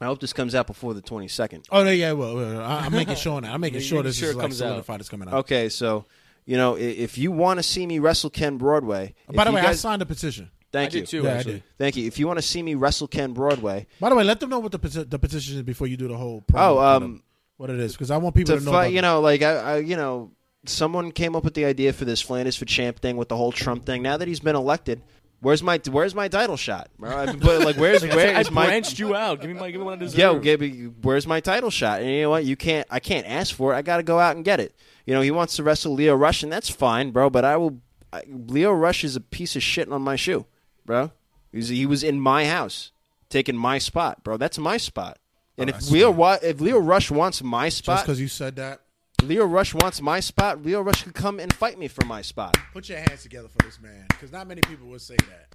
G: I hope this comes out before the 22nd.
B: Oh no, yeah, well, well, I- I'm making sure now. I'm
G: (laughs)
B: making
D: Making
B: sure this
D: sure
B: is
D: it
B: like
D: comes out.
B: solidified. It's coming out.
G: Okay, so, you know, i- if you want to see me wrestle Ken Broadway. if
B: By the
G: you
B: way, I
G: guys-
B: signed a petition.
G: Thank
D: I
G: you.
D: did too.
B: Yeah, I
D: actually.
B: did.
G: Thank you. If you want to see me wrestle Ken Broadway,
B: By the way, let them know what the peti- the petition is before you do the whole. promo
G: oh,
B: for
G: um,
B: them, what it is because I want people to,
G: to
B: know.
G: fi-
B: about
G: you
B: it.
G: know, like I, I, you know, someone came up with the idea for this Flanders for champ thing with the whole Trump thing. Now that he's been elected, where's my where's my title shot? Bro, I've been putting, like
B: (laughs)
G: where's where
D: I
G: is my
D: branched you out. Give me my give me one I deserve.
G: yo Gibby? Where's my title shot? And you know what? You can't. I can't ask for it. I got to go out and get it. You know, he wants to wrestle Leo Rush, and that's fine, bro. But I will. I, Leo Rush is a piece of shit on my shoe, bro. He's, he was in my house, taking my spot, bro. That's my spot. And if Leo Wa- if Leo Rush wants my
B: Oh, just
G: spot,
B: because you said that.
G: Leo Rush wants my spot. Leo Rush could come and fight me for my spot.
B: Put your hands together for this man because not many people would say that.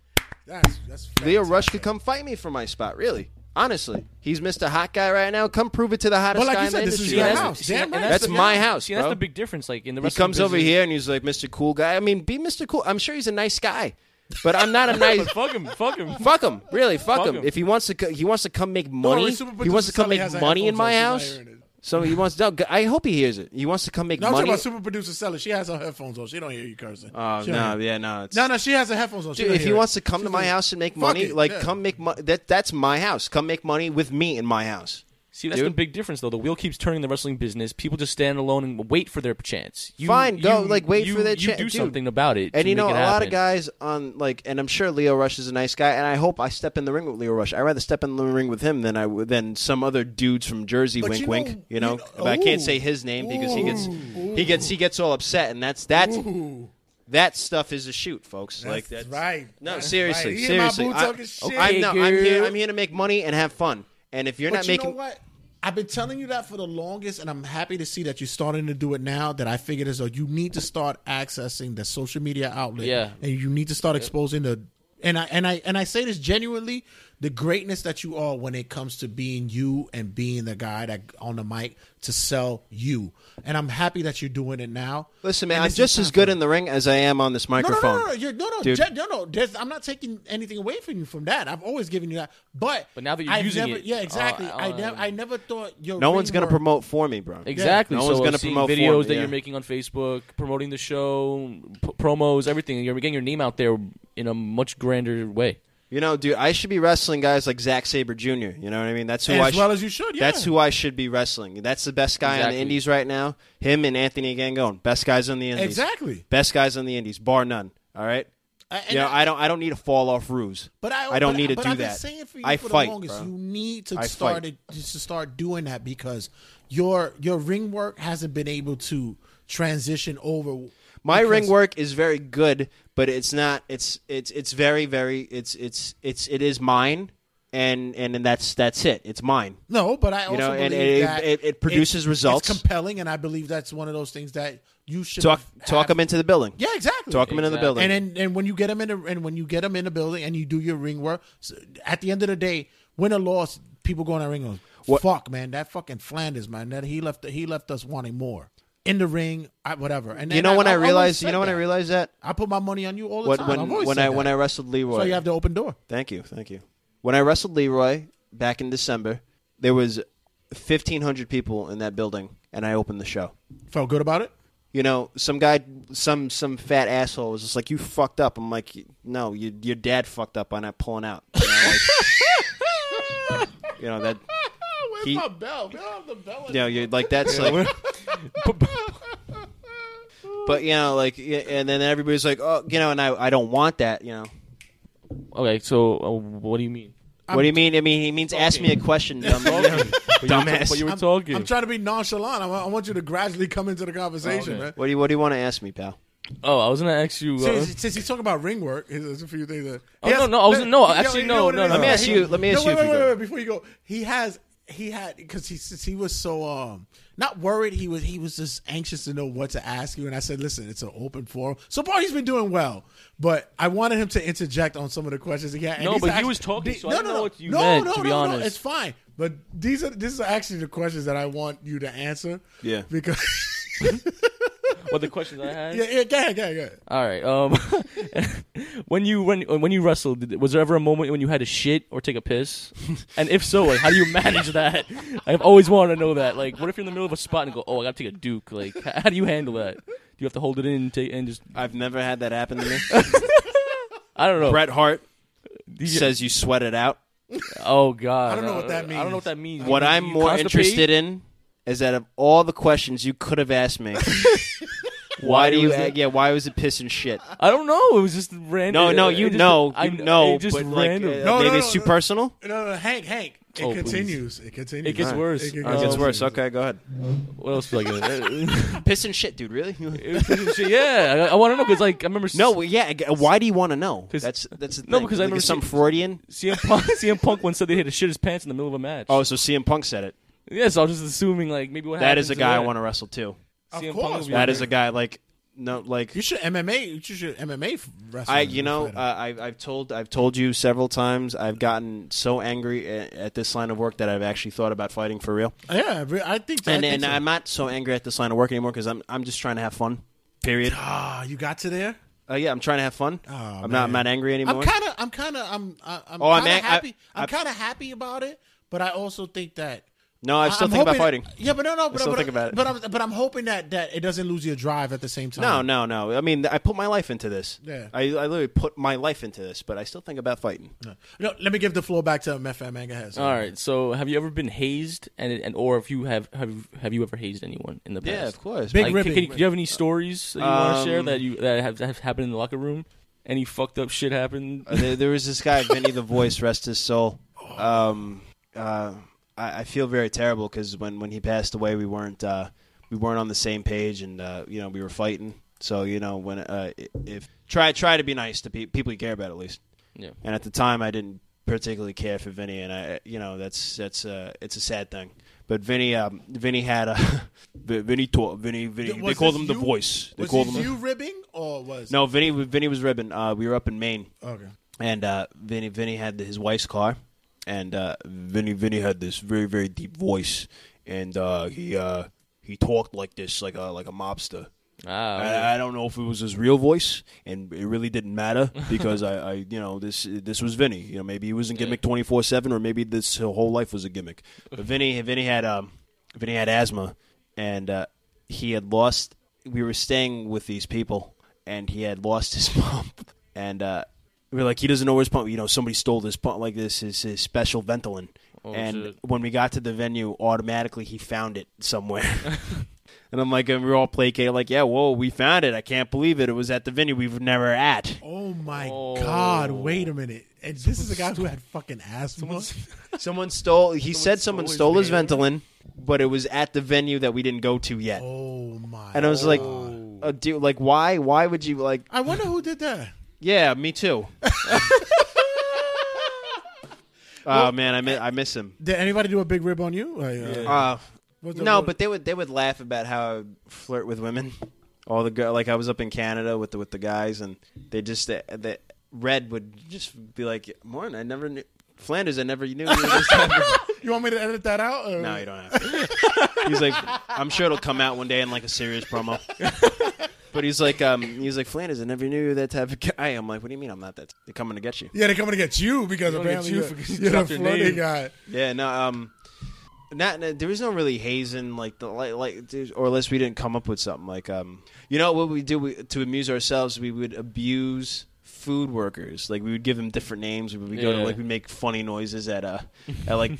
B: That's that's.
G: Leo Rush could come fight me for my spot. Really, honestly, he's Mr. Hot Guy right now. Come prove it to the hottest
B: But like
G: guy
B: you
G: in
B: said,
G: the
B: this is
G: industry.
B: your
G: That's-
B: house.
D: See,
B: Damn
D: and
B: right.
G: That's
D: the-
G: my house,
D: See, that's
G: bro.
D: the big difference. Like in the
G: He
D: rest
G: comes over here and he's like Mr. Cool Guy. I mean, be Mr. Cool. I'm sure he's a nice guy, but
B: (laughs)
G: I'm not a nice.
D: Fuck him. Fuck him.
G: Fuck him, really. Fuck,
D: Fuck
G: him.
D: him.
G: If he wants to, co- he wants to come make
B: worry,
G: money.
B: Super
G: he wants
B: Producer
G: to come
B: Sully
G: make
B: has her
G: money in
B: headphones
G: my
B: on, she's
G: house.
B: not hearing it.
G: So he wants. No, I hope he hears it. He wants to come make
B: No, I'm talking
G: money.
B: about super producer Sally. She has her headphones on. She don't hear you cursing.
G: oh
B: She don't
G: no,
B: hear-
G: yeah, no. It's,
B: No, no, she has her headphones on. She
G: Dude,
B: don't
G: if he
B: hear it.
G: wants to come to
B: She's
G: my
B: like,
G: house and make
B: "Fuck
G: money,
B: it,"
G: like
B: yeah.
G: come make money. That that's my house. Come make money with me in my house.
D: See, that's the
G: dude.
D: big difference, though. The wheel keeps turning in the wrestling business. People just stand alone and wait for their chance. You,
G: Fine, go,
D: you-
G: like, wait
D: you-
G: for their
D: You
G: chan-
D: do
G: dude.
D: something about it.
G: And
D: to
G: you know,
D: make
G: a
D: it
G: lot
D: happen.
G: of guys on like, and I'm sure Leo Rush is a nice guy, and I hope I step in the ring with Leo Rush. I'd rather step in the ring with him than I would than some other dudes from Jersey.
B: But
G: wink,
B: you know-
G: wink.
B: you
G: You know,
B: know-
G: but I can't
B: ooh.
G: say his name because he gets he gets he gets all upset, and that's that's that stuff is a shoot, folks. like
B: That's
G: that's
B: right.
G: No,
B: That's
G: seriously,
B: right. He in my
G: seriously.
B: boots
G: I,
B: talking shit.
G: I'm, no, I'm here.
D: girl.
G: I'm here to make money and have fun. And if you're
B: But
G: not
B: you
G: making,
B: know what? I've been telling you that for the longest, and I'm happy to see that you're starting to do it now. That I figured as though you need to start accessing the social media outlet,
D: Yeah.
B: and you need to start exposing the. And I and I and I say this genuinely, the greatness that you are when it comes to being you and being the guy that on the mic to sell you. And I'm happy that you're doing it now.
G: listen, man,
B: And
G: I'm
B: this is
G: just
B: time
G: as
B: for
G: good
B: it.
G: in the ring as I am on this
B: No, no,
G: microphone.
B: no, no, no, you're, no, no,
G: Dude.
B: Jen- no, no. There's, I'm not taking anything away from you from that. I've always given you that, but
D: But now that you're
B: I've
D: using
B: never,
D: it,
B: yeah, exactly.
D: uh,
B: I
D: uh,
B: never, I never thought your
G: No
B: ring
G: one's gonna
B: work-
G: promote for me, bro.
D: Exactly.
G: No
D: so
G: one's gonna
D: seeing
G: promote for
D: videos
G: me,
D: that
G: yeah.
D: you're making on Facebook, promoting the show, p- promos, everything. You're getting your name out there in a much grander way.
G: You know, dude, I should be wrestling guys like Zack Saber Jr. You know what I mean? That's who
B: As
G: I sh-
B: well as you should, yeah.
G: That's who I should be wrestling. That's the best guy on
D: Exactly.
G: the Indies right now. Him and Anthony Gangone, best guys on the Indies.
B: Exactly.
G: Best guys on the Indies, bar none. All right.
B: I- and
G: you know,
B: I-
G: I, don't. I don't need a fall off ruse.
B: But I,
G: don't
B: but-
G: need to
B: but
G: do
B: I've been
G: that.
B: saying for you
G: I
B: for
G: fight,
B: the longest,
G: bro.
B: you need to
G: I
B: start
G: fight.
B: it, just to start doing that because your your ring work hasn't been able to transition over.
G: My
B: because-
G: ring work is very good, but it's not. It's it's it's very very. It's it's it's it is mine, and and, and that's that's it. It's mine.
B: No, but I also
G: know, and
B: believe
G: it-
B: that
G: it- it produces
B: it's-
G: results.
B: It's compelling, and I believe that's one of those things that you should
G: Talk
B: have-
G: talk them into the building.
B: Yeah, exactly.
G: Talk them into the
D: Exactly.
G: building.
B: and then and when you get them in the, and when you get them in the building and you do your ring work so at the end of the day win or loss people go in that ring and go,
G: What-
B: fuck man that fucking flanders man that he left he left us wanting more in the ring I, whatever and
G: you
B: and
G: know
B: I-
G: when
B: I
G: I,
B: always
G: realized.
B: said
G: You know when I
B: that.
G: realized that
B: I put my money on you all the
G: when
B: time
G: when,
B: I've always
G: when
B: said
G: I
B: that.
G: when I wrestled Leroy.
B: so you have the open door
G: thank you, thank you. When I wrestled Leroy back in December, there was fifteen hundred people in that building, and I opened the show.
B: felt good about it (laughs)
G: You know, some guy, some some fat asshole was just like, "You fucked up." I'm like, "No, you, your dad fucked up by not pulling out." You know, like- you know, that.
B: where's
G: He- my
B: bell we don't have the bell
G: You know, you're like that's like.
D: (laughs)
G: But you know, like, yeah, and then everybody's like, "Oh, you know," and I, I don't want that. You know,
D: Okay, so uh, what do you mean?
G: what do you mean? I mean, he means ask me a
D: (laughs)
G: question, dumb, (laughs) dumbass.
D: But you were
B: I'm,
D: talking.
B: I'm trying to be nonchalant I, want- I want you to gradually come into the conversation
D: Okay.
B: man
G: What do you What do you want to ask me, pal?
D: oh, I was gonna ask you. uh,
B: Since, since he's talking about ring work, there's there's a few things that.
D: Oh,
B: He
D: no, no, I was- no, actually,
B: you
D: no,
B: what it
D: no,
B: is?
D: no. Let me
G: ask you- let me ask
B: no,
G: you
B: Wait,
G: if
B: wait,
G: you
B: wait,
G: go.
B: wait, before you go, he has, he had, because he since he was so um not worried, he was he was just anxious to know what to ask you, and I said, listen, it's an open forum. So far, he's been doing well, but I wanted him to interject on some of the questions he had. and
D: No,
B: these
D: but
B: are
D: he
B: actually-
D: was talking,
B: the-
D: so I didn't know what you meant, to be honest.
B: it's fine. But these are these are actually the questions that I want you to answer.
G: Yeah.
B: because (laughs)
D: what the questions I had?
B: yeah, yeah, go ahead, go ahead, go ahead.
D: All right. Um, (laughs) when you when uh, when you wrestled, did- was there ever a moment when you had to shit or take
B: (laughs)
D: a piss? And if so, like, how do you manage that? I've always wanted to know that. Like, what if you're in the middle of a spot and go, "Oh, I gotta take a duke." Like, h- how do you handle that? Do you have to hold it in and, take, and just?
G: I've never had that happen to me. (laughs)
D: I don't know.
G: Bret Hart
D: Do you-
G: says you sweat it out.
D: "Oh God,
B: I don't know what that
D: I don't
B: means.
D: know what that means.
G: What
D: You-
G: I'm
D: you
G: more
D: constipate?
G: interested in is that of all the questions you could have
D: (laughs)
G: asked me, why do you?
D: was it-
G: Yeah, why was it piss and shit?
D: I don't know. It was just random.
G: No, no,
D: It
G: you
D: just-
G: know, you
D: I
G: know,
D: It just
G: but like,
D: random.
G: uh,
B: No,
G: maybe
B: no,
G: it's
B: no,
G: too
B: no.
G: personal.
B: No, no, no, Hank, Hank. It
D: Oh, please.
B: continues. It continues.
D: It gets
B: All
D: worse.
B: It,
D: It gets
G: It's worse. Okay, go ahead.
D: what else was
B: (laughs)
D: I gonna? (laughs)
G: Piss and shit, dude. Really?
D: It was just shit. yeah, I, I want to know because like I remember.
G: No, well, yeah. I g- uh, Why do you want to know?
D: 'Cause-
G: That's that's the
D: No,
G: thing.
D: because I
G: Like,
D: remember
G: is some
D: seeing-
G: Freudian.
D: CM Punk, (laughs) CM Punk once said they had to shit his pants in the middle of a match.
G: Oh, so CM Punk said it.
D: yes, I was just assuming like maybe what
G: That is a guy I want to wrestle too.
B: Of
D: CM
B: course,
D: Punk would be
G: That
D: like,
G: is a guy like no like
B: You should MMA. You should MMA f- wrestling.
G: I, you know,
B: fighter.
G: uh, I, I've told I've told you several times. I've gotten so angry at, at this line of work that I've actually thought about fighting for real.
B: yeah, I re- I think. I
G: uh, And
B: think
G: and
B: so.
G: I'm not so angry at this line of work anymore because I'm I'm just trying to have fun. Period.
B: Ah, you got to there.
G: Uh, yeah, I'm trying to have fun. I'm not I'm
B: Oh, man.
G: not angry
B: I'm
G: anymore.
B: kind of. I'm kind of. I'm. I- I'm.
G: Oh, I'm
B: kinda
G: ang- I-
B: happy. I, am
G: I-
B: kind of happy about it, but I also think that
G: No, I still
B: I'm
G: think about
B: hoping-
G: fighting.
B: Yeah, but no, no, but,
G: still
B: but,
G: think about it.
B: but I'm but I'm hoping that that it doesn't lose your drive at the same time.
G: No, no, no. I mean, I put my life into this.
B: Oh. Yeah.
G: I, I literally put my life into this, but I still think about fighting.
B: No, let me give the floor back to Meth Fat Manga
G: Uh,
B: Heads.
D: All right. So, have you ever been hazed, and and or if you have have have you ever hazed anyone in the past?
G: course.
B: Big
D: Like,
B: rip-
D: can-
B: ribbing.
D: can- do you have any stories that you want
G: Um,
D: to share that you that have, have happened in the locker room? Any fucked up shit happened?
G: Uh, there, there was this guy, Vinny the Voice, rest his soul. Um, uh, I, I feel very terrible because when, when he passed away, we weren't uh, we weren't on the same page, and uh, you know we were fighting. So you know when uh, i- if try try to be nice to pe- people you care about at least.
D: Yeah.
G: And at the time, I didn't particularly care for Vinny, and I you know that's that's uh, it's a sad thing. But Vinny, um, Vinny had a (laughs) Vin- Vinny taught Vinny Vinny.
B: Was
G: they called
B: this
G: him the
B: you?
G: Voice. They
B: was
G: called
B: it
G: him
B: you ribbing or was
G: no Vinny. Vinny was ribbon. Uh, we were up in Maine
B: Okay.
G: and uh, Vinny Vinny had his wife's car, and uh, Vinny Vinny had this very very deep voice, and uh, he uh, he talked like this like a like a mobster.
D: (laughs)
B: uh,
D: Ah,
G: I, I don't know if it was his real voice, and it really didn't matter because I, I, you know, this this was Vinny. You know, maybe he was in gimmick twenty four seven, or maybe this whole life was a gimmick. But Vinny, Vinny had um, Vinny had asthma, and uh, he had lost. We were staying with these people, and he had lost his (laughs) pump, and uh, we were like, he doesn't know where his pump. You know, somebody stole this pump. Like this is his special Ventolin. and
D: shit.
G: when we got to the venue, automatically he found it (laughs) somewhere. And I'm like, and we are all placated, like, yeah, whoa, we found it. I can't believe it. It was at the venue we were never at.
B: Oh my God!
D: Oh.
B: Wait a minute. And this is a guy who had fucking asthma.
G: Someone stole. He said someone stole his
D: name.
G: Ventolin, but it was at the venue that we didn't go to yet.
B: (laughs) Oh my!
G: and I was like,
B: God.
G: uh, dude, like, why? Why would you like?
B: I wonder who did that.
G: Yeah, me (laughs) too. oh Oh, man, I miss, I miss him.
B: Did anybody do a big rib on you? Like, uh,
G: Uh,
B: was there
G: no,
B: one-
G: but they would they would laugh about how I flirt with women. All the girl, like I was up in Canada with the with the guys, and they just uh, the Red would just be like, "Morton, I never knew Flanders. I never knew." You were this type of-"
B: you want me to edit that out? Or?
G: no, you don't have. To. He's like, "I'm sure it'll come out one day in like a serious promo." But he's like, um, he's like Flanders. I never knew you were that type of guy. I'm like, what do you mean I'm not that? They're coming to get you.
B: Yeah, they're coming to get you because
D: They're coming to
B: apparently
D: get you
B: you're,
D: because you
B: you're the
D: dropped your
B: flirty
D: name.
B: guy.
G: Yeah, no, um, not no, there was no really hazing like the like like there's- or unless we didn't come up with something like um, you know what we do we, to amuse ourselves we would abuse food workers like we would give them different names we would go to
D: Yeah.
G: like we make funny noises at uh at
D: (laughs)
G: like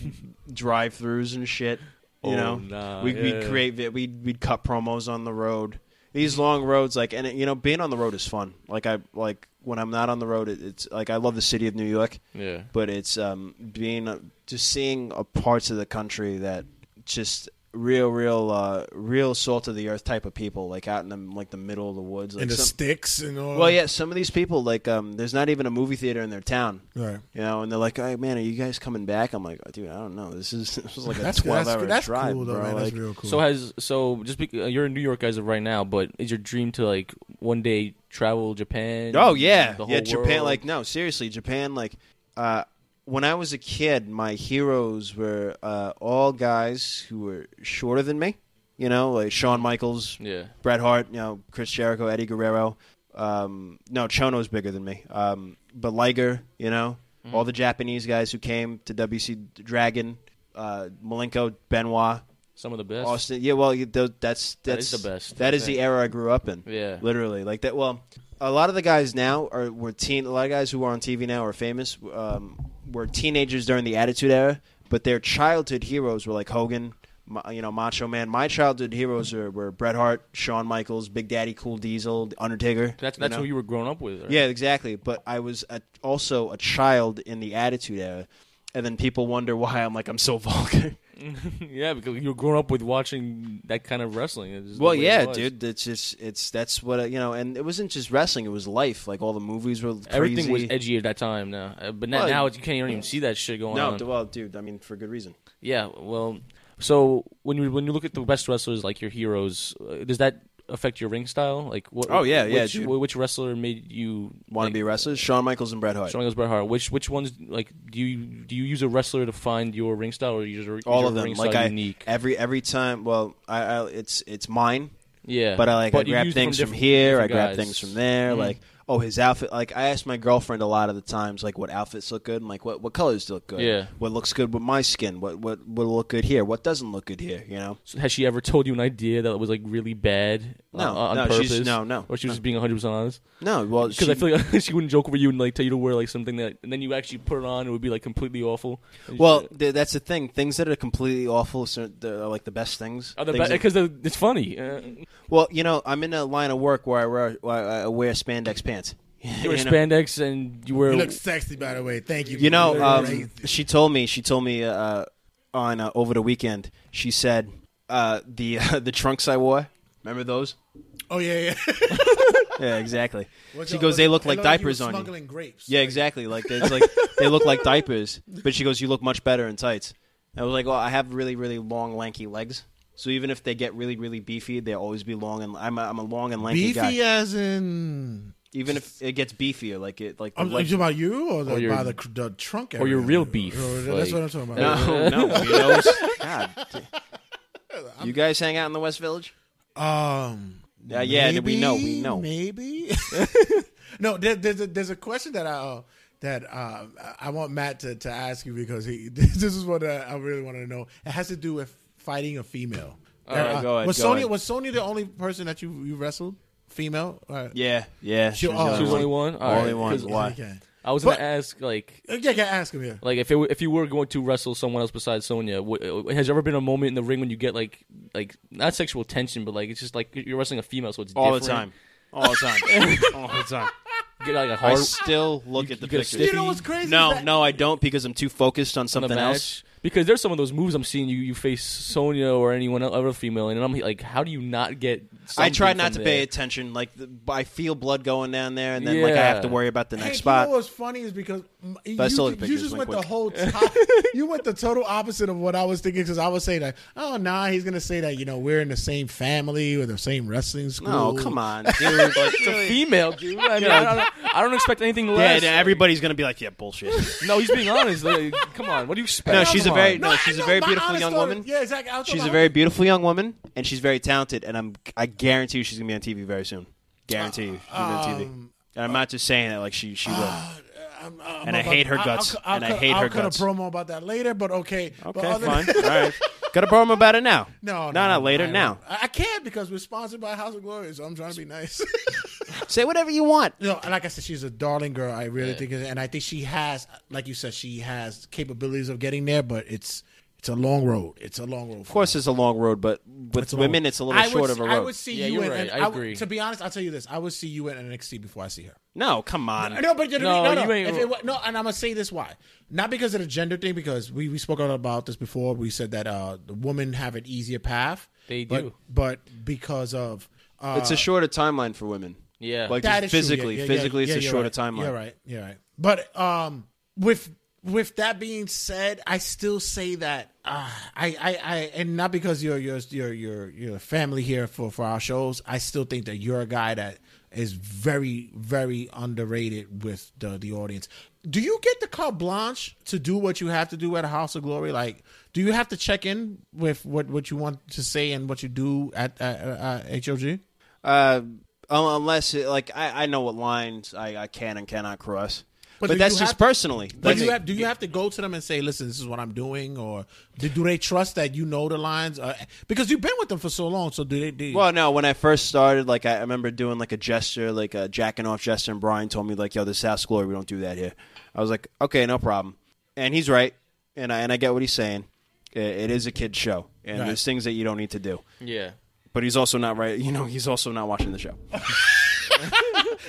G: drive-throughs and shit you
D: Oh,
G: know
D: nah,
G: we, we'd
D: yeah.
G: create vi- we'd we'd cut promos on the road these long roads like and you know being on the road is fun like I like when I'm not on the road it, it's like I love the city of New York
D: yeah.
G: but it's um, being just seeing uh parts of the country that just real, real, uh, real salt of the earth type of people, like out in the like the middle of the woods. Like
B: and the
G: some-
B: sticks and all.
G: well, yeah, some of these people like um, there's not even a movie theater in their town.
B: Right.
G: You know, and they're like, "Hey, man, are you guys coming back?" I'm like, "Dude, I don't know. This is (laughs) this is like a
B: That's cool.
G: twelve
B: That's,
G: hour
B: that's
G: drive,
B: cool though,
G: bro."
B: man.
G: Like,
B: that's real cool.
D: So has so just be, uh, you're in New York as of right now, but is your dream to like one day travel Japan?
G: Oh yeah,
D: the whole
G: yeah. Japan,
D: world?
G: like no, seriously, Japan. Like, uh, when I was a kid, my heroes were uh, all guys who were shorter than me. You know, like Shawn Michaels,
D: yeah,
G: Bret Hart, you know, Chris Jericho, Eddie Guerrero. Um, no, Chono's bigger than me. Um, but Liger, you know,
D: Mm-hmm.
G: all the Japanese guys who came to WC Dragon, uh, Malenko, Benoit,
D: some of the best.
G: Austin. Yeah, well, you- tho- that's
D: That
G: that's
D: is the best,
G: That
D: I
G: is the
D: think.
G: era I grew up in.
D: Yeah.
G: literally like that. Well, a lot of the guys now are were teen. A lot of guys who are on TV now are famous. Um, were teenagers during the Attitude Era, but their childhood heroes were like Hogan, Ma- you know, Macho Man. My childhood heroes were, were Bret Hart, Shawn Michaels, Big Daddy, Cool Diesel, The Undertaker.
D: That's that's
G: you know?
D: who you were growing up with. Right?
G: Yeah, exactly. But I was a, also a child in the Attitude Era, and then people wonder why I'm like I'm so (laughs) vulgar.
D: yeah, because you were growing up with watching that kind of wrestling. It's just the
G: Well,
D: way it
G: yeah,
D: was.
G: dude. It's just it's that's what I- you know, and it wasn't just wrestling; it was life. Like all the movies were crazy.
D: Everything was edgy at that time. Now, uh, but now,
G: Well,
D: now it's, you can't you don't even see that shit going
G: no,
D: on.
G: d- well, dude. I mean, for good reason.
D: Yeah, well, so when you when you look at the best wrestlers like your heroes, uh, does that affect your ring style? Like, what?
G: Oh, yeah, yeah,
D: which,
G: dude.
D: wh- Which wrestler made you
G: Want to
D: like,
G: be wrestlers? Shawn Michaels and Bret Hart.
D: Shawn Michaels, Bret Hart. Which which ones like do you do you use a wrestler to find your ring style, or you just is
G: all
D: your
G: of them.
D: Ring
G: Like
D: style
G: I
D: unique.
G: every every time. Well, I, I it's it's mine.
D: yeah,
G: But I like I
D: you
G: grab
D: use
G: things from,
D: different-
G: here. I
D: different
G: grab
D: guys. Mm-hmm.
G: things from there. Like oh his outfit. Like I ask my girlfriend a lot of the times, like what outfits look good, and like what what colors look good,
D: Yeah.
G: what looks good with my skin, what what what will look good here, what doesn't look good here, you know.
D: So has she ever told you an idea that was like really bad? uh,
G: No,
D: on, on
G: no,
D: purpose?
G: she's- no, no,
D: Or she
G: no.
D: was just being 100 percent honest?
G: No, well,
D: Because I feel like (laughs) she wouldn't joke over you and like tell you to wear like something that, and then you actually put it on, it would be like completely awful. And
G: well,
D: she-
G: th- that's the thing. Things that are completely awful so- they're uh, like the best things.
D: Are the
G: Things
D: be-
G: that-
D: because they're- it's funny. Uh,
G: well, you know, I'm in a line of work where I wear, where I wear spandex pants. (laughs)
D: you wear
G: know?
D: spandex and you wear.
B: You look sexy, by the way. Thank you.
G: You know,
B: You're
G: um,
B: crazy.
G: she told me. She told me uh, on uh, over the weekend. She said uh, the (laughs) uh, the trunks I wore. Remember those?
B: oh yeah, yeah.
G: Yeah, exactly.
B: What's
G: (laughs) she
B: up?
G: goes, "They look like
B: Hello,
G: diapers
B: you were
G: on you."
B: Smuggling grapes.
G: Yeah, exactly. Like it's like they look like diapers. But she goes, "You look much better in tights." I was like, "Well, I have really, really long, lanky legs." So even if they get really, really beefy, they'll always be long and I'm a, I'm a long and lanky
B: Beefy uh,
G: guy.
B: as in.
G: Even if it gets beefier, like it, like the
B: I'm,
G: leg-
B: you talking about you or, the,
D: Or your-
B: by the, cr- the trunk area?
D: your real beef,
B: Or- that's
D: like-
B: what I'm talking about. (laughs)
G: no, no, weirdos. God. You guys hang out in the West Village?
B: Um.
G: Yeah, yeah. we know, we know.
B: Maybe. (laughs) no, there, there's a, there's a question that I uh, that uh, I want Matt to, to ask you because he (laughs) this is what I, I really want to know. It has to do with fighting a female. All
G: right, go ahead,
B: Was
G: go
B: Sonya
G: ahead.
B: was Sonya the only person that you you wrestled female? Uh,
G: Yeah, yeah.
B: She- oh,
D: She was only one. All
G: Only
D: right,
G: one.
D: 'cause
G: Why?
B: Okay.
D: I was
B: But-
D: gonna ask like
B: Uh, Yeah, yeah. Ask him. Yeah.
D: Like if it, were- if you were going to wrestle someone else besides Sonya, w- has there ever been a moment in the ring when you get like like not sexual tension, but like it's just like you're wrestling a female, so it's
G: All the
D: different.
G: time. All the time. All the time.
D: You get like a
G: (laughs) I
D: hard
G: still look
D: you
G: at the
D: get a
G: pictures.
D: stiff
B: You know what's crazy? is
G: No,
B: that-
G: no, I don't because I'm too focused on
D: on the
G: something
D: match.
G: else.
D: because there's some of those moves I'm seeing you you face Sonya or anyone else, other female, and I'm like, how do you not get?
G: I
D: something
G: try not to
D: from
G: pay
D: there?
G: attention. Like the, I feel blood going down there, and then like I have to
D: Yeah.
G: worry about the
B: Hank,
G: next
B: You
G: spot.
B: know what's funny is because m- you,
G: I
B: ju-
G: still like
B: you
G: pictures,
B: just
G: wink,
B: went the
G: wink. (laughs)
B: whole top. you went the total opposite of what I was thinking because I was saying like, oh nah, he's gonna say that you know we're in the same family or the same wrestling school.
G: no, come on, dude. Like,
D: Female, dude. I, mean, I, don't, I don't expect anything
G: yeah,
D: less.
G: yeah, everybody's gonna be like, yeah, bullshit.
D: (laughs) No, he's being honest. Like, come on, what do you expect?
G: no, she's a
D: Come
G: very
D: on.
G: no,
B: I
G: she's a
B: know,
G: very
B: my
G: beautiful
B: honest
G: young
B: thought-
G: woman.
B: Yeah, exactly. I was
G: She's
B: talking
G: a
B: about-
G: very beautiful young woman, and she's very talented. And I'm I guarantee you she's gonna be on TV very soon. Guarantee you she's gonna be on TV. And I'm not just saying that like she she will.
B: Um, uh, I'm- I'm
G: and I
B: about-
G: hate her
B: I'll-
G: guts,
B: I'll
G: and I
B: cut-
G: hate
B: I'll
G: her
B: cut
G: guts.
B: a promo about that later, but okay. But
G: okay,
B: other-
G: fine, all right. Got a promo about it now.
B: (laughs) No, no,
G: no, no. Later
B: I
G: now.
B: won't. I I can't because we're sponsored by House of Glory, so I'm trying to be nice. (laughs)
G: Say whatever you want.
B: No, like I said, she's a darling girl. I really think, and I think she has, like you said, she has capabilities of getting there, but it's it's a long road. It's a long road.
G: Of course, it's a long road, but with women, it's a little short of a road.
B: I would see
D: Yeah,
B: you.
D: you're
B: in,
D: right.
B: and
D: I
B: would-
D: agree.
B: to be honest, I'll tell you this: I would see you in NXT before I see her.
G: no, come on.
B: No, but you
D: No,
B: know, no, no.
D: you ain't-
B: If it wa- no, and I'm gonna say this why? Not because of the gender thing, because we we spoke about this before. We said that uh, the women have an easier path.
D: They
B: but,
D: do.
B: but because of uh,
G: it's a shorter timeline for women.
D: Yeah.
G: like
B: That
G: just
B: is true. Yeah,
G: physically,
B: yeah, yeah,
G: physically,
B: yeah,
G: it's a
B: you're
G: shorter
B: right.
G: timeline.
B: You're right. You're right. But um, with with that being said, I still say that uh, I, I I and not because you're you're you're you're you're family here for for our shows. I still think that you're a guy that is very very underrated with the the audience. Do you get the carte blanche to do what you have to do at a House of Glory? Like, do you have to check in with what, what you want to say and what you do at, at, at, at HOG?
G: Uh, un- unless it, like I, I know what lines I, I can and cannot cross, but,
B: do
G: that's
B: you
G: just
B: have-
G: personally.
B: But
G: That's
B: do you
G: it.
B: have do you have to go to them and say, "Listen, this is what I'm doing," or do, do they trust that you know the lines? Uh, because you've been with them for so long, so do they? Do,
G: well, no. When I first started, like I I remember doing like a gesture, like a jacking off gesture, and Brian told me like, "Yo, this is House Glory. We don't do that here." I was like, "Okay, no problem," and he's right, and I and I get what he's saying. I- it is a kid's show, and
B: Right.
G: there's things that you don't need to do.
D: Yeah.
G: But he's also not right. You know, he's also not watching the show.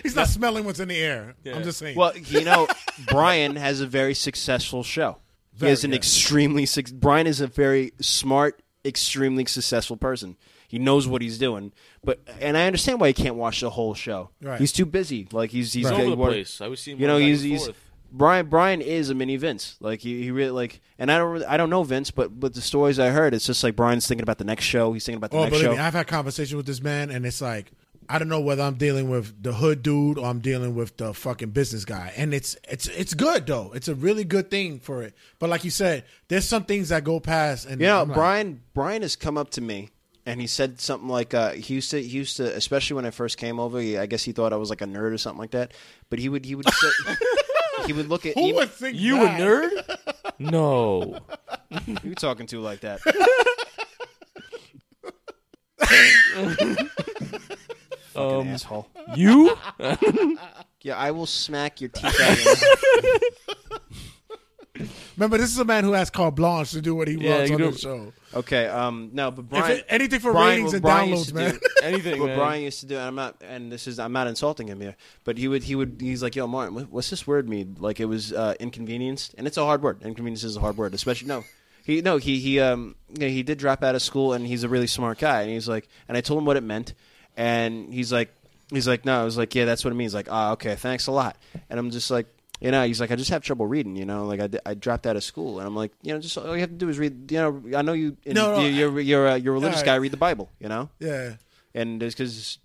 B: he's not smelling what's in the air. I'm just saying.
G: Well, you know, Brian has a very successful show. he has an
B: yeah.
G: extremely suc Brian is a very smart, extremely successful person. He knows what he's doing, but and I understand why he can't watch the whole show.
B: Right.
G: He's too busy. Like he's he's
D: All
G: got-
D: over the
G: what-
D: place. I was seeing.
G: You know,
D: back
G: he's
D: and
G: he's
D: forth.
G: Brian. Brian is a mini Vince. Like he, he really like, and I don't really, I don't know Vince, but but the stories I heard, it's just like Brian's thinking about the next show. He's thinking about the
B: oh,
G: next
B: believe
G: show.
B: me, I've had conversations with this man, and it's like I don't know whether I'm dealing with the hood dude or I'm dealing with the fucking business guy. And it's it's it's good though. It's a really good thing for it. But like you said, there's some things that go past, and
G: You know,
B: I'm like,
G: Brian Brian has come up to me and he said something like uh, he used to he used to especially when I first came over. He, I guess he thought I was like a nerd or something like that. But he would he would
B: (laughs)
G: say, he would look at
B: Who
G: he,
B: would think
D: You a
B: that?
D: nerd? No.
G: who you talking to
B: (laughs)
G: like that. Fucking
D: Um,
G: asshole.
D: You?
G: Yeah, I will smack your teeth out.
B: (laughs)
G: of your-
B: Remember, this is a man who has carte blanche to do what he
D: Yeah,
B: wants
D: you
B: on
D: do-
B: this show.
G: okay, um, no, but
B: If
G: Brian,
B: it- anything for
G: Brian-
B: ratings
G: what
B: and
G: Brian
B: downloads,
G: used to
B: man.
G: do-
D: Anything?
G: what
D: man.
G: Brian used to do, and I'm not, and this is, I'm not insulting him here, but he would, he would, he's like, yo, Martin, what- what's this word mean? Like it was uh, inconvenienced, and it's a hard word. Inconvenience is a hard word, especially no. He no, he he um, you know, he did drop out of school, and he's a really smart guy, and he's like, and I told him what it meant, and he's like, he's like, no, I was like, yeah, that's what it means. Like, ah, okay, thanks a lot, and I'm just like. You know, he's like, I just have trouble reading. You know, like I, d- I dropped out of school, and I'm like, you know, just all you have to do is read. You know, I know you, in,
B: No, no,
G: you- you're you're a, you're a uh, religious
B: Alright.
G: guy. Read the Bible. You know,
B: Yeah.
G: and it's because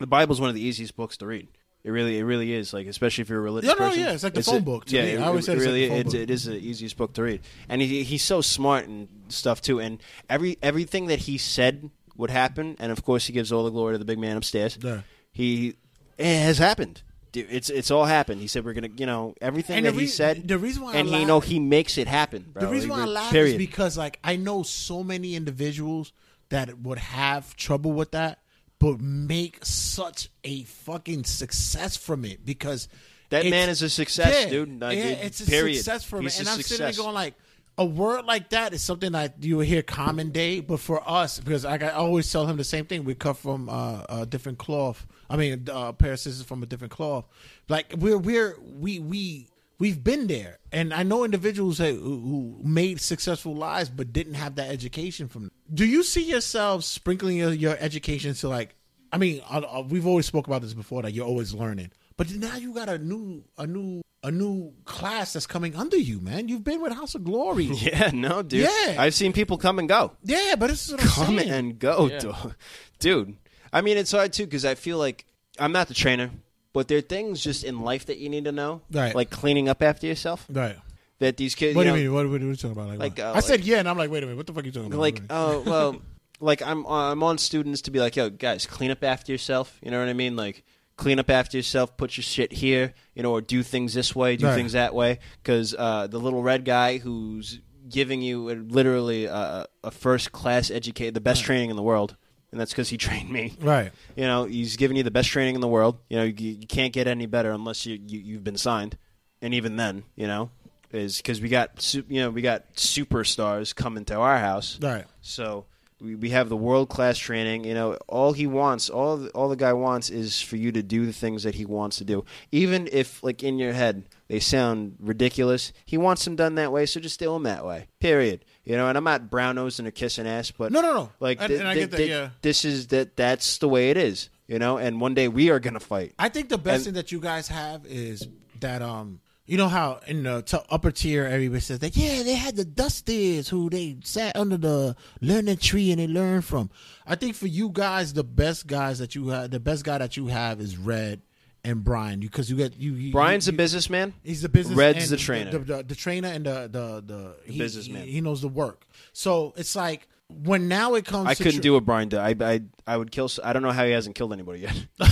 G: the Bible's one of the easiest books to read. It really, it really is. Like especially if you're a religious
B: Yeah, no,
G: person.
B: yeah, it's like the phone
G: a-
B: book to
G: yeah,
B: me.
G: it,
B: I always
G: it
B: said it's like
G: really,
B: the phone
G: it's,
B: book.
G: it is the easiest book to read. And he, he's so smart and stuff too. And every everything that he said would happen. And of course, he gives all the glory to the big man upstairs.
B: Yeah.
G: He it has happened. Dude, It's it's all happened. He said we're gonna, you know, everything
B: And
G: that
B: the
G: he
B: rea-
G: said.
B: the reason why I
G: and he,
B: laugh-
G: you know, he makes it happen. Bro.
B: The reason
G: Like,
B: why I
G: re-
B: laugh
G: period.
B: is because like I know so many individuals that would have trouble with that, but make such a fucking success from it because
G: That
B: it's-
G: man is a success, dude. Like,
B: yeah,
G: dude,
B: it's a
G: period.
B: success from
G: He's
B: it, and
G: a
B: I'm sitting
G: success.
B: there going like. A word like that is something that you would hear common day, but for us, because like I always tell him the same thing. We cut from uh, a different cloth. I mean, uh, a pair of scissors from a different cloth. Like we're we're we we we've been there, and I know individuals that, who who made successful lives but didn't have that education from. Do you see yourself sprinkling your, your education to like? I mean, uh, uh, we've always spoke about this before that you're always learning, but now you got a new a new a new class that's coming under you, man. You've been with House of Glory,
G: (laughs)
B: yeah,
G: (laughs) Yeah, no, dude.
B: Yeah.
G: I've seen people come and go.
B: but this is what I'm
G: (laughs) Come
B: saying.
G: and go, dog. dude. I mean, it's hard too because I feel like I'm not the trainer, but there are things just in life that you need to know,
B: Right.
G: Like cleaning up after yourself.
B: right.
G: That these kids,
B: What do
G: you
B: you
G: know,
B: mean? What, what are we talking about? Like,
G: Like,
B: what?
G: uh,
B: I
G: like-
B: said, yeah, and I'm like, wait a minute, what the fuck are you talking about? (laughs)
G: like oh well like i'm i'm on students to be like yo guys clean up after yourself you know what i mean like clean up after yourself put your shit here you know or do things this way do
B: Right.
G: things that way because uh, the little red guy who's giving you a, literally a, a first class educate the best training in the world and that's because he (laughs) trained me
B: Right.
G: you know he's giving you the best training in the world you know you, you can't get any better unless you, you you've been signed and even then you know is because we got su- you know we got superstars coming to our house
B: Right.
G: so we, we have the world class training. You know, all he wants, all the, all the guy wants, is for you to do the things that he wants to do, even if like in your head they sound ridiculous. He wants them done that way, so just do them that way. Period. You know, and I'm not brown nosing or kissing ass, but
B: No, no, no.
G: Like,
B: And-
G: thi-
B: and I
G: thi-
B: get that,
G: thi-
B: yeah.
G: this is that. That's the way it is. You know, and one day we are gonna fight.
B: I think the best
G: And-
B: thing that you guys have is that um you know how in the t- upper tier everybody says that yeah they had the dusters who they sat under the learning tree and they learned from. I think for you guys the best guys that you have the best guy that you have is Red and Brian because you get you, you
G: Brian's
B: you,
G: a businessman.
B: He's the business.
G: Red's
B: and
G: the trainer.
B: The, the- the trainer and the the the, he-
G: businessman.
B: He, knows the work. So it's like when now it comes.
G: I
B: to
G: couldn't
B: tr-
G: do what Brian did. I, I I would kill. s- I don't know how he hasn't killed anybody
B: (laughs)
G: yet.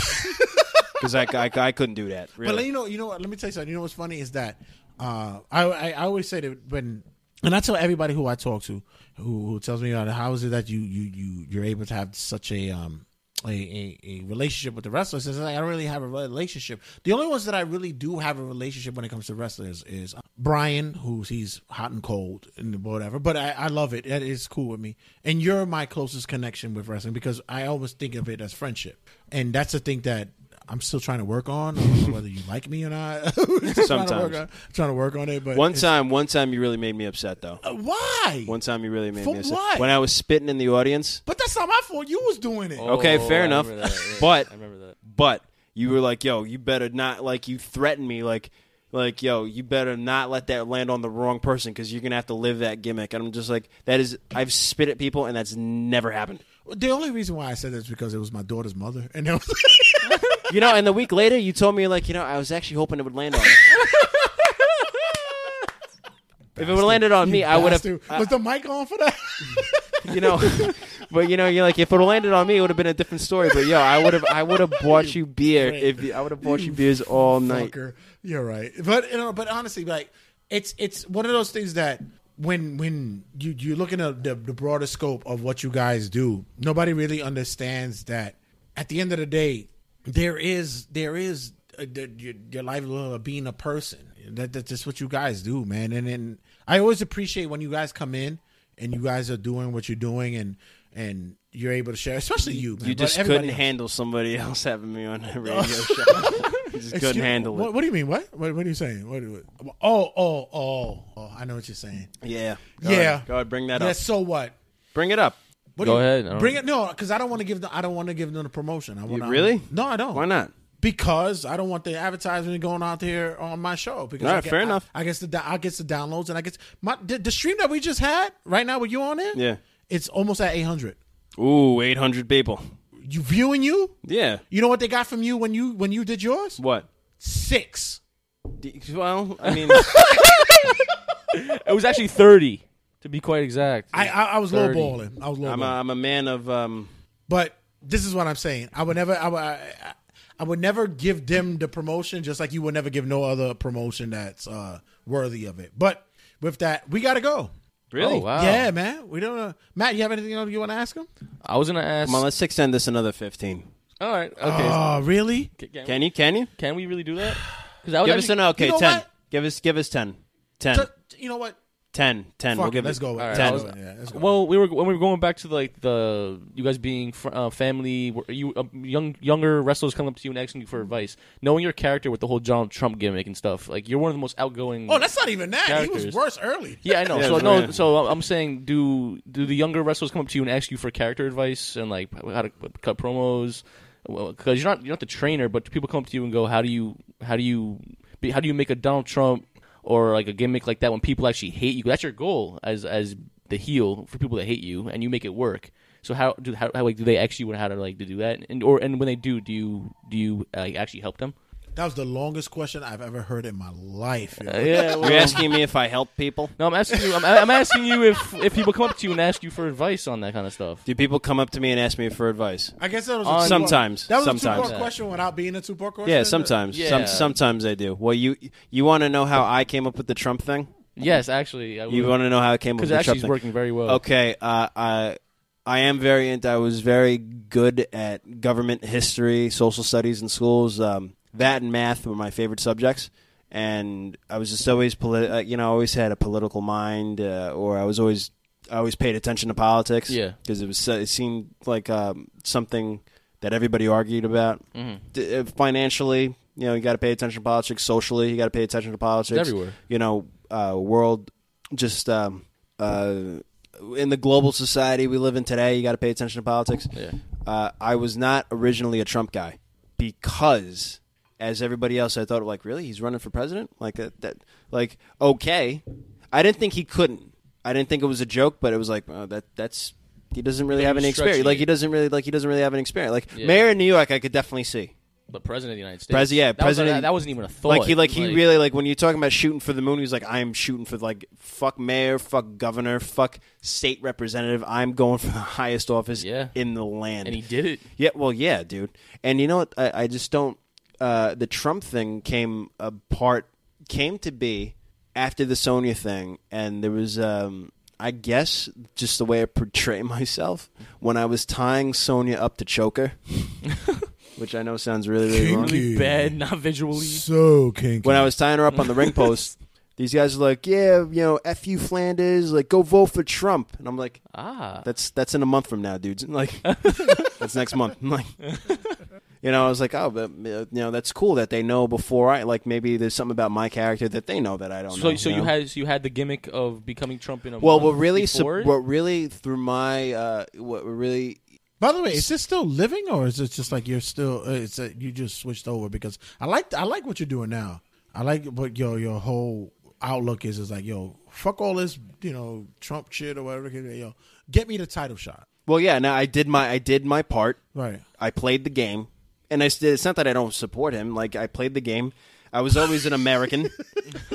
G: Because I, I, I couldn't do that. Really.
B: But you know, you know what? Let me tell you something. You know what's funny is that uh, I, I I always say that when and I tell everybody who I talk to who, who tells me uh, how is it that you you you you're able to have such a um a, a, a relationship with the wrestlers is like I don't really have a relationship. The only ones that I really do have a relationship when it comes to wrestlers is uh, Brian, who's he's hot and cold and whatever. But I, I love it. It is cool with me. And you're my closest connection with wrestling because I always think of it as friendship. And that's the thing that I'm still trying to work on. I don't know whether you like me or not. (laughs) Sometimes trying to, work
G: Sometimes.
B: on, trying to work on it, but
G: One
B: it's-
G: time, one time you really made me upset though.
B: why?
G: One time you really made
B: For
G: me upset.
B: what?
G: When I was spitting in the audience.
B: but that's not my fault. You was doing it.
G: Okay,
D: Oh,
G: fair
D: I
G: enough.
D: remember that, yeah.
G: (laughs) But
D: I remember that.
G: but you were like, "Yo, you better not like you threatened me like like yo, you better not let that land on the wrong person because you're gonna have to live that gimmick." And I'm just like, that is, I've spit at people and that's never happened.
B: The only reason why I said that is because it was my daughter's mother, and it was,
G: You know. And the week later, you told me like, you know, I was actually hoping it would land on. you."
B: (laughs)
G: if it would have landed on me, I would have.
B: was the mic on for that?
G: you know, (laughs) but you know, you're like, if it landed on me, it would have been a different story. But yo, I would have, I would have bought you beer if you- I would have bought you beers all night.
B: Fucker. You're right. But you know, but honestly, like it's it's one of those things that when when you you look at the, the, the broader scope of what you guys do, nobody really understands that at the end of the day, there is there is uh the, your, your livelihood of being a person. That that's just what you guys do, man. And and I always appreciate when you guys come in and you guys are doing what you're doing and and you're able to share, especially you. Man,
G: You
B: but
G: just
B: everybody
G: couldn't
B: else. Oh.
G: handle somebody (laughs) else having me on
B: (laughs)
G: the radio show. You just couldn't
B: Excuse-
G: handle
B: What,
G: it.
B: what do you mean? What? What, what are you saying? What, what- Oh, oh, oh, oh! I know what you're saying.
G: Yeah.
B: yeah.
G: God, bring that
B: yeah.
G: up.
B: So what?
G: Bring it up.
B: What
D: Go
B: do you-
D: ahead, I don't-
B: Bring it. No, because I don't want to give. The, I don't want to give them the promotion. I want
G: really?
B: No, I don't.
G: Why not?
B: Because I don't want the advertisement going out there on my show. Because
G: All
B: I
G: right,
B: get,
G: fair
B: I-
G: enough.
B: I guess the do- I gets the downloads and I guess my the, the stream that we just had right now with you on it.
G: Yeah.
B: it's almost at 800.
G: Ooh, 800 people.
B: You viewing you?
G: Yeah.
B: You know what they got from you when you when you did yours?
G: What?
B: Six.
G: D- Well,
B: (laughs)
G: I mean,
D: It was actually 30, to be quite exact.
B: I I, I was
D: 30.
B: lowballing. I was lowballing.
G: I'm a, I'm a man of um.
B: But this is what I'm saying. I would never. I would, I, I would never give them the promotion, just like you would never give no other promotion that's uh, worthy of it. But with that, we gotta go.
D: Really? Oh, wow.
B: Yeah, man. We don't. Uh, Matt, you have anything else you want to ask him?
D: I was gonna ask.
G: Come on, let's extend this another 15.
D: all right, okay.
G: (gasps)
B: Oh, really?
D: can,
G: Can you? Can you?
D: can we really do that? Because I was
G: Give
D: actually,
G: us an okay.
B: Oh, you know
G: 10.
B: what?
G: Give us. Give us 10. 10.
B: Ju- You know what?
G: 10. 10.
B: Fuck
G: We'll
B: it,
G: give
B: let's
G: it-
B: go with
D: All
B: it.
D: right,
B: Ten.
D: I was-
B: Yeah, let's go.
D: Well, we were when we were going back to like the you guys being fr- uh, family, were you uh, young younger wrestlers coming up to you and asking you for advice. Knowing your character with the whole Donald Trump gimmick and stuff, like you're one of the most outgoing.
B: oh, that's not even that. He was
D: Characters.
B: worse early.
D: yeah, I know.
G: Yeah,
D: so
G: it's
D: no,
G: weird.
D: so I'm saying, do do the younger wrestlers come up to you and ask you for character advice and like how to cut promos? Because you're not you're not the trainer, but people come up to you and go, how do you how do you be, how do you make a Donald Trump or like a gimmick like that when people actually hate you? That's your goal as as the heel for people that hate you, and you make it work. So how do how, how like do they actually how to like to do that? And or and when they do, do you do you like actually help them?
B: That was the longest question I've ever heard in my life. yo.
D: Uh,
G: (laughs)
D: Yeah,
G: You're asking me if I help people?
D: No, I'm asking you. I'm, I'm asking you if if people come up to you and ask you for advice on that kind of stuff.
G: Do people come up to me and ask me for advice?
B: I guess that was a
D: On-
B: two-part-
G: Sometimes,
B: Uh, That was a
G: sometimes.
B: two-part question without being a two-part question.
G: Yeah, sometimes.
D: Yeah.
G: Some, sometimes I do. Well, you you want to know how I came up with the Trump thing?
D: Yes, actually, I
G: You want to know how I came up
D: because
G: with the
D: actually
G: Trump
D: it's working
G: thing?
D: very well.
G: Okay, uh, I I am very into. I was very good at government history, social studies in schools. Um, that and math were my favorite subjects, and I was just always politi- uh, You know, I always had a political mind, uh, or I was always I always paid attention to politics.
D: Yeah.
G: because it was so- it seemed like um, something that everybody argued about.
D: Mm-hmm.
G: D- uh, financially, you know, you got to pay attention to politics. Socially, you got to pay attention to politics.
D: everywhere.
G: You know, uh, world just um, uh, in the global society we live in today, you got to pay attention to politics.
D: Yeah.
G: Uh, I was not originally a Trump guy because, as everybody else, I thought like, really, he's running for president? Like that? that like okay, I didn't think he couldn't. I didn't think it was a joke, but it was like oh, that. That's he doesn't really
D: Like,
G: have
D: he's
G: any experience.
D: stretching
G: Like he
D: it.
G: doesn't really like he doesn't really have an experience. Like
D: Yeah.
G: mayor in New York, I could definitely see.
D: but president of the United States.
G: Pres- yeah,
D: That was-
G: president-
D: that, wasn't even a thought.
G: Like he, like he really like when you're talking about shooting for the moon. He's like, I'm shooting for like fuck mayor, fuck governor, fuck state representative. I'm going for the (laughs) highest office
D: Yeah.
G: in the land.
D: and he did it.
G: Yeah, well, yeah, dude. And you know what? I, I just don't. Uh, the Trump thing came apart, came to be after the Sonia thing, and there was, um, I guess, just the way I portray (laughs) myself when I was tying Sonia up to choke her, (laughs) which I know sounds really, really wrong.
B: Kinky.
D: Really bad, not visually.
B: So kinky.
G: When I was tying her up on the
D: (laughs)
G: ring post, these guys are like, "Yeah, you know, f you Flanders, like go vote for Trump," and I'm like,
D: Ah,
G: that's that's in a month from now, dudes.
D: (laughs)
G: (laughs) Like that's next month. (laughs) I'm like you know, I was like, oh, but uh, you know, that's cool that they know before I like maybe there's something about my character that they know that I don't
D: so
G: know.
D: so you
G: know?
D: had so you had the gimmick of becoming Trump in a
G: well, what
D: month
G: really sup-
D: before it?
G: what really through my uh what really
B: By the way, is this still living or is it just like you're still? Uh, it's uh you just switched over because I like I like what you're doing now. I like what your your whole outlook is. Is like yo, fuck all this you know Trump shit or whatever. Yo, get me the title shot.
G: well, yeah, no, I did my I did my part.
B: Right.
G: I played the game, and I st- it's not that I don't support him. Like I played the game. I was always an uh, American.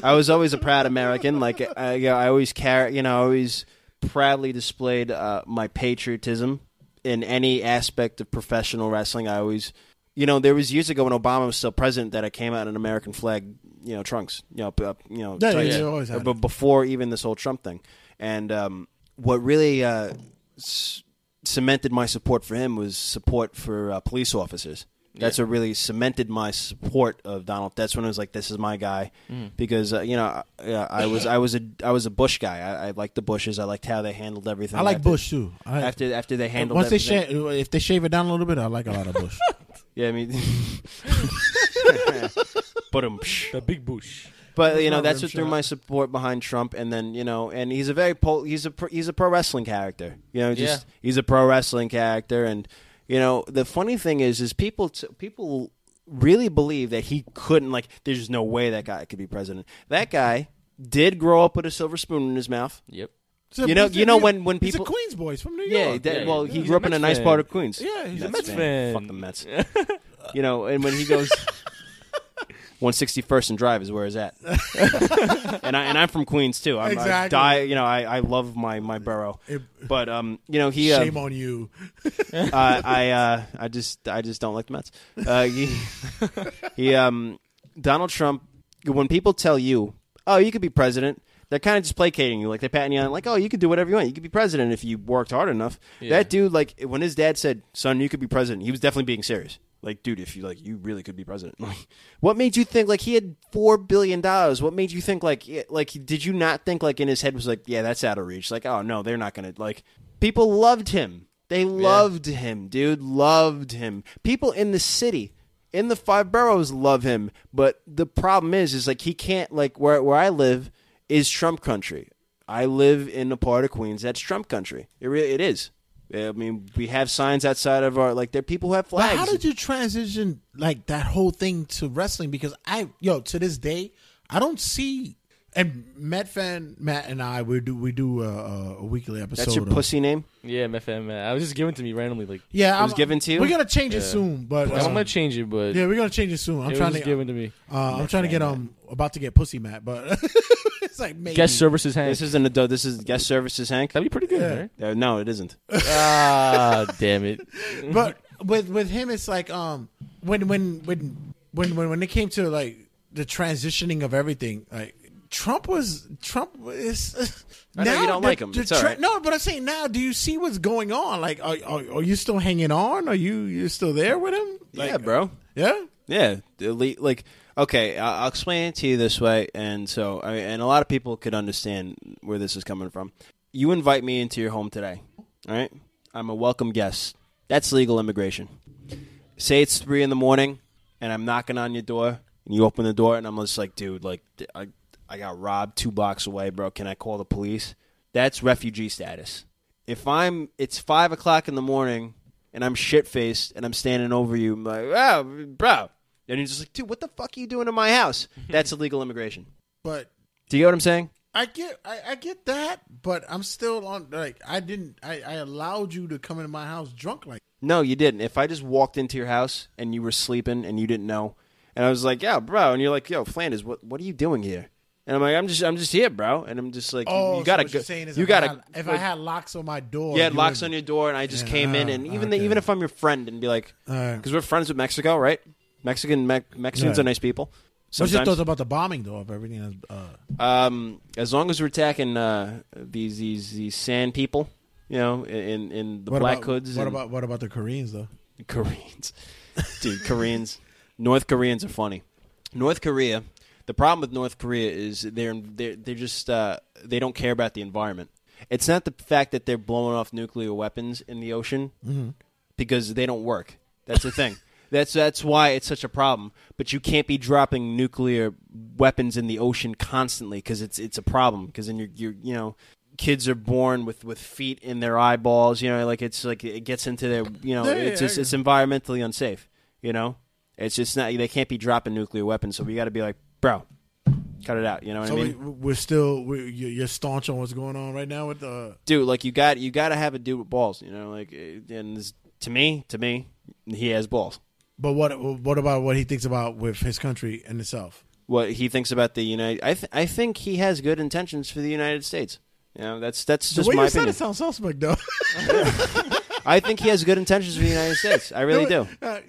G: I was always a proud American. Like I, I always care. You know, I always proudly displayed uh, my patriotism in any aspect of professional wrestling. I always, you know, there was years ago when Obama was still president that I came out in American flag, you know, trunks, you know, p- uh, you know,
B: Yeah, yeah,
G: tights.
B: you always had
G: But before even this whole Trump thing, and um, what really uh, c- cemented my support for him was support for uh, police officers. That's what really cemented my support of Donald. That's when I was like, "This is my guy," because uh, you know, I, yeah, I was I was a I was a Bush guy. I, I liked the Bushes. I liked how they handled everything.
B: I like
G: after-
B: Bush too. I,
G: After after they handled
B: once they
G: everything.
B: shave, if they shave it down a little bit, I like a lot of
G: (laughs)
B: Bush.
G: Yeah, I
B: (laughs)
G: mean, but um, psh.
D: The big bush.
G: but you know
B: Not
G: that's
B: rim
G: what threw
B: shot.
G: my support behind Trump, and then you know, and he's a very pol- he's a pro- he's a pro wrestling character. You know, just
D: Yeah.
G: he's a pro wrestling character, and you know the funny thing is, is people t- people really believe that he couldn't like. There's no way that guy could be president. That guy did grow up with a silver spoon in his mouth.
D: Yep.
B: So
G: You know-
B: he's a-
G: you know
B: he's-
G: when- when
B: he's a
G: people-
B: Queens boy. He's from New
G: Yeah,
B: York.
G: that-
D: yeah,
G: well,
D: yeah.
G: he
D: He's
G: grew
D: a
G: up in a
D: Mets
G: nice
D: fan.
G: part of Queens.
B: Yeah, he's a
G: Mets
D: fan.
G: Fuck
D: (laughs)
G: the Mets. you know, and when he goes, (laughs) 161st and Drive is where he's at. (laughs) and I and I'm from Queens too. I'm, I
B: Exactly.
G: die. You know, I, I love my my borough. But um, you know, he uh,
B: Shame on you.
G: uh, I uh, I just I just don't like the Mets. Uh, he,
B: (laughs)
G: he um Donald Trump. When people tell you, "Oh, you could be president," they're kind of just placating you, like they're patting you on, like, "Oh, you could do whatever you want. You could be president if you worked hard enough." That dude, like, when his dad said, "Son, you could be president," he was definitely being serious. Like, dude, if you like, you really could be president. (laughs) Like, what made you think like he had four billion dollars? What made you think like yeah, like did you not think like in his head was like, yeah, that's out of reach. Like, oh no, they're not gonna like. People loved him. They loved him, dude. Loved him. People in the city, in the five boroughs, love him. But the problem is, is like he can't like where where I live is Trump country. I live in a part of Queens that's Trump country. It really it is. I mean, we have signs outside of our like there are people who have
B: But
G: flags.
B: how did you transition like that whole thing to wrestling? Because I, yo, to this day, I don't see. And Met fan Matt and I, we do we do a, a weekly episode.
G: that's your
B: of-
G: pussy name.
D: Yeah, MFM. man. I was just given to me randomly. Like,
B: Yeah,
G: was given to you?
B: We're gonna change it soon, but
D: I'm
B: um,
D: gonna change it, but
B: yeah, we're gonna change it soon. I'm
D: it
B: trying
D: was
B: to
D: just given to me.
B: Uh, I'm trying to get um about to get pussy Matt, but (laughs) it's like maybe.
D: Guest services Hank.
G: This isn't a do- this is guest services, Hank.
D: That'd be pretty good, right?
G: Uh, no, it isn't.
D: Ah, damn
G: (laughs)
D: it.
B: But (laughs) with with him, it's like um when when when when when when it came to like the transitioning of everything, like Trump was Trump is. (laughs)
G: I know you don't
B: the-
G: like him.
B: the
G: It's all right.
B: No, but I'm saying now, do you see what's going on? Like, are, are, are you still hanging on? Are you you still there with him? Like,
G: yeah, bro.
B: Yeah.
G: Yeah, the elite. Like, okay, I- I'll explain it to you this way, and so I and a lot of people could understand where this is coming from. You invite me into your home today, all right? I'm a welcome guest. That's legal immigration. Say it's three in the morning, and I'm knocking on your door, and you open the door, and I'm just like, dude, like, th- I I got robbed two blocks away, bro. Can I call the police? That's refugee status. If I'm, it's five o'clock in the morning, and I'm shit faced, and I'm standing over you, I'm like, wow, bro. And you're just like, dude, what the fuck are you doing in my house? That's illegal immigration.
B: But
G: Do you get what I'm saying?
B: I get I, I get that, but I'm still on like I didn't I, I allowed you to come into my house drunk like
G: No, you didn't. If I just walked into your house and you were sleeping and you didn't know, and I was like, "Yeah, bro," and you're like, "Yo, Flanders, what what are you doing here?" And I'm like, "I'm just I'm just here, bro," and I'm just like, you-
B: Oh,
G: "You,
B: so
G: gotta
B: what
G: go,
B: you're saying is
G: you
B: if I
G: gotta
B: had- if I
G: like,
B: had locks on my door,
G: you had
B: you
G: locks
B: would-
G: on your door, and I just
B: Yeah,
G: came in,
B: ah,
G: and even the,
B: okay.
G: even if I'm your friend, and be like,
B: Alright.
G: because we're friends with Mexico, right? Mexican Me- Mexicans
B: Yeah.
G: are nice people.
B: What's your
G: Sometimes,
B: thoughts about the bombing though of everything? that's, Uh,
G: um, as long as we're attacking uh, these these these sand people, you know, in in the
B: what
G: black
B: about,
G: hoods.
B: What
G: and-
B: about what about the Koreans though?
G: Koreans. (laughs) Dude, Koreans. North Koreans are funny. North Korea. The problem with North Korea is they're they're, they're just uh, they don't care about the environment. It's not the fact that they're blowing off nuclear weapons in the ocean because they don't work. That's the thing. That's that's why it's such a problem. But you can't be dropping nuclear weapons in the ocean constantly because it's it's a problem. Because then you're, you're you know kids are born with with feet in their eyeballs. You know, like it's like it gets into their you know
B: Yeah, yeah,
G: it's
B: yeah,
G: just,
B: I
G: it's environmentally unsafe. You know, it's just not they can't be dropping nuclear weapons. So we got to be like, bro, cut it out. You know what
B: So
G: I mean?
B: we, we're still we, you- you're staunch on what's going on right now with uh, the.
G: dude, like you got you got to have a dude with balls. You know, like eh, and this, to me, to me, he has balls.
B: But what what about what he thinks about with his country and itself?
G: What he thinks about the United, I th- I think he has good intentions for the United States. You know, that's that's
B: The
G: just
B: way
G: my
B: you said
G: opinion.
B: it sounds suspect, though.
G: I think he has good intentions for
B: (laughs)
G: the United States. I really do.
B: Uh,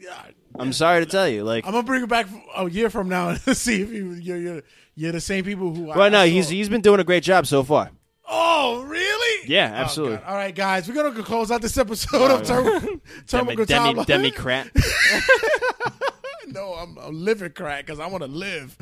G: I'm sorry to tell you. Like,
B: I'm gonna bring it back a year from now (laughs) and see if you, you're, you're you're the same people who. I- I
G: right now,
B: saw.
G: he's he's been doing a great job so far.
B: Oh, really?
G: Yeah,
B: Oh,
G: absolutely.
B: God. All right, guys, we're gonna close out this episode of Term
G: (laughs)
B: Terminal
G: Demi, demi,
B: Gotama. (laughs)
G: democrat.
B: no, I'm, I'm living crack because I want to live.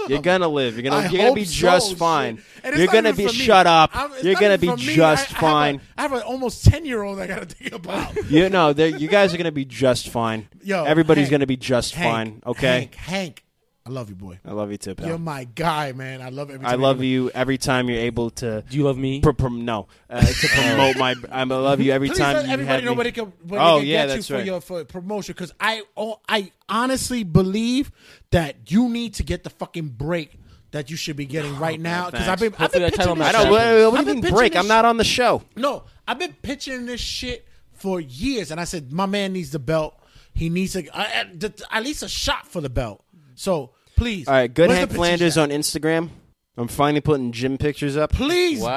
B: (laughs)
G: You're gonna live. You're gonna
B: I
G: you're gonna
B: hope
G: be
B: so,
G: just
B: shit.
G: fine.
B: And it's
G: You're
B: not
G: gonna
B: even
G: be
B: for me.
G: shut up.
B: I'm- it's
G: you're
B: not
G: gonna
B: even
G: be
B: for me.
G: just
B: I-
G: fine.
B: I have, a, I have an almost ten year old I gotta think
G: (laughs)
B: about.
G: You know, there- you guys are gonna be just fine.
B: (laughs) Yo,
G: everybody's
B: Hank,
G: gonna be just
B: Hank,
G: fine. Okay,
B: Hank, Hank, I love you, boy.
G: I love you too, pal.
B: You're my guy, man. I love every
G: I
B: time
G: love
B: you.
G: you every time you're able to.
D: Do you love me? Oh.
G: Pr- pr- no,
D: (laughs)
G: uh, to promote my. I love you every
B: Please
G: time
B: let
G: you
B: everybody
G: have
B: know
G: me.
B: where they can, where
G: Oh,
B: they can
G: yeah,
B: get you
G: that's
B: for
G: right.
B: your for promotion because I oh, I honestly believe that you need to get the fucking break that you should be getting right now because I've been I've been
D: Hopefully that title
B: pitching this
G: I
D: match
G: don't.
B: shit.
D: happens.
G: What, what
B: I've
G: do
B: been
G: you mean
B: pitching
G: break?
B: this
G: I'm not on the show.
B: No, I've been pitching this shit for years, and I said my man needs the belt. He needs a, I- I- th- at least a shot for the belt. So please,
G: All right, good
B: where's the
G: Hank
B: petition
G: Flanders
B: at?
G: on Instagram. I'm finally putting gym pictures up.
B: Please
D: Wow,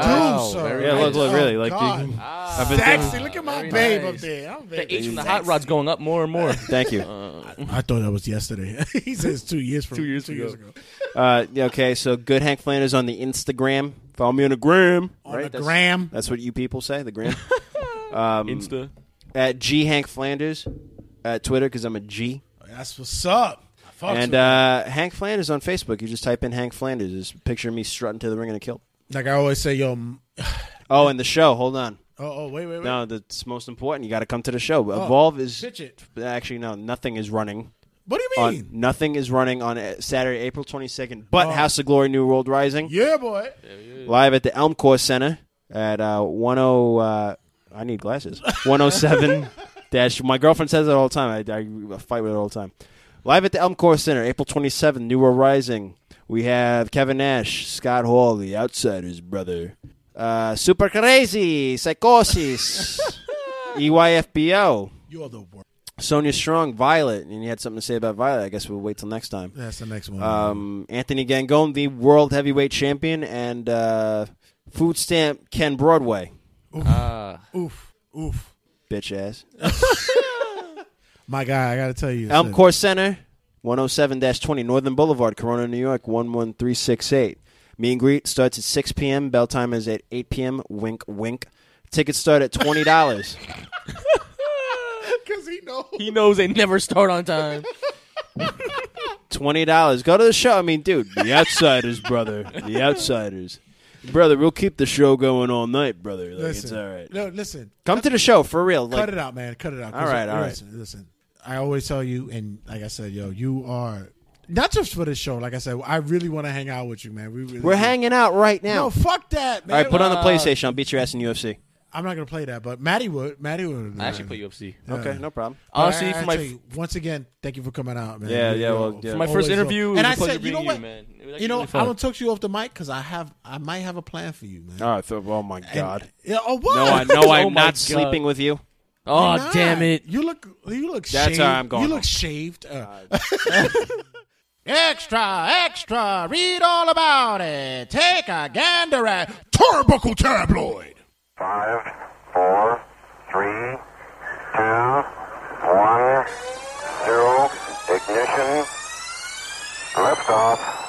B: do so.
D: very
G: Yeah, look,
D: nice.
G: look,
B: Oh,
G: really, like,
B: God. Ah.
G: dude, I've been
B: sexy.
G: doing-
B: Look at my
D: Very
B: babe
D: nice.
B: up there. I'm very
D: The H from the hot rod's going up more and more.
G: Thank you.
B: Uh. I thought that was yesterday. (laughs) he says two years from two years, two years ago.
G: Uh, yeah, okay, so good Hank Flanders on the Instagram. Follow me on the gram.
B: On
G: right?
B: the
G: That's-
B: gram.
G: That's what you people say, the gram. (laughs)
D: Insta.
G: at G Hank Flanders at Twitter because I'm a G.
B: That's what's up. I fucks
G: and
B: with
G: uh, Hank Flanders on Facebook. You just type in Hank Flanders. It's a picture of me strutting to the ring and a kilt.
B: it. like I always say, yo. m- Oh,
G: Oh, and the show. Hold on.
B: oh, wait, wait, wait.
G: No, that's most important. You got to come to the show. Evolve is
B: Oh, pitch it.
G: actually no. Nothing is running.
B: What do you
G: On,
B: mean? Oh.
G: nothing is running on uh, Saturday, April 22nd. But House of Glory, New World Rising.
B: yeah, boy.
G: live at the Elmcore Center at uh, 10. Uh, I need glasses. 107 dash. My girlfriend says it all the time. I, I fight with it all the time. Live at the Elmcore Center, April 27th, New World Rising. We have Kevin Nash, Scott Hall, the Outsiders brother, uh, Super Crazy, Psychosis, E EYFBO,
B: You're the worst.
G: Sonia Strong, Violet. And you had something to say about Violet. I guess we'll wait till next time.
B: That's the next one.
G: Um, Anthony Gangone, the world heavyweight champion, and uh, food stamp Ken Broadway,
B: oof, oof.
G: bitch ass.
B: My guy, I gotta tell you.
G: Elm
B: said-
G: Court Center, 107-20 Northern Boulevard, Corona, New York, 11368. Meet and greet starts at 6 p.m. Bell time is at 8 p.m. Wink, wink. Tickets start at
B: (laughs)
G: twenty dollars.
B: Cause he knows.
D: He knows they never start on time.
G: twenty dollars. Go to the show. I mean, dude, the outsiders, brother, the (laughs) outsiders, brother. We'll keep the show going all night, brother. Like, it's
B: Listen,
G: all right.
B: No, listen.
G: Come to the show for real.
B: Cut
G: Like,
B: it out, man. Cut it out. uh,
G: All right, all right.
B: Listen, listen. I always tell you, and like I said, yo, you are not just for this show. Like I said, I really want to hang out with you, man. We really
G: We're
B: do.
G: hanging out right now.
B: No, fuck that, man.
G: All right, put on the PlayStation. I'll beat your ass in UFC.
B: I'm not gonna play that, but Maddie would. Maddie would.
D: I actually put UFC.
G: Okay, no problem.
D: Honestly,
B: I- I
D: for my
B: tell you, once again, thank you for coming out, man.
G: Yeah, yeah,
B: yo,
G: well, yeah.
D: for my
B: always
D: first interview,
B: yo.
D: it was
B: and
D: a
B: I
D: pleasure
B: said, you know
D: meeting
B: what,
D: man. It was actually
B: you know,
D: really
B: I
D: fun.
B: will talk to you off the mic because I have, I might have a plan for you, man.
G: All right, th- oh my god. (laughs)
B: yeah, oh what?
G: No, (laughs) I, no,
D: Oh
G: I'm
D: my
G: not
D: God.
G: sleeping with you.
D: Oh
B: Nah,
D: damn it!
B: You look, you look.
G: That's
B: shaved.
G: how I'm going
B: You
G: home.
B: look shaved. Uh.
G: (laughs)
B: extra, extra. Read all about it. Take a gander at Turbuckle Tabloid.
C: Five, four, three, two, one, zero. Ignition. Liftoff.